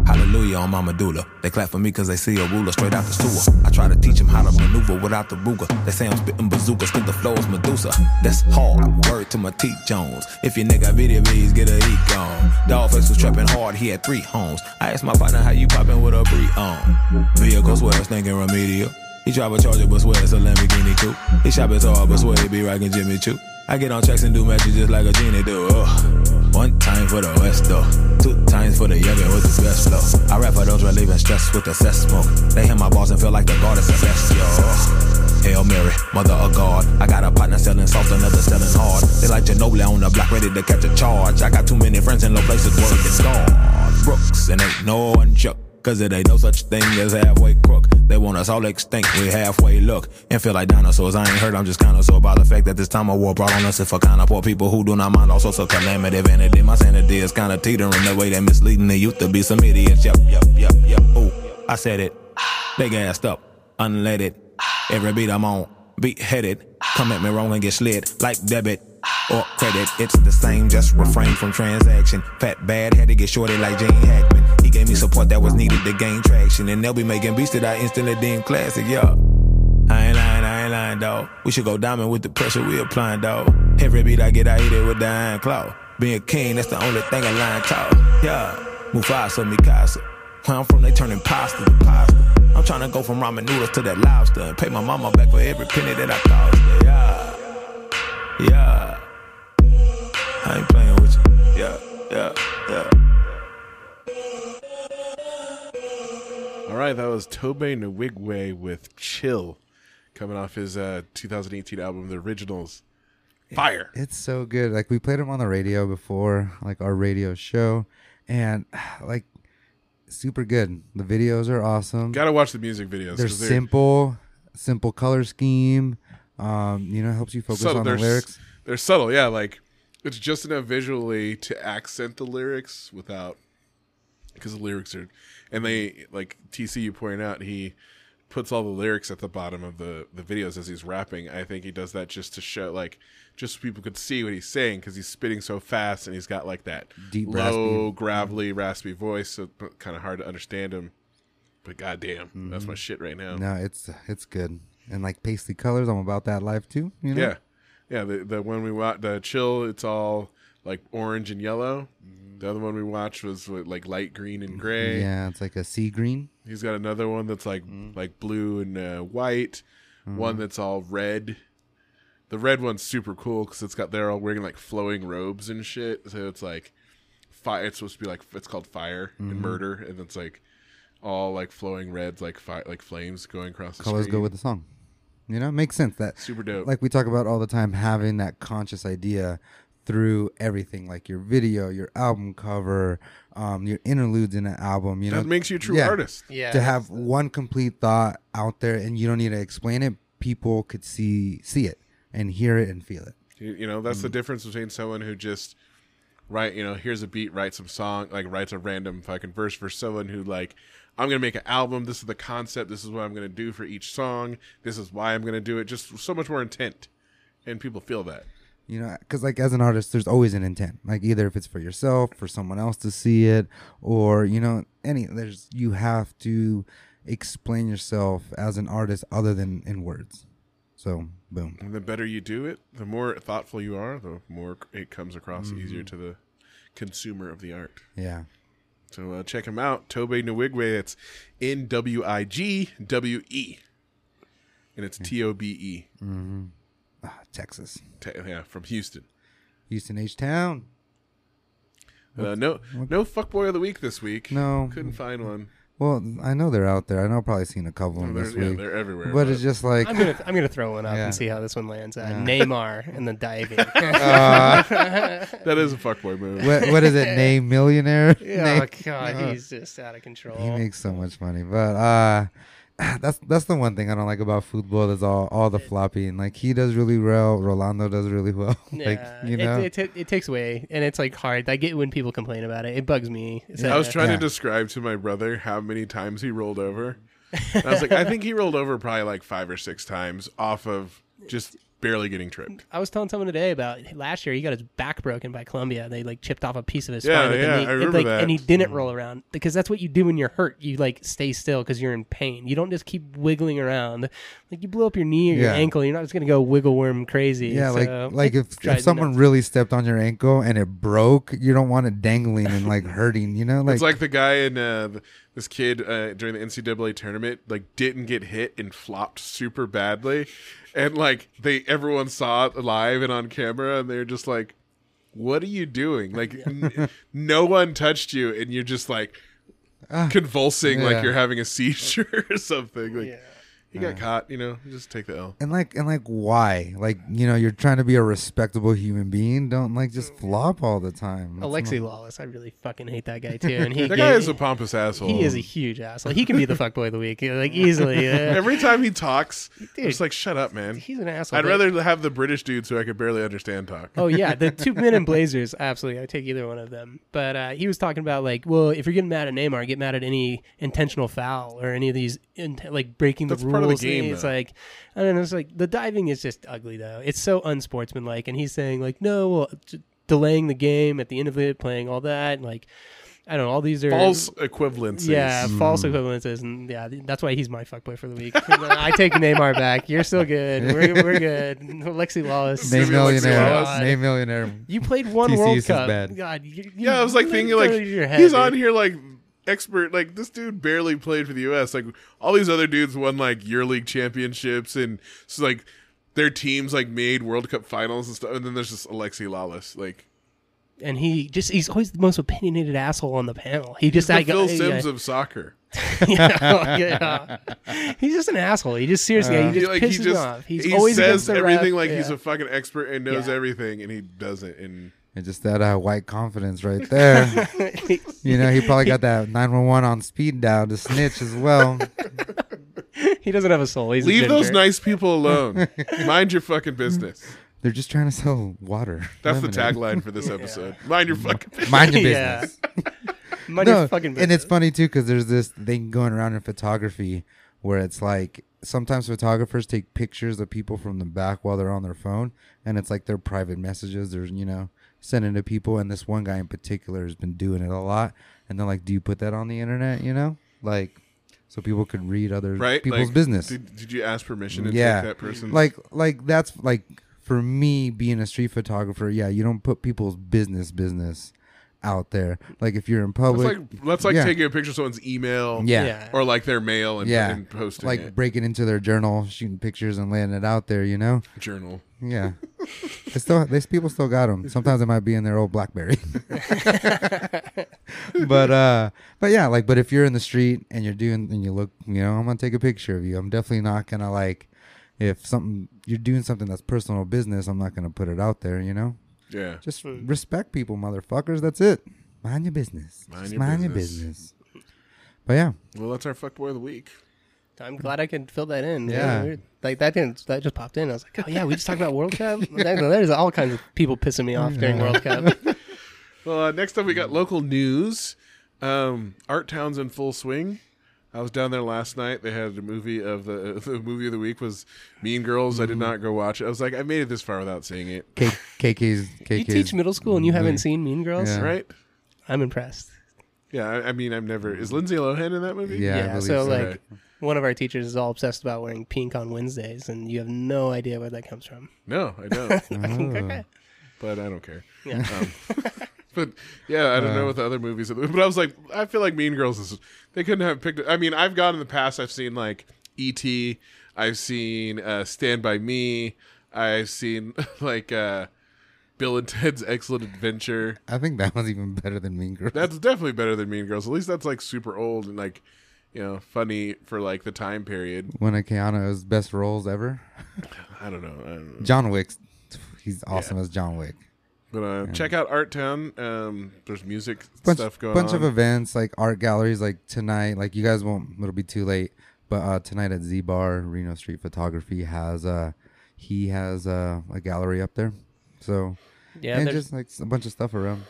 [SPEAKER 7] Hallelujah on Mama Dula. They clap for me cause they see a ruler straight out the sewer. I try to teach them how to maneuver without the Ruger. They say I'm spitting bazookas, think the flow is Medusa. That's hard. Word to my T Jones. If your nigga video bees, get a eat gone. Dogface was trapping hard, he had three homes. I asked my partner how you poppin' with a pre on. Vehicle swear, stinking remedial. He drive a charger, but swear it's a Lamborghini coupe. He shop his hard, but swear he be rockin' Jimmy Choo. I get on tracks and do matches just like a genie do. Ugh. One time for the West though, two times for the youngin' with the best flow. I rap for those relieving stress with the cess smoke. They hit my balls and feel like the goddess of sex, yo. Ugh. Hail Mary, mother of God. I got a partner selling soft, another selling hard. They like Ginobili on the block, ready to catch a charge. I got too many friends in low places, word is gone. Brooks and ain't no one shook. Cause it ain't no such thing as halfway crook. They want us all extinct, we halfway look. And feel like dinosaurs, I ain't hurt, I'm just kinda sore by the fact that this time of war brought on us if a kind of poor people who do not mind all sorts of calamity. Vanity, my sanity is kinda teetering the way they misleading the youth to be some idiots. Yup, yup, yup, yup. Ooh, I said it. They gassed up, unleaded. Every beat I'm on, beheaded. Come at me wrong and get slid like debit or credit. It's the same, just refrain from transaction. Fat bad had to get shorted like Gene Hackman. He gave me support that was needed to gain traction, and they'll be making beats that I instantly deem classic. Yeah. I ain't lying, I ain't lying, dog. We should go diamond with the pressure we applying, dog. Every beat I get, I hit it with the iron claw. Being king, that's the only thing a lion taught. Yeah, Mufasa, Mikasa. Where I'm from, they turning pasta to pasta. I'm trying to go from ramen noodles to that lobster and pay my mama back for every penny that I cost her. Yeah, yeah. I ain't playing with you. Yeah, yeah, yeah.
[SPEAKER 3] All right, that was Tobey Nwigwe with Chill, coming off his uh, 2018 album, The Originals. Fire.
[SPEAKER 4] It's so good. Like we played him on the radio before, like our radio show, and like super good. The videos are awesome.
[SPEAKER 3] Got to watch the music videos.
[SPEAKER 4] they're
[SPEAKER 3] 'cause
[SPEAKER 4] simple, simple color scheme. Um, you know, helps you focus
[SPEAKER 3] subtle-
[SPEAKER 4] on the
[SPEAKER 3] s-
[SPEAKER 4] lyrics.
[SPEAKER 3] They're subtle, yeah. Like it's just enough visually to accent the lyrics without because the lyrics are, and they like TC you pointed out he puts all the lyrics at the bottom of the the videos as he's rapping. I think he does that just to show like just so people could see what he's saying because he's spitting so fast and he's got like that
[SPEAKER 4] Deep,
[SPEAKER 3] low gravelly raspy voice, so kind of hard to understand him. But goddamn, that's my shit right now.
[SPEAKER 4] No, it's it's good. And like pasty colors, I'm about that life too. You know?
[SPEAKER 3] Yeah, yeah. The the one we watched, the chill, it's all like orange and yellow. The other one we watched was with, like light green and gray.
[SPEAKER 4] Mm-hmm. Yeah, it's like a sea green.
[SPEAKER 3] He's got another
[SPEAKER 4] Mm-hmm.
[SPEAKER 3] one that's like like blue and uh, white. One that's all red. The red one's super cool because it's got they're all wearing like flowing robes and shit. So it's like fire. It's supposed to be like it's called fire
[SPEAKER 4] Mm-hmm.
[SPEAKER 3] and murder, and it's like all like flowing reds, like fire, like flames going across the
[SPEAKER 4] colors
[SPEAKER 3] screen.
[SPEAKER 4] go with the song. You know, makes sense that
[SPEAKER 3] Super dope.
[SPEAKER 4] Like we talk about all the time, having that conscious idea through everything, like your video, your album cover, um, your interludes in an album. You know,
[SPEAKER 3] that makes you a true
[SPEAKER 4] Yeah.
[SPEAKER 3] artist.
[SPEAKER 5] Yeah,
[SPEAKER 4] to have one complete thought out there, and you don't need to explain it. People could see see it and hear it and feel it.
[SPEAKER 3] You, you know, that's the difference between someone who just write, you know, here's a beat, write some song, like writes a random fucking verse for someone who like I'm going to make an album, this is the concept, this is what I'm going to do for each song, this is why I'm going to do it, just so much more intent. And people feel that.
[SPEAKER 4] You know, because like as an artist, there's always an intent. Like either if it's for yourself, for someone else to see it, or you know, any there's you have to explain yourself as an artist other than in words. So boom.
[SPEAKER 3] And the better you do it, the more thoughtful you are, the more it comes across easier to the consumer of the art.
[SPEAKER 4] Yeah.
[SPEAKER 3] So uh, check him out, Tobe Nwigwe. It's N W I G W E, and it's T O B E.
[SPEAKER 4] Ah, Texas.
[SPEAKER 3] Te- Yeah, from Houston.
[SPEAKER 4] Houston H Town.
[SPEAKER 3] Uh, no, no fuckboy of the week this week.
[SPEAKER 4] No.
[SPEAKER 3] couldn't find one.
[SPEAKER 4] Well, I know they're out there. I know I've probably seen a couple of them
[SPEAKER 3] they're-
[SPEAKER 4] this
[SPEAKER 3] yeah,
[SPEAKER 4] week.
[SPEAKER 3] they're everywhere,
[SPEAKER 4] But,
[SPEAKER 3] but-
[SPEAKER 4] it's just like
[SPEAKER 5] I'm gonna I'm gonna throw one up
[SPEAKER 4] Yeah.
[SPEAKER 5] and see how this one lands. Uh, Neymar and the diving. Oh,
[SPEAKER 3] That is a fuckboy move.
[SPEAKER 4] what, what is it? Name millionaire?
[SPEAKER 5] oh
[SPEAKER 4] Name-
[SPEAKER 5] god, he's just out of control.
[SPEAKER 4] He makes so much money, but uh, that's that's the one thing I don't like about football is all all the floppy and like he does really well, Rolando does really well, like
[SPEAKER 5] Yeah,
[SPEAKER 4] you
[SPEAKER 5] it-
[SPEAKER 4] know,
[SPEAKER 5] it, it, it takes away, and it's like hard. I get when people complain about it; it bugs me. So,
[SPEAKER 3] I was trying
[SPEAKER 4] Yeah.
[SPEAKER 3] to describe to my brother how many times he rolled over. And I was like, I think he rolled over probably like five or six times off of just barely getting tripped.
[SPEAKER 5] I was telling someone today about last year. He got his back broken by Columbia. They like chipped off a piece of his
[SPEAKER 3] Yeah,
[SPEAKER 5] spine. and then
[SPEAKER 3] yeah,
[SPEAKER 5] they-
[SPEAKER 3] I
[SPEAKER 5] it,
[SPEAKER 3] remember
[SPEAKER 5] like,
[SPEAKER 3] that. Mm.
[SPEAKER 5] And he didn't roll around because that's what you do when you're hurt. You like stay still because you're in pain. You don't just keep wiggling around. Like you blow up your knee or your
[SPEAKER 4] Yeah.
[SPEAKER 5] ankle, you're not just gonna go wiggle worm crazy.
[SPEAKER 4] yeah,
[SPEAKER 5] So,
[SPEAKER 4] like like
[SPEAKER 5] it
[SPEAKER 4] if,
[SPEAKER 5] drives
[SPEAKER 4] if
[SPEAKER 5] me
[SPEAKER 4] someone
[SPEAKER 5] nuts.
[SPEAKER 4] really stepped on your ankle and it broke, you don't want it dangling and like hurting, you know, like,
[SPEAKER 3] It's like the guy in uh, th- this kid uh, during the NCAA tournament, like didn't get hit and flopped super badly, and like they everyone saw it live and on camera, and they're just like, "What are you doing?" Like n- no one touched you, and you're just like
[SPEAKER 5] Ah.
[SPEAKER 3] convulsing,
[SPEAKER 4] yeah.
[SPEAKER 3] like you're having a seizure or something. Like he got caught, you know. Just take the L.
[SPEAKER 4] and like and like why, like you know, you're trying to be a respectable human being, don't like
[SPEAKER 5] Mm.
[SPEAKER 4] just flop all the time. That's
[SPEAKER 5] Alexi
[SPEAKER 4] not-
[SPEAKER 5] Lawless, I really fucking hate that guy too. And he
[SPEAKER 3] That guy
[SPEAKER 5] gave-
[SPEAKER 3] is a pompous asshole.
[SPEAKER 5] he is a huge asshole. He can be the fuckboy of the week like easily. Uh,
[SPEAKER 3] Every time he talks, it's
[SPEAKER 5] Dude.
[SPEAKER 3] like, "Shut up, man."
[SPEAKER 5] he's an asshole.
[SPEAKER 3] I'd
[SPEAKER 5] but-
[SPEAKER 3] rather have the British dudes who I could barely understand talk.
[SPEAKER 5] oh yeah, the two men in blazers. Absolutely, I take either one of them. But uh, he was talking about like, well, if you're getting mad at Neymar, get mad at any intentional foul or any of these in- like breaking
[SPEAKER 3] That's
[SPEAKER 5] the rules.
[SPEAKER 3] part of the game,
[SPEAKER 5] it's
[SPEAKER 3] though.
[SPEAKER 5] like, I don't know. It's like the diving is just ugly though. It's so unsportsmanlike. And he's saying like, no, well, j- delaying the game at the end of it, playing all that, and, like. I don't know. All these are
[SPEAKER 3] False equivalences. Mm.
[SPEAKER 5] Yeah, false equivalences, and yeah, th- that's why he's my fuckboy for the week. I take Neymar back. You're still good. We're, we're good. Lexi Lawless.
[SPEAKER 4] Name
[SPEAKER 3] Maybe Alexi
[SPEAKER 4] millionaire,
[SPEAKER 3] Lawless.
[SPEAKER 4] name millionaire.
[SPEAKER 5] You played one
[SPEAKER 4] TCS
[SPEAKER 5] World
[SPEAKER 4] is
[SPEAKER 5] Cup.
[SPEAKER 4] bad.
[SPEAKER 5] God, you, you-
[SPEAKER 3] Yeah, I was like thinking,
[SPEAKER 5] go
[SPEAKER 3] like
[SPEAKER 5] to your head,
[SPEAKER 3] he's
[SPEAKER 5] dude.
[SPEAKER 3] on here like expert. Like this dude barely played for the U.S. Like all these other dudes won like year league championships and so, like their teams like made World Cup finals and stuff. And then there's just Alexi Lawless. Like
[SPEAKER 5] and he just—he's always the most opinionated asshole on the panel. He just
[SPEAKER 3] the
[SPEAKER 5] like
[SPEAKER 3] Phil
[SPEAKER 5] yeah,
[SPEAKER 3] Sims of soccer.
[SPEAKER 5] yeah, yeah. he's just an asshole. He just seriously, yeah, he just
[SPEAKER 3] Uh, like
[SPEAKER 5] pisses
[SPEAKER 3] he
[SPEAKER 5] me
[SPEAKER 3] just
[SPEAKER 5] off. He's
[SPEAKER 3] he
[SPEAKER 5] always against
[SPEAKER 3] says
[SPEAKER 5] the
[SPEAKER 3] everything
[SPEAKER 5] ref.
[SPEAKER 3] like he's
[SPEAKER 5] Yeah.
[SPEAKER 3] a fucking expert and knows
[SPEAKER 5] Yeah.
[SPEAKER 3] everything, and he doesn't. And
[SPEAKER 4] And just that uh, white confidence right there. you know, he probably got that 911 on speed dial to snitch as well.
[SPEAKER 5] he doesn't have a soul. He's a
[SPEAKER 3] leave those
[SPEAKER 5] ginger.
[SPEAKER 3] nice people alone. Mind your fucking business.
[SPEAKER 4] They're just trying to sell water.
[SPEAKER 3] That's the
[SPEAKER 4] Lemonade.
[SPEAKER 3] tagline for this episode. Mind
[SPEAKER 5] Mm.
[SPEAKER 3] your fucking business.
[SPEAKER 4] Mind your
[SPEAKER 5] Yeah.
[SPEAKER 4] business.
[SPEAKER 5] Mind
[SPEAKER 4] no,
[SPEAKER 5] your fucking
[SPEAKER 4] and it's
[SPEAKER 5] business.
[SPEAKER 4] funny too because there's this thing going around in photography where it's like sometimes photographers take pictures of people from the back while they're on their phone, and it's like their private messages. They're you know sending to people, and this one guy in particular has been doing it a lot. And they're like, "Do you put that on the internet? You know, like so people could read other
[SPEAKER 3] right?
[SPEAKER 4] people's
[SPEAKER 3] Like,
[SPEAKER 4] business."
[SPEAKER 3] Did, did you ask permission to
[SPEAKER 4] yeah
[SPEAKER 3] take that person's
[SPEAKER 4] like like that's like for me being a street photographer yeah you don't put people's business business out there. Like if you're in
[SPEAKER 3] That's
[SPEAKER 4] public,
[SPEAKER 3] like that's like
[SPEAKER 4] yeah.
[SPEAKER 3] taking a picture of someone's email,
[SPEAKER 4] Yeah.
[SPEAKER 5] Yeah.
[SPEAKER 3] or like their mail and,
[SPEAKER 4] yeah,
[SPEAKER 3] and posting
[SPEAKER 4] like
[SPEAKER 3] it.
[SPEAKER 4] breaking into their journal, shooting pictures, and laying it out there. You know,
[SPEAKER 3] journal.
[SPEAKER 4] yeah. they still, these people still got them. Sometimes it might be in their old BlackBerry. but uh, but yeah, like, but if you're in the street and you're doing and you look, you know, I'm gonna take a picture of you. I'm definitely not gonna like if something you're doing something that's personal business. I'm not gonna put it out there. You know,
[SPEAKER 3] Yeah,
[SPEAKER 4] just respect people, motherfuckers. That's it. Mind your business.
[SPEAKER 3] Mind
[SPEAKER 4] Just
[SPEAKER 3] your
[SPEAKER 4] mind your
[SPEAKER 3] business.
[SPEAKER 4] business. But yeah,
[SPEAKER 3] well, that's our fuck boy of the week.
[SPEAKER 5] I'm glad I could fill that in.
[SPEAKER 4] Yeah.
[SPEAKER 5] weird. Like that didn't that just popped in. I was like, oh yeah, we just talked about World Cup. That- There's all kinds of people pissing me off during World Cup.
[SPEAKER 3] Well, uh, next up we got local news. Um, Art Town's in full swing. I was down there last night. They had a movie of the the movie of the week was Mean Girls. I did
[SPEAKER 4] Mm-hmm.
[SPEAKER 3] not go watch it. I was like, I made it this far without seeing it.
[SPEAKER 4] K- KK's KK's.
[SPEAKER 5] You teach middle school and you haven't seen Mean Girls.
[SPEAKER 4] Yeah.
[SPEAKER 3] Right?
[SPEAKER 5] I'm impressed.
[SPEAKER 3] Yeah. I, I mean, I've never. Is Lindsay Lohan in that movie?
[SPEAKER 4] Yeah, I
[SPEAKER 5] Yeah.
[SPEAKER 4] believe
[SPEAKER 5] so
[SPEAKER 4] so.
[SPEAKER 5] like, one of our teachers is all obsessed about wearing pink on Wednesdays, and you have no idea where that comes from.
[SPEAKER 3] No, I don't.
[SPEAKER 5] Okay.
[SPEAKER 3] but I don't care. Um,
[SPEAKER 5] Yeah.
[SPEAKER 3] But yeah, I don't
[SPEAKER 4] Uh,
[SPEAKER 3] know what the other movies. Are, but I was like, I feel like Mean Girls is. They couldn't have picked. I mean, I've gone in the past. I've seen like E.T. I've seen uh, Stand by Me. I've seen like uh, Bill and Ted's Excellent Adventure.
[SPEAKER 4] I think that one's even better than Mean Girls.
[SPEAKER 3] That's definitely better than Mean Girls. At least that's like super old and like you know funny for like the time period.
[SPEAKER 4] One of Keanu's best roles ever.
[SPEAKER 3] I don't know. I don't know.
[SPEAKER 4] John Wick. He's awesome as John Wick.
[SPEAKER 3] But uh, check out Art Town. Um, there's music
[SPEAKER 4] Bunch,
[SPEAKER 3] stuff going
[SPEAKER 4] bunch
[SPEAKER 3] on.
[SPEAKER 4] of events like art galleries like tonight. Like you guys won't. It'll be too late. But uh, tonight at Z Bar, Reno Street Photography has uh he has uh, a gallery up there. So
[SPEAKER 5] Yeah,
[SPEAKER 4] and
[SPEAKER 5] there's-
[SPEAKER 4] just like a bunch of stuff around.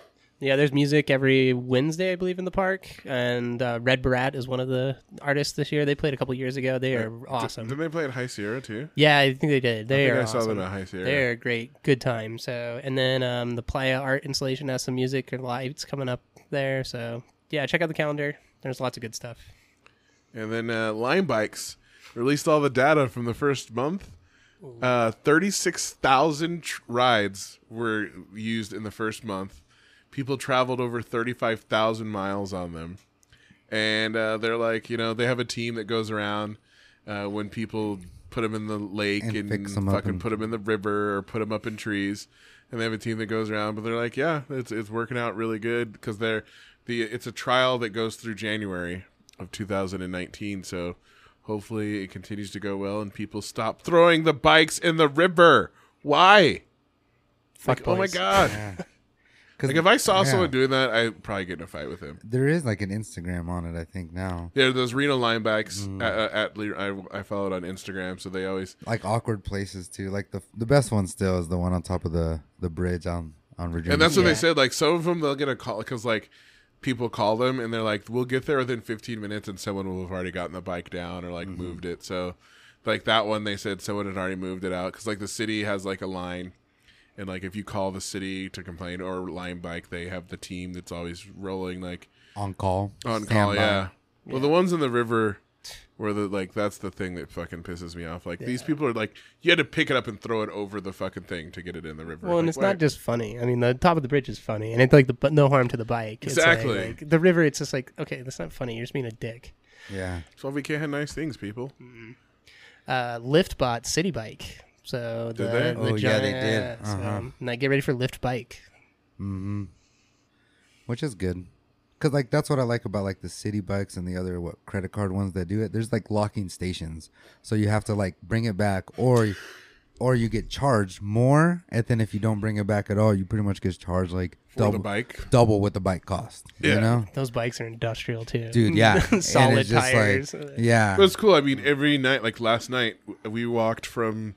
[SPEAKER 5] Yeah, there's music every Wednesday, I believe, in the park. And uh, Red Barat is one of the artists this year. They played a couple years ago. They are awesome.
[SPEAKER 3] Did they play at High Sierra too?
[SPEAKER 5] yeah, I think they did. They
[SPEAKER 3] think
[SPEAKER 5] are
[SPEAKER 3] I saw them
[SPEAKER 5] awesome.
[SPEAKER 3] at High Sierra.
[SPEAKER 5] They're great, good time. So, and then um, the Playa Art Installation has some music and lights coming up there. So, yeah, check out the calendar. There's lots of good stuff.
[SPEAKER 3] And then uh, Lime Bikes released all the data from the first month. Uh, 36,000 tr- rides were used in the first month. People traveled over 35,000 miles on them. And uh, they're like, you know, they have a team that goes around uh, when people put them in the lake and,
[SPEAKER 4] And fix 'em up
[SPEAKER 3] fucking
[SPEAKER 4] and-
[SPEAKER 3] put them in the river or put them up in trees. And they have a team that goes around, but they're like, yeah, it's, it's working out really good because they're the it's a trial that goes through January of 2019. So hopefully it continues to go well and people stop throwing the bikes in the river. Why?
[SPEAKER 5] Fuck
[SPEAKER 3] Like, oh my
[SPEAKER 5] boys.
[SPEAKER 3] god!
[SPEAKER 4] Because
[SPEAKER 3] Like if I saw
[SPEAKER 4] yeah.
[SPEAKER 3] someone doing that, I'd probably get in a fight with him.
[SPEAKER 4] there is like an Instagram on it, I think now.
[SPEAKER 3] There, are those Reno linebacks at, uh, at Le- I, I followed on Instagram, so they always
[SPEAKER 4] Like awkward places too. Like the the best one still is the one on top of the the bridge on on Virginia.
[SPEAKER 3] And that's what
[SPEAKER 5] Yeah.
[SPEAKER 3] they said. Like some of them, they'll get a call because like people call them and they're like, "We'll get there within 15 minutes," and someone will have already gotten the bike down or like moved it. So, like that one, they said someone had already moved it out because like the city has like a line, and like if you call the city to complain or Lime Bike, they have the team that's always rolling like
[SPEAKER 4] on call.
[SPEAKER 3] on call.
[SPEAKER 4] standby.
[SPEAKER 3] Yeah. Well, the ones in the river. Where the like that's the thing that fucking pisses me off. Like these people are like, you had to pick it up and throw it over the fucking thing to get it in the river.
[SPEAKER 5] Well, and
[SPEAKER 3] Like,
[SPEAKER 5] it's
[SPEAKER 3] why-
[SPEAKER 5] not just funny. I mean, the top of the bridge is funny, and it's like the but no harm to the bike. It's like-
[SPEAKER 3] Exactly.
[SPEAKER 5] like, the river, it's just like okay, that's not funny. You're just being a dick.
[SPEAKER 4] Yeah.
[SPEAKER 3] So we can't have nice things, people.
[SPEAKER 5] Mm. uh, Lyft bought City Bike. So the,
[SPEAKER 3] Did they?
[SPEAKER 5] the
[SPEAKER 4] Oh, yeah, they
[SPEAKER 5] giant-
[SPEAKER 4] did.
[SPEAKER 5] so,
[SPEAKER 4] Uh-huh.
[SPEAKER 5] now get ready for Lyft Bike.
[SPEAKER 4] which is good because like that's what i like about like the city bikes and the other what credit card ones that do it there's like locking stations so you have to like bring it back or or you get charged more and then if you don't bring it back at all you pretty much get charged like
[SPEAKER 3] the
[SPEAKER 4] double
[SPEAKER 3] bike.
[SPEAKER 4] double what the bike cost
[SPEAKER 3] Yeah.
[SPEAKER 4] you know
[SPEAKER 5] Those bikes are industrial too,
[SPEAKER 4] dude yeah
[SPEAKER 5] Solid
[SPEAKER 4] and it's just
[SPEAKER 5] tires.
[SPEAKER 4] like, yeah
[SPEAKER 3] It was cool. I mean, every night, like last night, w- we walked from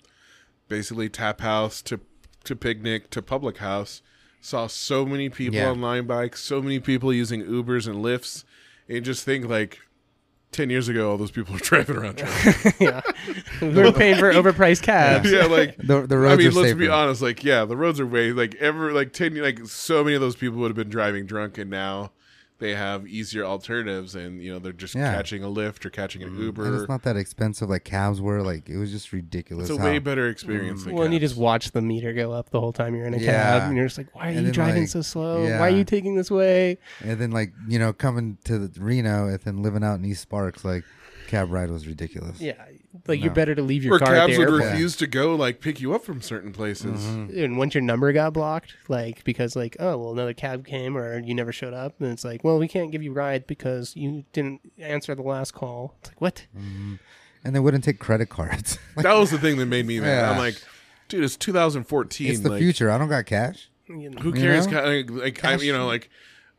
[SPEAKER 3] basically tap house to to picnic to public house. Saw so many people
[SPEAKER 4] Yeah.
[SPEAKER 3] on line bikes, so many people using Ubers and Lyfts, and just think like ten years ago, all those people were driving around. Traffic.
[SPEAKER 5] we were paying for overpriced cabs.
[SPEAKER 3] yeah, like
[SPEAKER 4] The- the roads
[SPEAKER 3] I mean,
[SPEAKER 4] are
[SPEAKER 3] let's be
[SPEAKER 4] safer.
[SPEAKER 3] honest. Like, yeah, the roads are way like ever like ten like so many of those people would have been driving drunk, and now. they have easier alternatives, and you know they're just
[SPEAKER 4] Yeah. Mm,
[SPEAKER 3] catching a Lyft or catching an Uber.
[SPEAKER 4] And it's not that expensive like cabs were. Like it was just ridiculous.
[SPEAKER 3] It's a
[SPEAKER 4] how- Mm.
[SPEAKER 3] way better experience. than
[SPEAKER 5] Well, and you
[SPEAKER 3] cabs.
[SPEAKER 5] just watch the meter go up the whole time you're in a
[SPEAKER 4] Yeah.
[SPEAKER 5] cab, and you're just like, "Why are
[SPEAKER 4] And
[SPEAKER 5] you
[SPEAKER 4] then,
[SPEAKER 5] driving
[SPEAKER 4] like,
[SPEAKER 5] so slow?
[SPEAKER 4] yeah.
[SPEAKER 5] Why are you taking this way?"
[SPEAKER 4] And then like you know coming to the Reno and then living out in East Sparks, like cab ride was ridiculous.
[SPEAKER 5] Yeah, like you're better to leave your
[SPEAKER 3] Or
[SPEAKER 5] car at
[SPEAKER 3] cabs
[SPEAKER 5] the
[SPEAKER 3] would
[SPEAKER 5] airport.
[SPEAKER 3] refuse to go like pick you up from certain places.
[SPEAKER 4] Mm-hmm.
[SPEAKER 5] and once your number got blocked, like because like oh well another cab came or you never showed up, and it's like well we can't give you a ride because you didn't answer the last call. It's like what?
[SPEAKER 4] And they wouldn't take credit cards. like,
[SPEAKER 3] That was the thing that made me mad.
[SPEAKER 4] Yeah.
[SPEAKER 3] I'm like, dude, it's 2014.
[SPEAKER 4] it's the
[SPEAKER 3] like,
[SPEAKER 4] future. I don't got cash.
[SPEAKER 3] Who cares?
[SPEAKER 4] know?
[SPEAKER 3] Ca- Like, like I, you know, like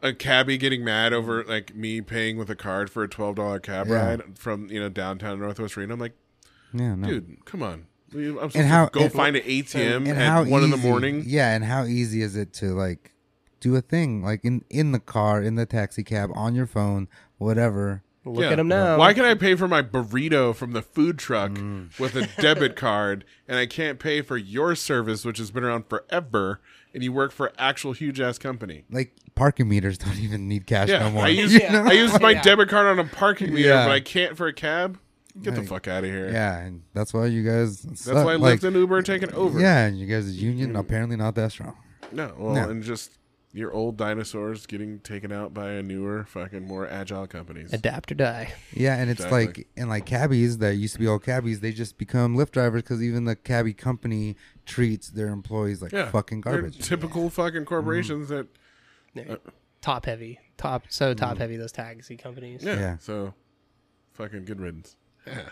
[SPEAKER 3] a cabbie getting mad over like me paying with a card for a twelve dollar cab
[SPEAKER 4] Yeah.
[SPEAKER 3] ride from you know downtown Northwest Reno. I'm like,
[SPEAKER 4] Yeah, no.
[SPEAKER 3] dude, come on. I'm supposed
[SPEAKER 4] how-
[SPEAKER 3] to go
[SPEAKER 4] and-
[SPEAKER 3] find an ATM
[SPEAKER 4] and how
[SPEAKER 3] at one in the
[SPEAKER 4] easy-
[SPEAKER 3] morning.
[SPEAKER 4] Yeah, and how easy is it to like do a thing like in in the car, in the taxi cab, on your phone, whatever.
[SPEAKER 5] Look
[SPEAKER 3] Yeah.
[SPEAKER 5] at him now.
[SPEAKER 3] Why can I pay for my burrito from the food truck
[SPEAKER 4] Mm.
[SPEAKER 3] with a debit card, and I can't pay for your service, which has been around forever, and you work for an actual huge ass company?
[SPEAKER 4] Like parking meters don't even need cash
[SPEAKER 3] Yeah,
[SPEAKER 4] no more.
[SPEAKER 3] I used
[SPEAKER 4] You know?
[SPEAKER 3] I used my debit card on a parking meter,
[SPEAKER 4] Yeah.
[SPEAKER 3] but I can't for a cab. Get the fuck out of here.
[SPEAKER 4] yeah, and that's why you guys.
[SPEAKER 3] That's why I left an Uber taken over.
[SPEAKER 4] Yeah, and you guys' union apparently not that strong.
[SPEAKER 3] No, well,
[SPEAKER 4] No.
[SPEAKER 3] and just your old dinosaurs getting taken out by a newer, fucking more agile companies.
[SPEAKER 5] Adapt or die.
[SPEAKER 4] Yeah, and it's
[SPEAKER 3] Exactly.
[SPEAKER 4] like and like cabbies that used to be all cabbies, they just become Lyft drivers because even the cabbie company treats their employees like
[SPEAKER 3] Yeah,
[SPEAKER 4] fucking
[SPEAKER 3] they're
[SPEAKER 4] garbage. Mm-hmm.
[SPEAKER 3] Typical fucking corporations that
[SPEAKER 5] Top heavy. Top so top heavy those taxi companies.
[SPEAKER 3] yeah,
[SPEAKER 4] Yeah.
[SPEAKER 3] So fucking good riddance. Yeah.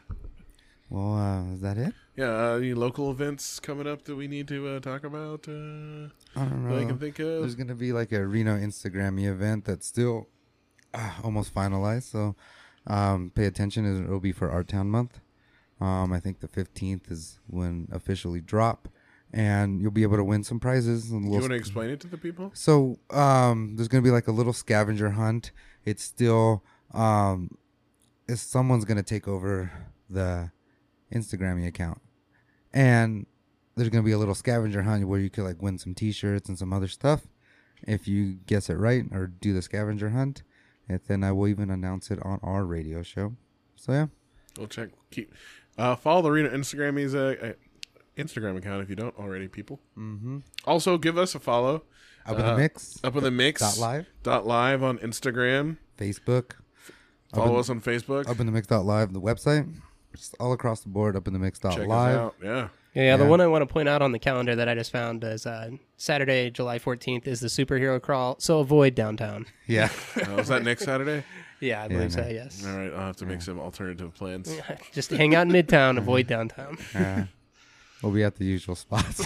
[SPEAKER 4] well, uh, is that it?
[SPEAKER 3] Yeah, uh, any local events coming up that we need to uh, talk about? Uh,
[SPEAKER 4] I don't know.
[SPEAKER 3] that I can think of.
[SPEAKER 4] There's gonna be like a Reno Instagrammy event that's still uh, almost finalized. So um, pay attention. It will be for Art Town Month. Um, I think the 15th is when officially drop, and you'll be able to win some prizes. And
[SPEAKER 3] you
[SPEAKER 4] we'll
[SPEAKER 3] want to explain it to the people?
[SPEAKER 4] so um, there's gonna be like a little scavenger hunt. It's still um, is someone's gonna take over the Instagrammy account, and there's gonna be a little scavenger hunt where you could like win some T-shirts and some other stuff if you guess it right or do the scavenger hunt, and then I will even announce it on our radio show. So yeah,
[SPEAKER 3] We'll check. Keep uh, follow the Reno Instagram. He's a, uh Instagram account if you don't already, people. Mm-hmm. Also, give us a follow.
[SPEAKER 4] up
[SPEAKER 3] Uh-huh.
[SPEAKER 4] in the mix,
[SPEAKER 3] Up in the mix.
[SPEAKER 4] Dot live?
[SPEAKER 3] Dot live on Instagram.
[SPEAKER 4] Facebook,
[SPEAKER 3] Follow us on Facebook.
[SPEAKER 4] up in the mix dot live, the website, just all across the board, up in the mix dot
[SPEAKER 3] Check us
[SPEAKER 4] live.
[SPEAKER 3] out. Yeah.
[SPEAKER 5] Yeah, yeah, the one I want to point out on the calendar that I just found is uh, Saturday, July 14th is the superhero crawl, so avoid downtown.
[SPEAKER 4] Yeah.
[SPEAKER 3] Uh, is that next Saturday?
[SPEAKER 5] Yeah, I believe so, yes.
[SPEAKER 3] All right, I'll have to make some alternative plans.
[SPEAKER 5] Just hang out in Midtown, avoid downtown.
[SPEAKER 4] We'll be at the usual spots.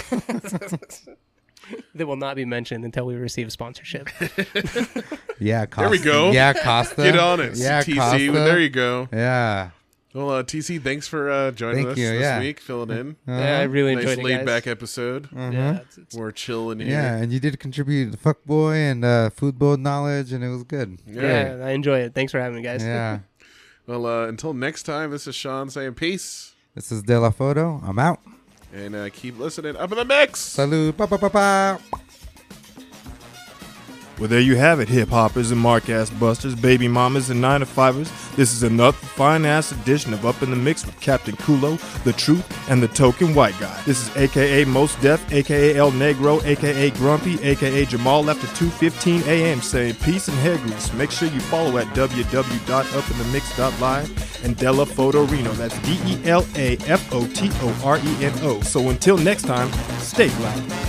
[SPEAKER 5] They will not be mentioned until we receive sponsorship.
[SPEAKER 4] yeah, Costa.
[SPEAKER 3] we go.
[SPEAKER 4] Yeah, Costa.
[SPEAKER 3] Get on it,
[SPEAKER 4] Yeah,
[SPEAKER 3] TC.
[SPEAKER 4] Costa.
[SPEAKER 3] There you go.
[SPEAKER 4] Yeah.
[SPEAKER 3] Well, uh, TC, thanks for uh, joining
[SPEAKER 4] Thank
[SPEAKER 3] us
[SPEAKER 4] you,
[SPEAKER 3] this
[SPEAKER 4] yeah. Mm-hmm.
[SPEAKER 3] week, filling in.
[SPEAKER 5] yeah, I really
[SPEAKER 3] nice
[SPEAKER 5] enjoyed it,
[SPEAKER 3] laid
[SPEAKER 5] guys.
[SPEAKER 3] back episode.
[SPEAKER 5] Yeah, it's- it's-
[SPEAKER 3] We're chilling here.
[SPEAKER 4] Yeah, and you did contribute to Fuckboy and uh, Foodboy knowledge, and it was good.
[SPEAKER 5] yeah, I enjoy it. Thanks for having me, guys.
[SPEAKER 4] Yeah.
[SPEAKER 3] Well, uh, until next time, this is Sean saying peace
[SPEAKER 4] this is De La Foto. I'm out.
[SPEAKER 3] and uh, keep listening. Up in the mix.
[SPEAKER 4] Salud. Pa, pa, pa, pa.
[SPEAKER 8] Well, there you have it, hip hoppers and mark ass busters, baby mamas and nine to fivers. This is another fine ass edition of Up in the Mix with Captain Kulo, the Truth, and the Token White Guy. This is AKA Most Deaf, AKA El Negro, AKA Grumpy, AKA Jamal after 2:15 a.m. saying peace and hair grease. Make sure you follow at www.upinthemix.live and Della Fotorino. That's D E L A F O T O R E N O. So until next time, stay black.